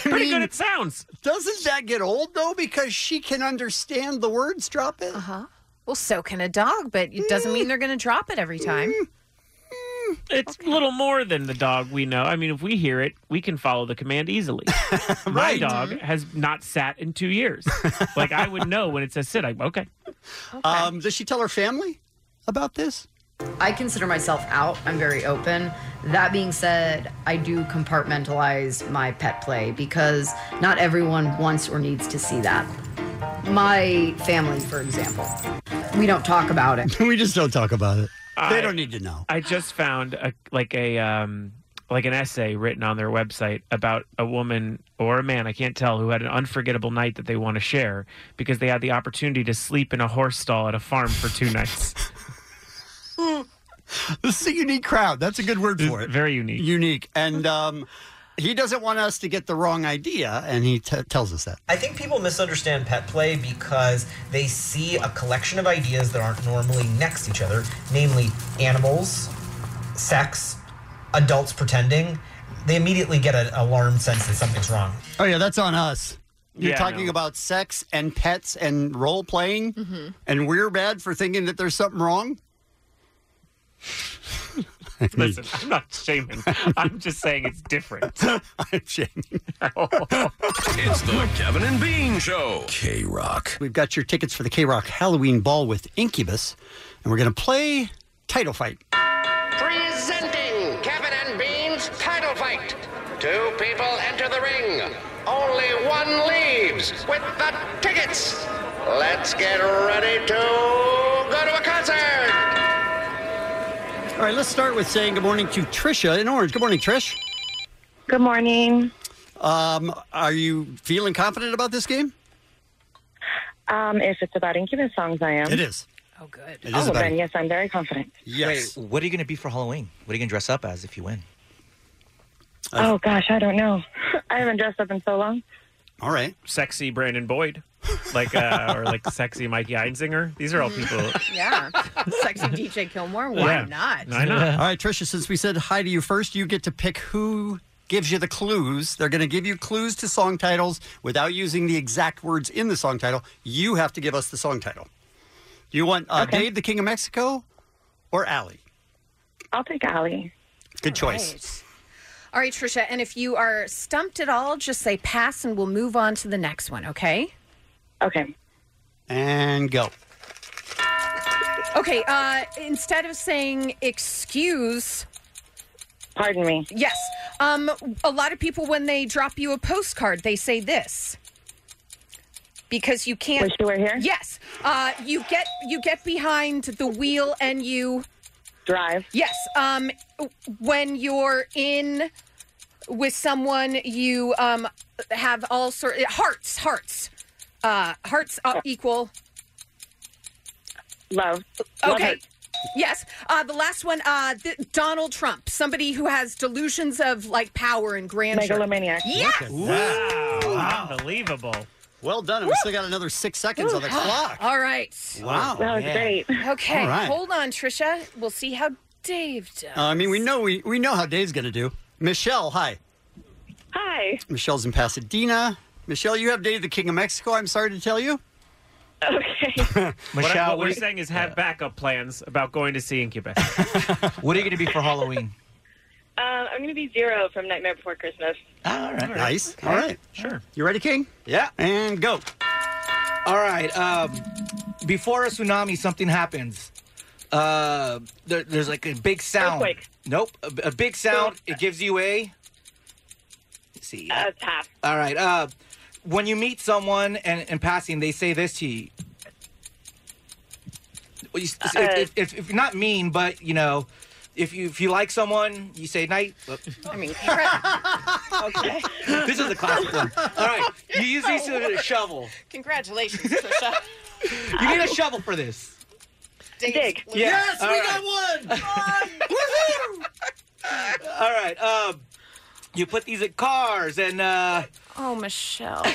Speaker 9: Pretty
Speaker 5: good it sounds.
Speaker 9: Doesn't that get old though? Because she can understand the words. Drop it. Uh
Speaker 10: huh. Uh-huh. Well, so can a dog, but it doesn't mean they're going to drop it every time.
Speaker 9: Mm.
Speaker 5: It's a little more than the dog we know. I mean, if we hear it, we can follow the command easily. My dog has not sat in two years. like I would know when it says sit. I okay.
Speaker 9: Um, does she tell her family about this?
Speaker 14: I consider myself out. I'm very open. That being said, I do compartmentalize my pet play because not everyone wants or needs to see that. My family, for example, we don't talk about it.
Speaker 9: [laughs] we just don't talk about it.
Speaker 5: I-
Speaker 9: They don't need to know.
Speaker 5: I just found a like a um like an essay written on their website about a woman or a man, I can't tell, who had an unforgettable night that they want to share because they had the opportunity to sleep in a horse stall at a farm for two
Speaker 9: [laughs]
Speaker 5: nights.
Speaker 9: this is a unique crowd. That's a good word for it.
Speaker 5: Very unique.
Speaker 9: Unique. And um, he doesn't want us to get the wrong idea, and he t- tells us that.
Speaker 17: I think people misunderstand pet play because they see a collection of ideas that aren't normally next to each other, namely animals, sex, adults pretending. They immediately get an alarm sense that something's wrong.
Speaker 9: Oh, yeah, that's on us. You're
Speaker 17: Yeah, I
Speaker 9: talking
Speaker 17: know.
Speaker 9: about sex and pets and role playing,
Speaker 17: Mhm.
Speaker 9: and we're bad for thinking that there's something wrong.
Speaker 5: Listen, I'm not shaming. I'm just saying it's different.
Speaker 9: [laughs] I'm shaming.
Speaker 13: It's the Kevin and Bean Show.
Speaker 9: K Rock. We've got your tickets for the K Rock Halloween Ball with Incubus, and we're going to play Title Fight.
Speaker 22: Presenting Kevin and Bean's title fight. Two people enter the ring. Only one leaves with the tickets. Let's get ready to go to a concert.
Speaker 9: All right, let's start with saying good morning to Trisha in Orange. Good morning, Trish.
Speaker 15: Good morning.
Speaker 9: Um, are you feeling confident about this game?
Speaker 15: Um, if it's about incubus songs, I am.
Speaker 9: It is.
Speaker 15: Oh, good.
Speaker 9: It is
Speaker 15: oh,
Speaker 9: about
Speaker 15: then
Speaker 9: it.
Speaker 15: yes, I'm very confident.
Speaker 9: Yes.
Speaker 16: Wait, what are you going to be for Halloween? What are you going to dress up as if you win?
Speaker 9: Uh,
Speaker 15: oh gosh, I don't know. [laughs] I haven't dressed up in so long.
Speaker 9: All right.
Speaker 5: Sexy Brandon Boyd. Like uh or like sexy Mikey Einzinger. These are all people
Speaker 10: Yeah. [laughs] Sexy DJ Kilmore, why
Speaker 9: Yeah.
Speaker 10: not?
Speaker 9: All right, Trisha, since we said hi to you first, you get to pick who gives you the clues. They're going to give you clues to song titles without using the exact words in the song title. You have to give us the song title. You want uh, Dave, the King of Mexico, or Allie?
Speaker 15: I'll pick Allie.
Speaker 9: Good choice.
Speaker 10: All right, Trisha, and if you are stumped at all, just say pass and we'll move on to the next one, okay?
Speaker 15: Okay.
Speaker 9: And go.
Speaker 10: Okay, uh instead of saying excuse
Speaker 15: Pardon me.
Speaker 10: Yes. Um a lot of people when they drop you a postcard, they say this. Because you can't
Speaker 15: Wish you were here?
Speaker 10: Yes. Uh you get you get behind the wheel and you
Speaker 15: Drive.
Speaker 10: Yes. Um, when you're in with someone, you um have all sort hearts, hearts, uh, hearts uh, equal.
Speaker 15: Love.
Speaker 10: Okay. Yes. Uh, the last one, uh, th- Donald Trump, somebody who has delusions of like power and grandeur.
Speaker 27: Megalomaniac.
Speaker 10: Yeah.
Speaker 5: Wow. Unbelievable.
Speaker 9: Well done. And we still got another six seconds on the clock.
Speaker 10: [gasps] All right.
Speaker 9: Wow. That was Yeah. great.
Speaker 10: Okay.
Speaker 9: All right.
Speaker 10: Hold on, Trisha. We'll see how Dave does.
Speaker 9: Uh, I mean, we know we, we know how Dave's going to do. Michelle, hi.
Speaker 6: Hi.
Speaker 9: Michelle's in Pasadena. Michelle, you have Dave the King of Mexico. I'm sorry to tell you. [laughs]
Speaker 6: Okay.
Speaker 5: What I-
Speaker 28: Michelle,
Speaker 5: what, we're
Speaker 28: we-
Speaker 5: saying is have backup plans about going to see Incubus.
Speaker 28: What are you going to be for Halloween?
Speaker 6: Um, I'm going to be Zero from Nightmare Before Christmas.
Speaker 28: All right.
Speaker 9: Nice. All right.
Speaker 5: Sure.
Speaker 9: You ready, King?
Speaker 28: Yeah.
Speaker 9: And go.
Speaker 28: All right. Um, before a tsunami, something happens. Uh, there, there's like a big sound.
Speaker 6: Earthquake.
Speaker 28: Nope. A, a big sound. It gives you a. Let's see.
Speaker 6: Uh, pass.
Speaker 28: All right. Uh, when you meet someone and in passing, they say this to you. Well, you-
Speaker 6: Uh,
Speaker 28: if, if, if you're not mean, but you know, if you if you like someone, you say night.
Speaker 10: I mean,
Speaker 6: okay.
Speaker 28: this is a
Speaker 10: [laughs]
Speaker 28: classic one. [laughs] All [laughs]
Speaker 10: Oh,
Speaker 28: right, you use these to shovel.
Speaker 10: Congratulations, Trisha.
Speaker 28: You need a shovel for this.
Speaker 6: Dig.
Speaker 28: Yes, we got
Speaker 6: one.
Speaker 28: All right. Um, you put these at cars and. Uh,
Speaker 10: oh, Michelle.
Speaker 9: [laughs]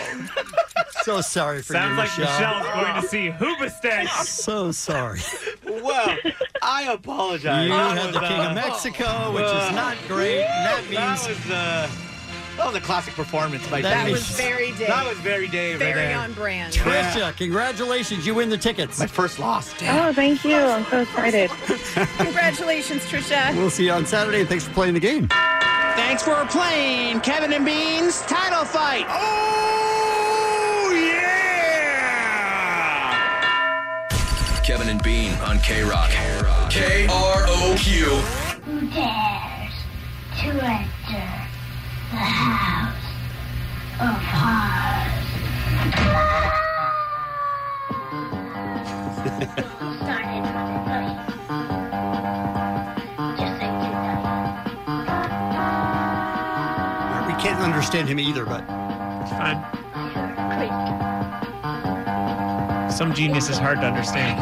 Speaker 9: So sorry for
Speaker 28: Sounds
Speaker 9: you,
Speaker 28: like
Speaker 9: Michelle.
Speaker 28: Michelle's going to
Speaker 5: see Hoobastank.
Speaker 9: So sorry.
Speaker 28: Whoa. I apologize.
Speaker 9: You
Speaker 28: That
Speaker 9: had
Speaker 28: was,
Speaker 9: the King
Speaker 28: uh,
Speaker 9: of Mexico, which
Speaker 28: uh,
Speaker 9: is not great. And that
Speaker 28: woo,
Speaker 9: means
Speaker 28: that was uh, that was a classic performance by
Speaker 9: That
Speaker 28: Dave.
Speaker 9: was
Speaker 10: very Dave.
Speaker 28: That was very Dave. right
Speaker 10: Very
Speaker 28: there.
Speaker 10: on brand.
Speaker 9: Trisha, congratulations. You win the tickets. My
Speaker 28: first loss.
Speaker 27: Oh, thank you. I'm so excited.
Speaker 10: Congratulations, Trisha.
Speaker 9: We'll see you on Saturday, and thanks for playing the game.
Speaker 11: Thanks for playing Kevin and Bean's title fight. Oh, yeah!
Speaker 13: Kevin and Bean on K Rock. K R O Q.
Speaker 15: Who dares to enter the house of horrors?
Speaker 9: We can't understand him either, but
Speaker 5: Fine. Some genius is hard to understand.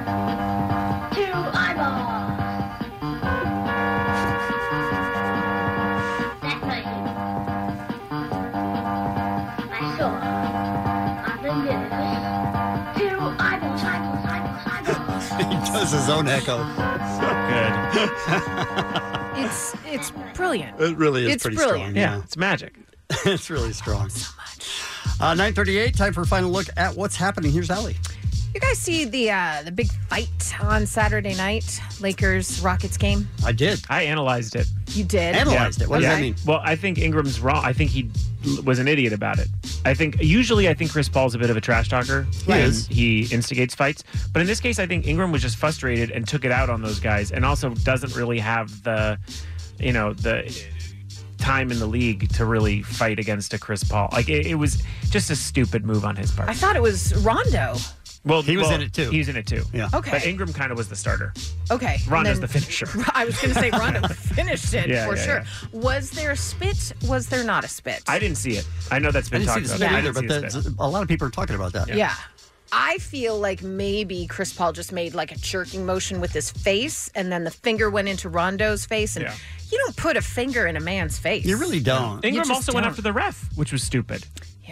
Speaker 15: Two eyeballs. That night, I saw on the news two eyeballs, eyeballs, eyeballs, eyeballs.
Speaker 9: [laughs] he does his own echo.
Speaker 5: [laughs]
Speaker 9: So
Speaker 10: It's it's brilliant.
Speaker 9: good. it really is
Speaker 10: It's
Speaker 9: pretty
Speaker 10: brilliant.
Speaker 9: strong.
Speaker 10: Yeah,
Speaker 9: it's magic. [laughs] it's really strong. So much. Uh, 938, time for a final look at what's happening. Here's Allie.
Speaker 10: You guys see the uh, the big fight on Saturday night, Lakers Rockets game.
Speaker 9: I did.
Speaker 5: I analyzed it.
Speaker 10: You did.
Speaker 5: Yeah.
Speaker 10: Okay.
Speaker 5: Well, I think Ingram's wrong. I think he l- was an idiot about it. I think usually I think Chris Paul's a bit of a trash talker.
Speaker 9: He
Speaker 5: and
Speaker 9: is.
Speaker 5: He instigates fights, but in this case, I think Ingram was just frustrated and took it out on those guys, and also doesn't really have the, you know, the time in the league to really fight against a Chris Paul. Like it, it was just a stupid move on his part.
Speaker 10: I thought it was Rondo.
Speaker 5: well,
Speaker 9: He was
Speaker 5: well,
Speaker 9: in it, too.
Speaker 5: He was in it too. Yeah.
Speaker 10: Okay.
Speaker 5: But Ingram kind of was the starter.
Speaker 10: Okay. and
Speaker 5: Rondo's
Speaker 10: then-
Speaker 5: the finisher.
Speaker 10: [laughs] I was going to say
Speaker 5: [laughs]
Speaker 10: Rondo finished it
Speaker 5: Yeah,
Speaker 10: for
Speaker 5: yeah,
Speaker 10: sure. Was there a spit? Was there not a spit?
Speaker 5: I didn't see it. I know that's
Speaker 9: I
Speaker 5: been
Speaker 9: didn't
Speaker 5: talked
Speaker 9: see this
Speaker 5: about.
Speaker 9: video
Speaker 5: I
Speaker 9: either,
Speaker 5: didn't see
Speaker 9: but
Speaker 5: the spit.
Speaker 9: the- a lot of people are talking about that.
Speaker 10: Yeah. I feel like maybe Chris Paul just made like a jerking motion with his face, and then the finger went into Rondo's face. And
Speaker 5: Yeah.
Speaker 10: you don't put a finger in a man's face.
Speaker 9: You really don't.
Speaker 10: You
Speaker 5: Ingram
Speaker 10: just
Speaker 5: also went
Speaker 10: don't.
Speaker 5: after the ref, which was stupid.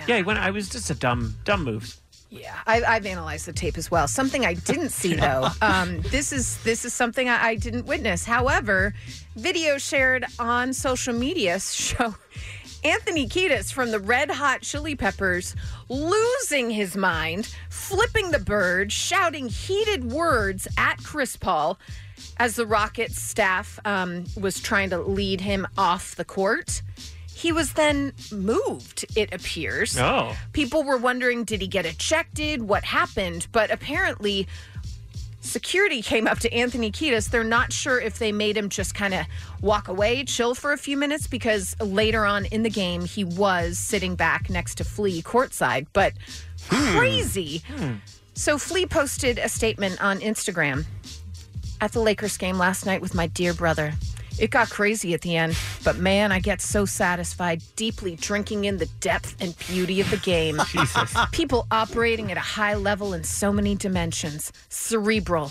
Speaker 5: Yeah, he went. I was just a dumb, dumb move.
Speaker 10: Yeah, I, I've analyzed the tape as well. Something I didn't see though. Um, this is this is something I, I didn't witness. However, video shared on social media [laughs] show Anthony Kiedis from the Red Hot Chili Peppers losing his mind, flipping the bird, shouting heated words at Chris Paul as the Rockets staff um, was trying to lead him off the court. He was then moved, it appears.
Speaker 5: Oh.
Speaker 10: People were wondering did he get ejected? What happened? But apparently, security came up to Anthony Kiedis. They're not sure if they made him just kind of walk away, chill for a few minutes, because later on in the game, he was sitting back next to Flea courtside. But
Speaker 11: Hmm.
Speaker 5: Hmm.
Speaker 10: crazy. So Flea posted a statement on Instagram at the Lakers game last night with my dear brother. It got crazy at the end, but man, I get so satisfied deeply drinking in the depth and beauty of the
Speaker 9: [laughs]
Speaker 10: game.
Speaker 12: Jesus.
Speaker 10: People operating at a high level in so many dimensions cerebral,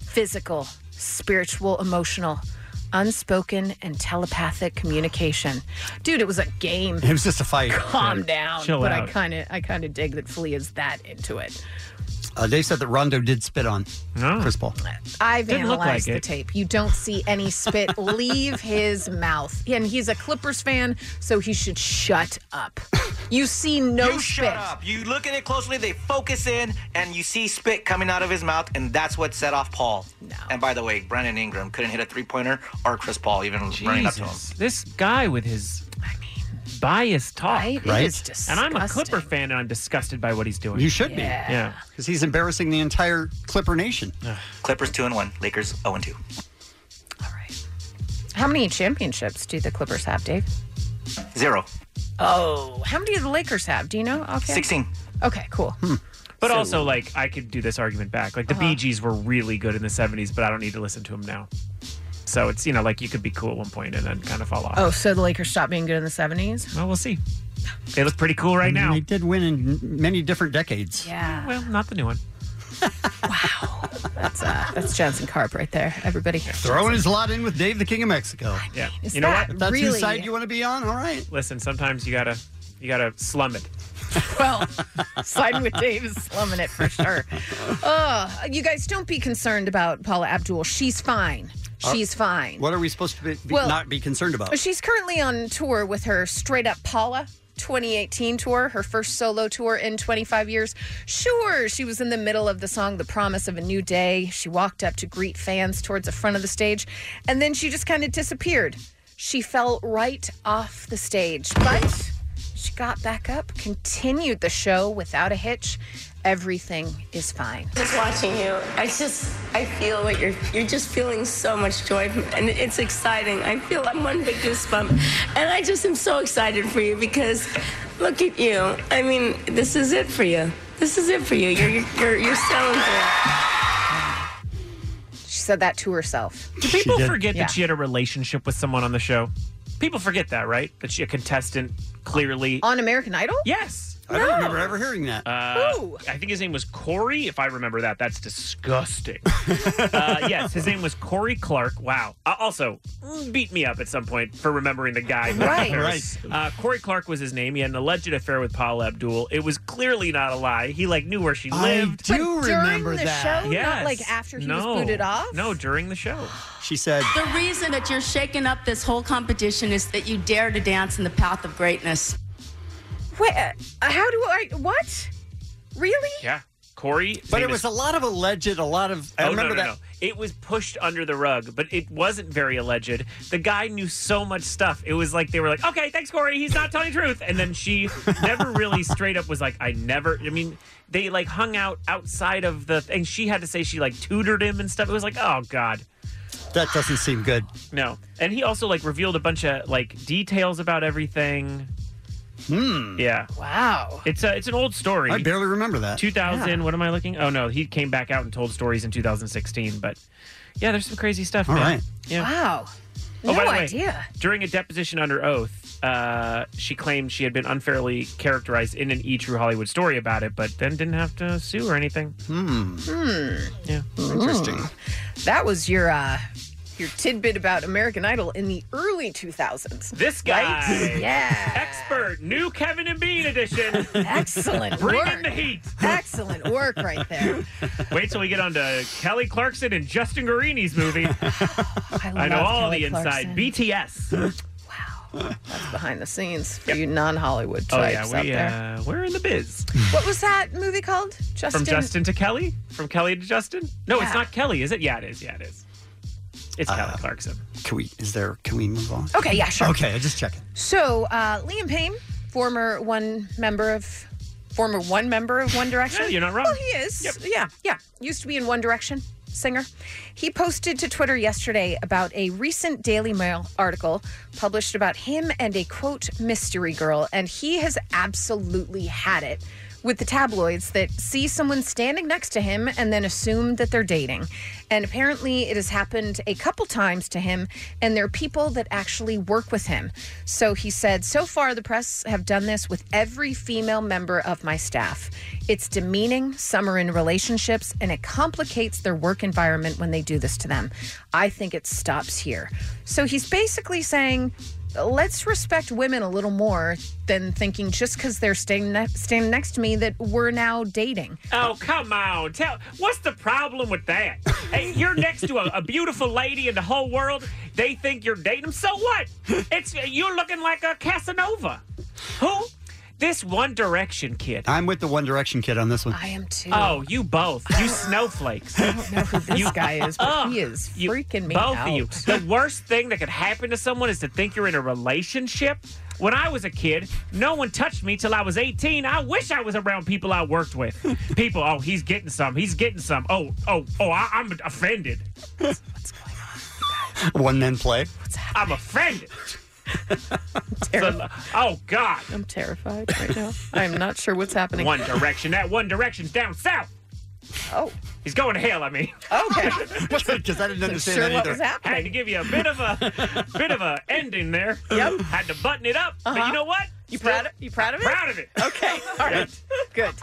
Speaker 10: physical, spiritual, emotional, unspoken, and telepathic communication. Dude, it was a game.
Speaker 9: It was just a fight.
Speaker 10: Calm
Speaker 9: Right.
Speaker 10: down.
Speaker 9: Chill
Speaker 10: but
Speaker 9: out.
Speaker 10: I kind of I kind of dig that Flea is that into it.
Speaker 9: Uh, they said that Rondo did spit on
Speaker 5: Oh.
Speaker 9: Chris Paul.
Speaker 10: I've
Speaker 9: Didn't look
Speaker 10: analyzed
Speaker 9: like
Speaker 10: the
Speaker 9: it.
Speaker 10: tape. You don't see any [laughs] spit leave his mouth. And he's a Clippers fan, so he should shut up. You see no
Speaker 16: you
Speaker 10: spit.
Speaker 16: shut up. You look at it closely, they focus in, and you see spit coming out of his mouth, and that's what set off Paul. No. And by the way, Brandon Ingram couldn't hit a three pointer or Chris Paul even running up to him.
Speaker 5: Jesus. This guy with his biased talk.
Speaker 16: It Right? is
Speaker 5: and I'm a Clipper fan and I'm disgusted by what he's doing.
Speaker 9: You should be.
Speaker 5: Yeah.
Speaker 9: Because he's embarrassing the entire Clipper Nation.
Speaker 16: Clippers 2 and 1, Lakers 0 and 2.
Speaker 10: How many championships do the Clippers have, Dave?
Speaker 16: Zero.
Speaker 10: Oh, how many do the Lakers have? Do you know? Okay.
Speaker 16: 16.
Speaker 10: Okay, cool.
Speaker 5: But
Speaker 10: Hmm. So-
Speaker 5: also, like, I could do this argument back. Like, the
Speaker 10: Uh-huh.
Speaker 5: Bee Gees were really good in the 70s, but I don't need to listen to them now. So it's, you know, like you could be cool at one point and then kind of fall off.
Speaker 10: Oh, so the Lakers stopped being good in the 70s?
Speaker 5: Well, we'll see. They look pretty cool right
Speaker 9: And
Speaker 5: now.
Speaker 9: They did win in many different decades.
Speaker 10: Yeah.
Speaker 5: Well, not the new one.
Speaker 10: [laughs] That's uh, that's Johnson Carp right there, everybody.
Speaker 9: Throwing his lot in with Dave, the King of Mexico.
Speaker 5: Yeah.
Speaker 10: is
Speaker 5: you know
Speaker 10: that
Speaker 5: what?
Speaker 9: If that's whose side you want to be on, all right.
Speaker 5: Listen, sometimes you gotta you gotta slum it.
Speaker 10: [laughs] Well, siding with Dave is slumming it for sure. Oh, you guys don't be concerned about Paula Abdul. She's fine. She's fine.
Speaker 9: What are we supposed to be, be-
Speaker 10: Well-
Speaker 9: not be concerned about?
Speaker 10: She's currently on tour with her Straight Up Paula 2018 tour, her first solo tour in 25 years. Sure, she was in the middle of the song The Promise of a New Day. She walked up to greet fans towards the front of the stage, and then she just kind of disappeared. She fell right off the stage, but she got back up, continued the show without a hitch. Everything is fine.
Speaker 2: Just watching you, I just, I feel what you're, you're just feeling so much joy, and it's exciting. I feel I'm one big goosebump, and I just am so excited for you because, look at you. I mean, this is it for you. This is it for you. You're, you're, you're, you're selling through.
Speaker 10: She said that to herself.
Speaker 5: Do people forget
Speaker 10: Yeah.
Speaker 5: that she had a relationship with someone on the show? People forget that, right? That she a contestant clearly
Speaker 10: on American Idol?
Speaker 5: Yes.
Speaker 9: I don't remember ever hearing that.
Speaker 5: Uh, I think his name was Corey. If I remember that, that's
Speaker 9: [laughs]
Speaker 5: disgusting. uh, yes, his name was Corey Clark. Wow. Uh, also, mm, beat me up at some point for remembering the guy.
Speaker 12: Right.
Speaker 5: Right. Uh, Corey Clark was his name. He had an alleged affair with Paula Abdul. It was clearly not a lie. He like knew where she
Speaker 9: I
Speaker 5: lived.
Speaker 9: do But during remember
Speaker 10: the that. show? Not, like, after he was
Speaker 5: No.
Speaker 10: booted off?
Speaker 5: No, during the show.
Speaker 9: She said,
Speaker 2: The reason that you're shaking up this whole competition is that you dare to dance in the path of greatness.
Speaker 10: Wait, uh, how do I? What? Really?
Speaker 5: Yeah. Corey. his
Speaker 9: but
Speaker 5: name
Speaker 9: it was
Speaker 5: is-
Speaker 9: a lot of alleged, a lot of. I
Speaker 5: oh,
Speaker 9: remember
Speaker 5: no, no,
Speaker 9: that.
Speaker 5: no. It was pushed under the rug, but it wasn't very alleged. The guy knew so much stuff. It was like they were like, okay, thanks, Corey. He's not telling the truth. And then
Speaker 9: [laughs]
Speaker 5: she never really straight up was like, I never, I mean, they like hung out outside of the, and she had to say she like tutored him and stuff. It was like, oh, God.
Speaker 9: That doesn't seem good.
Speaker 5: No. And he also like revealed a bunch of like details about everything.
Speaker 9: Hmm.
Speaker 5: Yeah.
Speaker 10: Wow.
Speaker 5: It's a, it's an old story.
Speaker 9: I barely remember that.
Speaker 5: 2000
Speaker 9: Yeah.
Speaker 5: what am i looking oh no he came back out and told stories in 2016 but yeah there's some crazy stuff
Speaker 9: All
Speaker 5: man.
Speaker 9: right.
Speaker 5: yeah
Speaker 10: Wow.
Speaker 5: Oh,
Speaker 10: No
Speaker 5: by the way,
Speaker 10: idea.
Speaker 5: during a deposition under oath uh, she claimed she had been unfairly characterized in an e true hollywood story about it but then didn't have to sue or anything
Speaker 9: hmm
Speaker 10: Hmm.
Speaker 5: yeah
Speaker 9: Interesting.
Speaker 10: That was your uh your tidbit about American Idol in the early 2000s.
Speaker 5: This guy.
Speaker 10: Right? Yeah.
Speaker 5: expert new kevin and bean edition
Speaker 10: Excellent
Speaker 5: bring
Speaker 10: work.
Speaker 5: in the heat
Speaker 10: Excellent work right there.
Speaker 5: wait till we get on to kelly clarkson and justin garini's movie
Speaker 10: I,
Speaker 5: i know
Speaker 10: love
Speaker 5: all
Speaker 10: Kelly
Speaker 5: the inside
Speaker 10: Clarkson. [gasps]
Speaker 5: bts
Speaker 10: That's behind the scenes for you non-Hollywood
Speaker 5: Oh,
Speaker 10: types
Speaker 5: yeah, we,
Speaker 10: out there.
Speaker 5: uh, we're in the biz.
Speaker 10: What was that movie called? Justin.
Speaker 5: From Justin to Kelly? From Kelly to Justin? No,
Speaker 10: Yeah.
Speaker 5: it's not Kelly, is it? Yeah, it is. Yeah, it is. It's Kelly Clarkson.
Speaker 9: Uh, Can we? Is there? Can we move on?
Speaker 10: Okay, yeah, sure.
Speaker 9: Okay, I just checking.
Speaker 10: So uh, Liam Payne, former one member of former one member of One Direction.
Speaker 5: Yeah, you're not wrong.
Speaker 10: Well, he is. Yeah, yeah. Used to be in One Direction singer. He posted to Twitter yesterday about a recent Daily Mail article published about him and a quote mystery girl, and he has absolutely had it with the tabloids that see someone standing next to him and then assume that they're dating. And apparently, it has happened a couple times to him, and there are people that actually work with him. So he said, So far, the press have done this with every female member of my staff. It's demeaning. Some are in relationships, and it complicates their work environment when they do this to them. I think it stops here. So he's basically saying, let's respect women a little more than thinking just because they're staying ne- standing next to me that we're now dating.
Speaker 5: Oh, come on. Tell what's the problem with that? hey, you're next to a, a beautiful lady in the whole world. They think you're dating. 'em. So what? It's you're looking like a Casanova. Who? This One Direction kid.
Speaker 9: I'm with the One Direction kid on this one.
Speaker 10: I am too.
Speaker 5: Oh, you both.
Speaker 10: [laughs]
Speaker 5: You snowflakes. I don't
Speaker 10: know who this guy is, but
Speaker 5: [laughs]
Speaker 10: he is freaking me
Speaker 5: both
Speaker 10: out.
Speaker 5: of you. The worst thing that could happen to someone is to think you're in a relationship. When I was a kid, no one touched me till I was 18. I wish I was around people I worked
Speaker 10: [laughs]
Speaker 5: with. People, oh, he's getting some. He's getting some. Oh, oh, oh, I, I'm offended.
Speaker 9: One man play.
Speaker 10: [laughs]
Speaker 5: I'm offended. oh, God.
Speaker 10: I'm terrified right now. I'm not sure what's happening.
Speaker 5: One Direction. That One Direction's down south.
Speaker 10: Oh.
Speaker 5: He's going to hell, I mean. [laughs]
Speaker 10: Okay.
Speaker 9: Because I didn't
Speaker 5: Wasn't
Speaker 9: understand
Speaker 5: sure
Speaker 9: that
Speaker 5: what
Speaker 9: either.
Speaker 5: was happening. Had to give you a bit of a bit of a ending there. Yep. Had to button it up. But
Speaker 10: Uh-huh.
Speaker 5: you know what?
Speaker 10: You proud of- you proud of it?
Speaker 5: Proud of it.
Speaker 10: Okay. All right. Good. [laughs]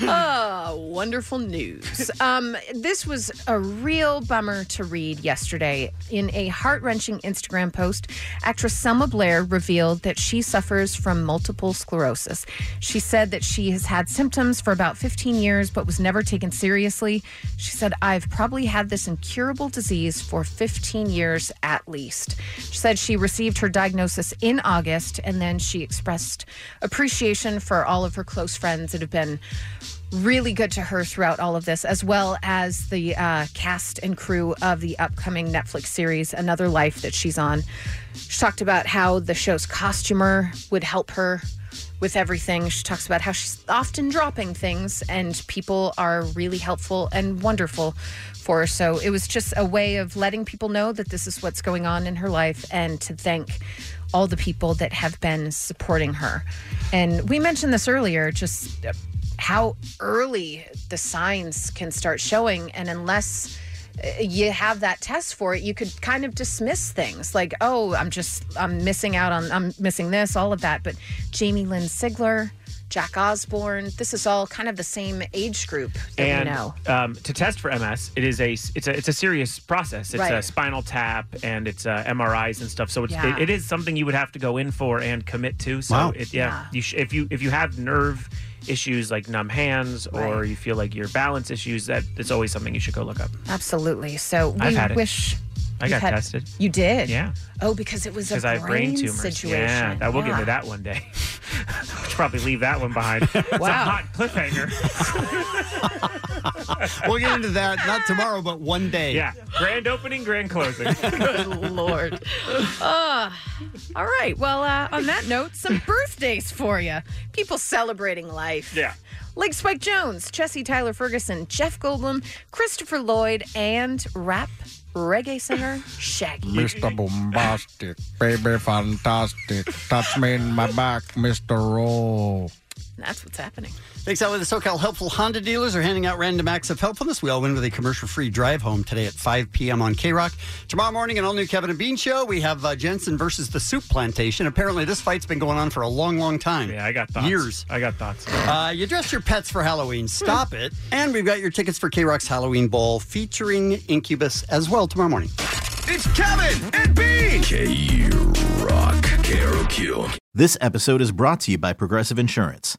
Speaker 10: Oh, wonderful news. Um, this was a real bummer to read yesterday. In a heart wrenching Instagram post, actress Selma Blair revealed that she suffers from multiple sclerosis. She said that she has had symptoms for about 15 years but was never taken seriously. She said, I've probably had this incurable disease for 15 years at least. She said she received her diagnosis in August and then she expressed appreciation for all of her close friends that have been really good to her throughout all of this, as well as the uh, cast and crew of the upcoming Netflix series, Another Life, that she's on. She talked about how the show's costumer would help her with everything. She talks about how she's often dropping things, and people are really helpful and wonderful for her. So it was just a way of letting people know that this is what's going on in her life and to thank all the people that have been supporting her. And we mentioned this earlier, just how early the signs can start showing and unless uh, you have that test for it you could kind of dismiss things like oh i'm just i'm missing out on i'm missing this all of that but jamie lynn sigler jack osborne this is all kind of the same age group that
Speaker 5: and
Speaker 11: we know
Speaker 5: um, to test for MS, it is a it's a it's a serious process. It's a
Speaker 11: Right.
Speaker 5: spinal tap and it's uh, MRIs and stuff. So it's
Speaker 11: Yeah.
Speaker 5: it, it is something you would have to go in for and commit to. So
Speaker 9: Wow.
Speaker 5: it, yeah,
Speaker 9: Yeah.
Speaker 5: you sh- if you if you have nerve issues like numb hands or
Speaker 11: Right.
Speaker 5: you feel like your balance issues, that it's always something you should go look up.
Speaker 11: absolutely so we
Speaker 5: I've had it.
Speaker 11: wish
Speaker 5: I
Speaker 11: you've
Speaker 5: got
Speaker 11: had-
Speaker 5: tested.
Speaker 11: you did
Speaker 5: Yeah.
Speaker 11: oh because it was a
Speaker 5: Because I have brain tumors.
Speaker 11: situation
Speaker 5: Yeah, I will get
Speaker 11: Yeah.
Speaker 5: to that one day. [laughs] Should probably leave that one
Speaker 11: [laughs]
Speaker 5: behind. [laughs] It's a hot cliffhanger. [laughs]
Speaker 9: we'll get into that not tomorrow, but one day.
Speaker 5: Yeah, grand opening, grand closing.
Speaker 11: [laughs] Good lord. Uh, all right. Well, uh, on that note, some birthdays for you. People celebrating life.
Speaker 5: Yeah.
Speaker 11: Like Spike Jones, Jesse Tyler Ferguson, Jeff Goldblum, Christopher Lloyd, and rap reggae singer Shaggy.
Speaker 12: Mr. Bombastic, baby fantastic, touch me in my back, Mr. Roll.
Speaker 11: That's what's happening.
Speaker 9: Thanks out with the SoCal Helpful Honda dealers are handing out random acts of helpfulness. We all win with a commercial free drive home today at 5 p.m. on K Rock. Tomorrow morning, an all new Kevin and Bean show. We have uh, Jensen versus the Soup Plantation. Apparently, this fight's been going on for a long, long time. Yeah,
Speaker 5: I got thoughts. Hmm.
Speaker 9: Years.
Speaker 5: I got thoughts.
Speaker 9: Uh, you dress your pets for Halloween. Stop it. And we've got your tickets for K Rock's Halloween Ball featuring Incubus as well tomorrow morning.
Speaker 13: It's Kevin and Bean. K Rock. K-R-O-Q.
Speaker 4: This episode is brought to you by Progressive Insurance.